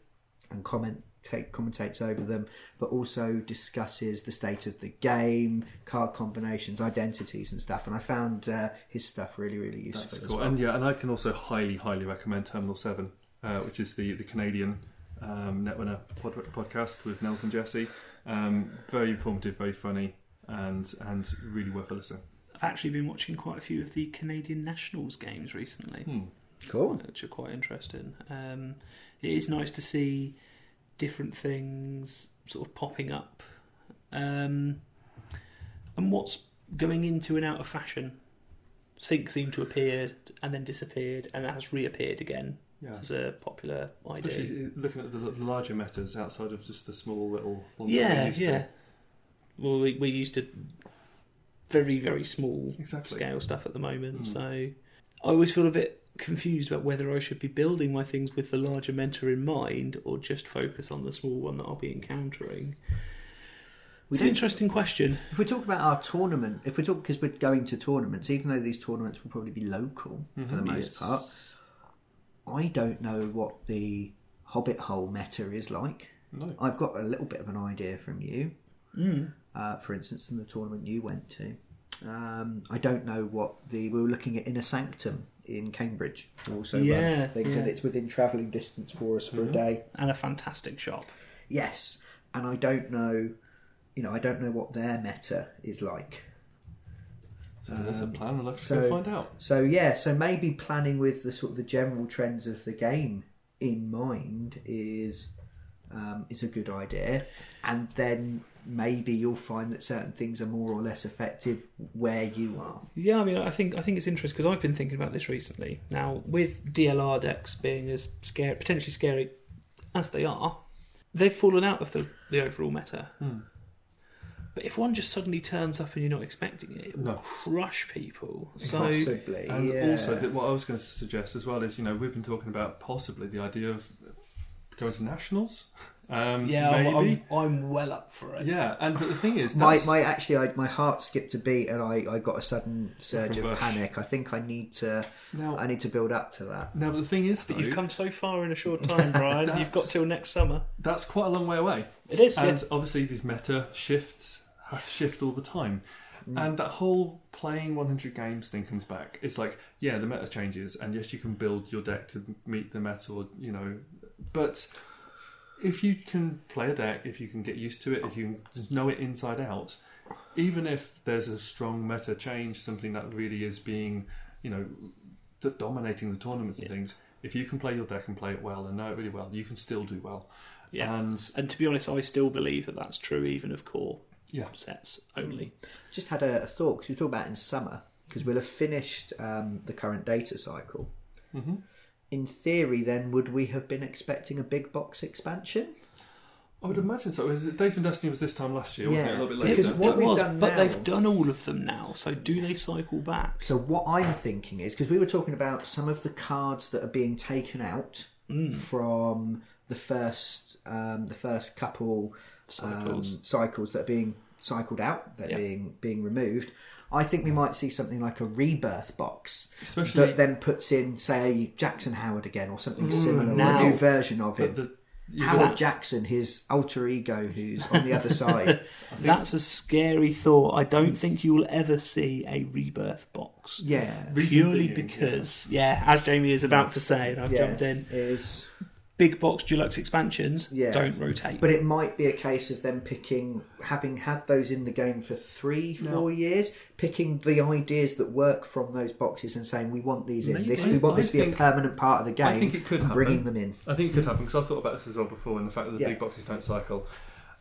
and comment take, commentates over them, but also discusses the state of the game, card combinations, identities, and stuff. And I found uh, his stuff really, really useful.
That's
as
cool.
well.
And yeah, and I can also highly, highly recommend Terminal 7, uh, which is the, the Canadian um, Netrunner pod- podcast with Nelson Jesse. Um, very informative, very funny, and and really worth a listen.
I've actually been watching quite a few of the Canadian Nationals games recently.
Cool.
which are quite interesting. Um, it is nice to see different things sort of popping up, um, and what's going into and out of fashion. Sync seemed to appear and then disappeared, and has reappeared again
Yeah.
as a popular idea.
Especially looking at the, the larger metas outside of just the small little ones. that we're
Yeah,
used to.
yeah. Well, we, we're used to very, very small
Exactly.
scale stuff at the moment. So I always feel a bit confused about whether I should be building my things with the larger mentor in mind or just focus on the small one that I'll be encountering.
We
it's an
do,
interesting question.
if we talk about our tournament, if we talk because we're going to tournaments, even though these tournaments will probably be local for the most
Yes.
part, I don't know what the Hobbit Hole meta is like.
No.
I've got a little bit of an idea from you.
Mm.
Uh, for instance, in the tournament you went to, um, I don't know what the we were looking at Inner Sanctum in Cambridge. Also,
Yeah,
run things, and
yeah.
it's within travelling distance for us for a day.
And a fantastic shop.
Yes, and I don't know, you know, I don't know what their meta is like.
So there's a plan. We'll have to
so-
go find out.
So yeah, so maybe planning with the sort of the general trends of the game in mind is um, is a good idea, and then maybe you'll find that certain things are more or less effective where you are.
Yeah, I mean, I think I think it's interesting because I've been thinking about this recently. Now, with DLR decks being as scary, potentially scary as they are, they've fallen out of the, the overall meta. But if one just suddenly turns up and you're not expecting it, it will
No.
crush people. So
Possibly,
And
yeah.
also, that what I was going to suggest as well is, you know, we've been talking about possibly the idea of going to nationals Um,
Yeah, I'm,
maybe.
I'm, I'm well up for it.
yeah, and but the thing is,
My,
that's,
my actually, I, my heart skipped a beat, and I, I got a sudden surge of
Rush.
panic. I think I need to
Now-
I need to build up to that.
now but the thing is that
You've come so far in a short time, Brian. You've got till next summer.
that's quite a long way away.
It is,
and
yeah.
obviously these meta shifts ha- shift all the time, and that whole playing 100 games thing comes back. It's like, yeah, the meta changes, and yes, you can build your deck to meet the meta, or you know, but if you can play a deck, if you can get used to it, if you can know it inside out, even if there's a strong meta change, something that really is being, you know, d- dominating the tournaments and things. If you can play your deck and play it well and know it really well, you can still do well.
Yeah.
And
And to be honest, I still believe that that's true even of core
yeah,
sets only.
Just had a, a thought because we talk about it in summer because we'll have finished um, the current data cycle. In theory, then would we have been expecting a big box expansion?
I would imagine so. Is it Data and Destiny was this time last year, wasn't it?
Yeah.
A little bit
It
later.
was- what
it
we've
was,
done
but
now-
they've done all of them now. So do they cycle back?
So what I'm thinking is because we were talking about some of the cards that are being taken out
Mm.
from the first um, the first couple
Cycles.
um, cycles that are being cycled out, they're
Yeah.
being being removed. I think we might see something like a rebirth box
Especially-
that then puts in, say, Jackson Howard again or something similar, or
Mm, now.
a new version of
But
him.
the- you
Howard
got-
Jackson, his alter ego, who's on the other side.
That's a scary thought. I don't think you'll ever see a rebirth box.
Yeah,
Reason
Purely
being,
because, yeah. as Jamie is about to say, and I've
yeah,
jumped in,
is
big box deluxe expansions
Yeah.
don't rotate.
But it might be a case of them picking, having had those in the game for three, four years, picking the ideas that work from those boxes and saying, "We want these in.
Maybe.
This, we want
I
this to be a
think-
permanent part of the game."
I think it could
and
happen.
bringing them in.
I think it could happen because I've thought about this as well before, and the fact that the
Yeah.
big boxes don't cycle,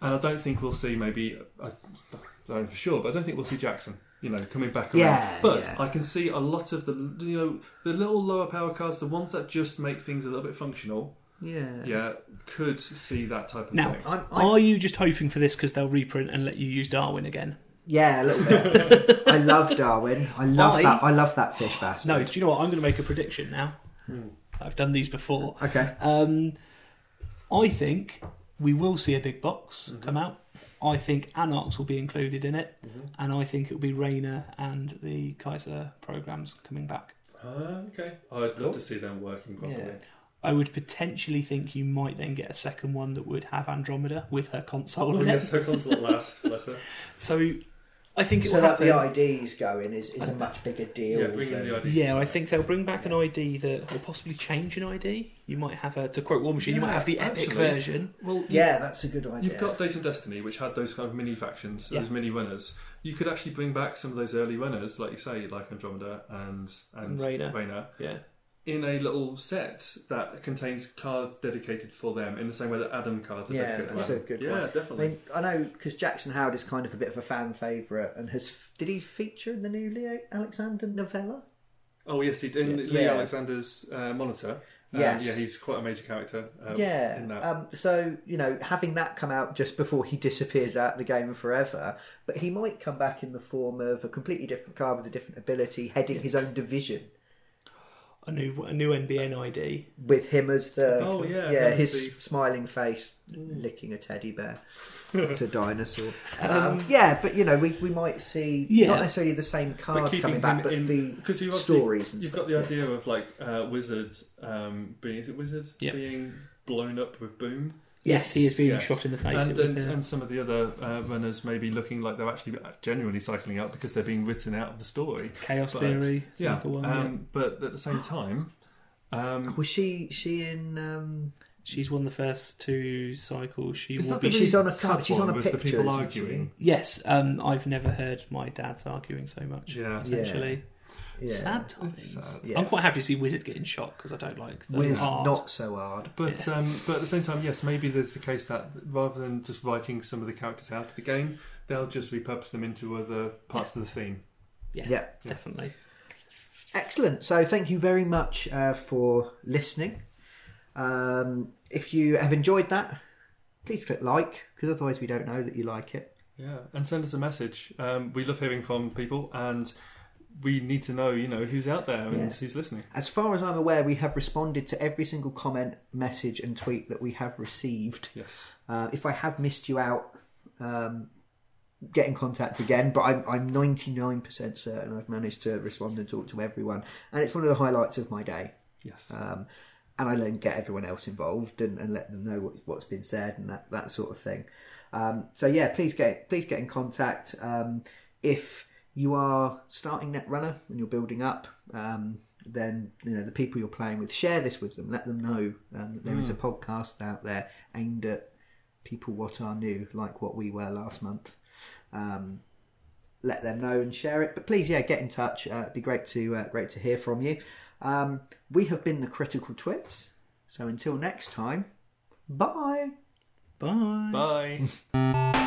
and I don't think we'll see maybe I don't know for sure, but I don't think we'll see Jackson. You know, coming back around.
Yeah,
but
yeah.
I can see a lot of the you know the little lower power cards, the ones that just make things a little bit functional.
Yeah.
Yeah, could see that type of
now,
thing.
I'm- I'm-
are you just hoping for this because they'll reprint and let you use Darwin again?
Yeah, a little bit. I love Darwin. I love
I-
that. I love that fish bastard.
No, do you know what? I'm going to make a prediction now.
Hmm.
I've done these before.
Okay.
Um, I think we will see a big box
Mm-hmm.
come out. I think Anarchs will be included in it, and I think it will be Rayner and the Kaiser programs coming back.
Uh, okay, I'd love to see them working properly.
Yeah.
I would potentially think you might then get a second one that would have Andromeda with her console
Oh,
in
yes,
it.
her console last, bless her.
So I think it
So
will
that
happen.
the ID's going is, is a much bigger deal.
Yeah, bringing
than-
the idea.
Yeah, I think they'll bring back an ID that, or possibly change an ID. You might have a, to quote War Machine, you might
Yeah,
have the epic
actually.
version.
Well,
yeah, that's a good idea.
You've got Date and Destiny, which had those kind of mini factions,
Yeah.
those mini runners. You could actually bring back some of those early runners, like you say, like Andromeda and and
Rayna.
Rayna,
Yeah.
in a little set that contains cards dedicated for them, in the same way that Adam cards are
Yeah,
dedicated
that's
to
a
them.
good
yeah,
one. I
definitely.
mean, I know because Jackson Howard is kind of a bit of a fan favourite, and has did he feature in the new Leo Alexander novella?
oh yes, he in
Yes.
Lee
Yeah.
Alexander's uh, monitor. Um,
Yes.
Yeah, he's quite a major character. Um, In
yeah.
that.
Um, so you know, having that come out just before he disappears out of the game forever, but he might come back in the form of a completely different card with a different ability, heading his own division
A new a new NBN ID.
with him as the
Oh, yeah,
yeah
him as
his
the-
smiling face licking a teddy bear. It's a dinosaur. Um, yeah, but you know, we, we might see
Yeah.
not necessarily the same card coming back, but
because
the stories and
you've
stuff.
got the idea of like uh, Wizard um, being is it Wizard
Yeah.
being blown up with boom.
Yes, he is being
Yes.
shot in the face.
And,
It would
and,
appear.
and some of the other uh, runners maybe looking like they're actually genuinely cycling out because they're being written out of the story.
Chaos
But-
Theory, is
yeah,
another one,
um, But at the same time, um,
Oh, Was she she in? Um,
She's won the first two cycles. She
is
will
that
be.
the
she's on a
really
card- she's on
cut
a
one with the
picture,
people
isn't she?
arguing.
Yes, um, I've never heard my dad's arguing so much.
Yeah.
essentially.
yeah,
Sad times.
sad.
Yeah.
I'm quite happy to see Wizard getting shot because I don't like the
Wiz,
art.
not so hard.
But um, but at the same time, yes, maybe there's the case that rather than just writing some of the characters out of the game, they'll just repurpose them into other parts of the theme.
Yeah,
Yeah.
definitely.
Excellent. So thank you very much uh, for listening. Um, if you have enjoyed that, please click like because otherwise we don't know that you like it.
Yeah, and send us a message. Um, we love hearing from people, and we need to know, you know, who's out there and
Yeah.
who's listening.
As far as I'm aware, we have responded to every single comment, message, and tweet that we have received.
Yes.
Uh, if I have missed you out, um, get in contact again. But I'm, I'm 99% certain I've managed to respond and talk to everyone. And it's one of the highlights of my day.
Yes.
Uh,
Um, and I then get everyone else involved and, and let them know what, what's been said and that, that sort of thing. Um, so yeah, please get please get in contact um, if you are starting Netrunner and you're building up. Um, then you know the people you're playing with. Share this with them. Let them know um, that there is a podcast out there aimed at people what are new, like what we were last month. Um, let them know and share it. But please, yeah, get in touch. Uh, it'd be great to uh, great to hear from you. Um, we have been the Critical Twits. So until next time, bye.
Bye.
Bye.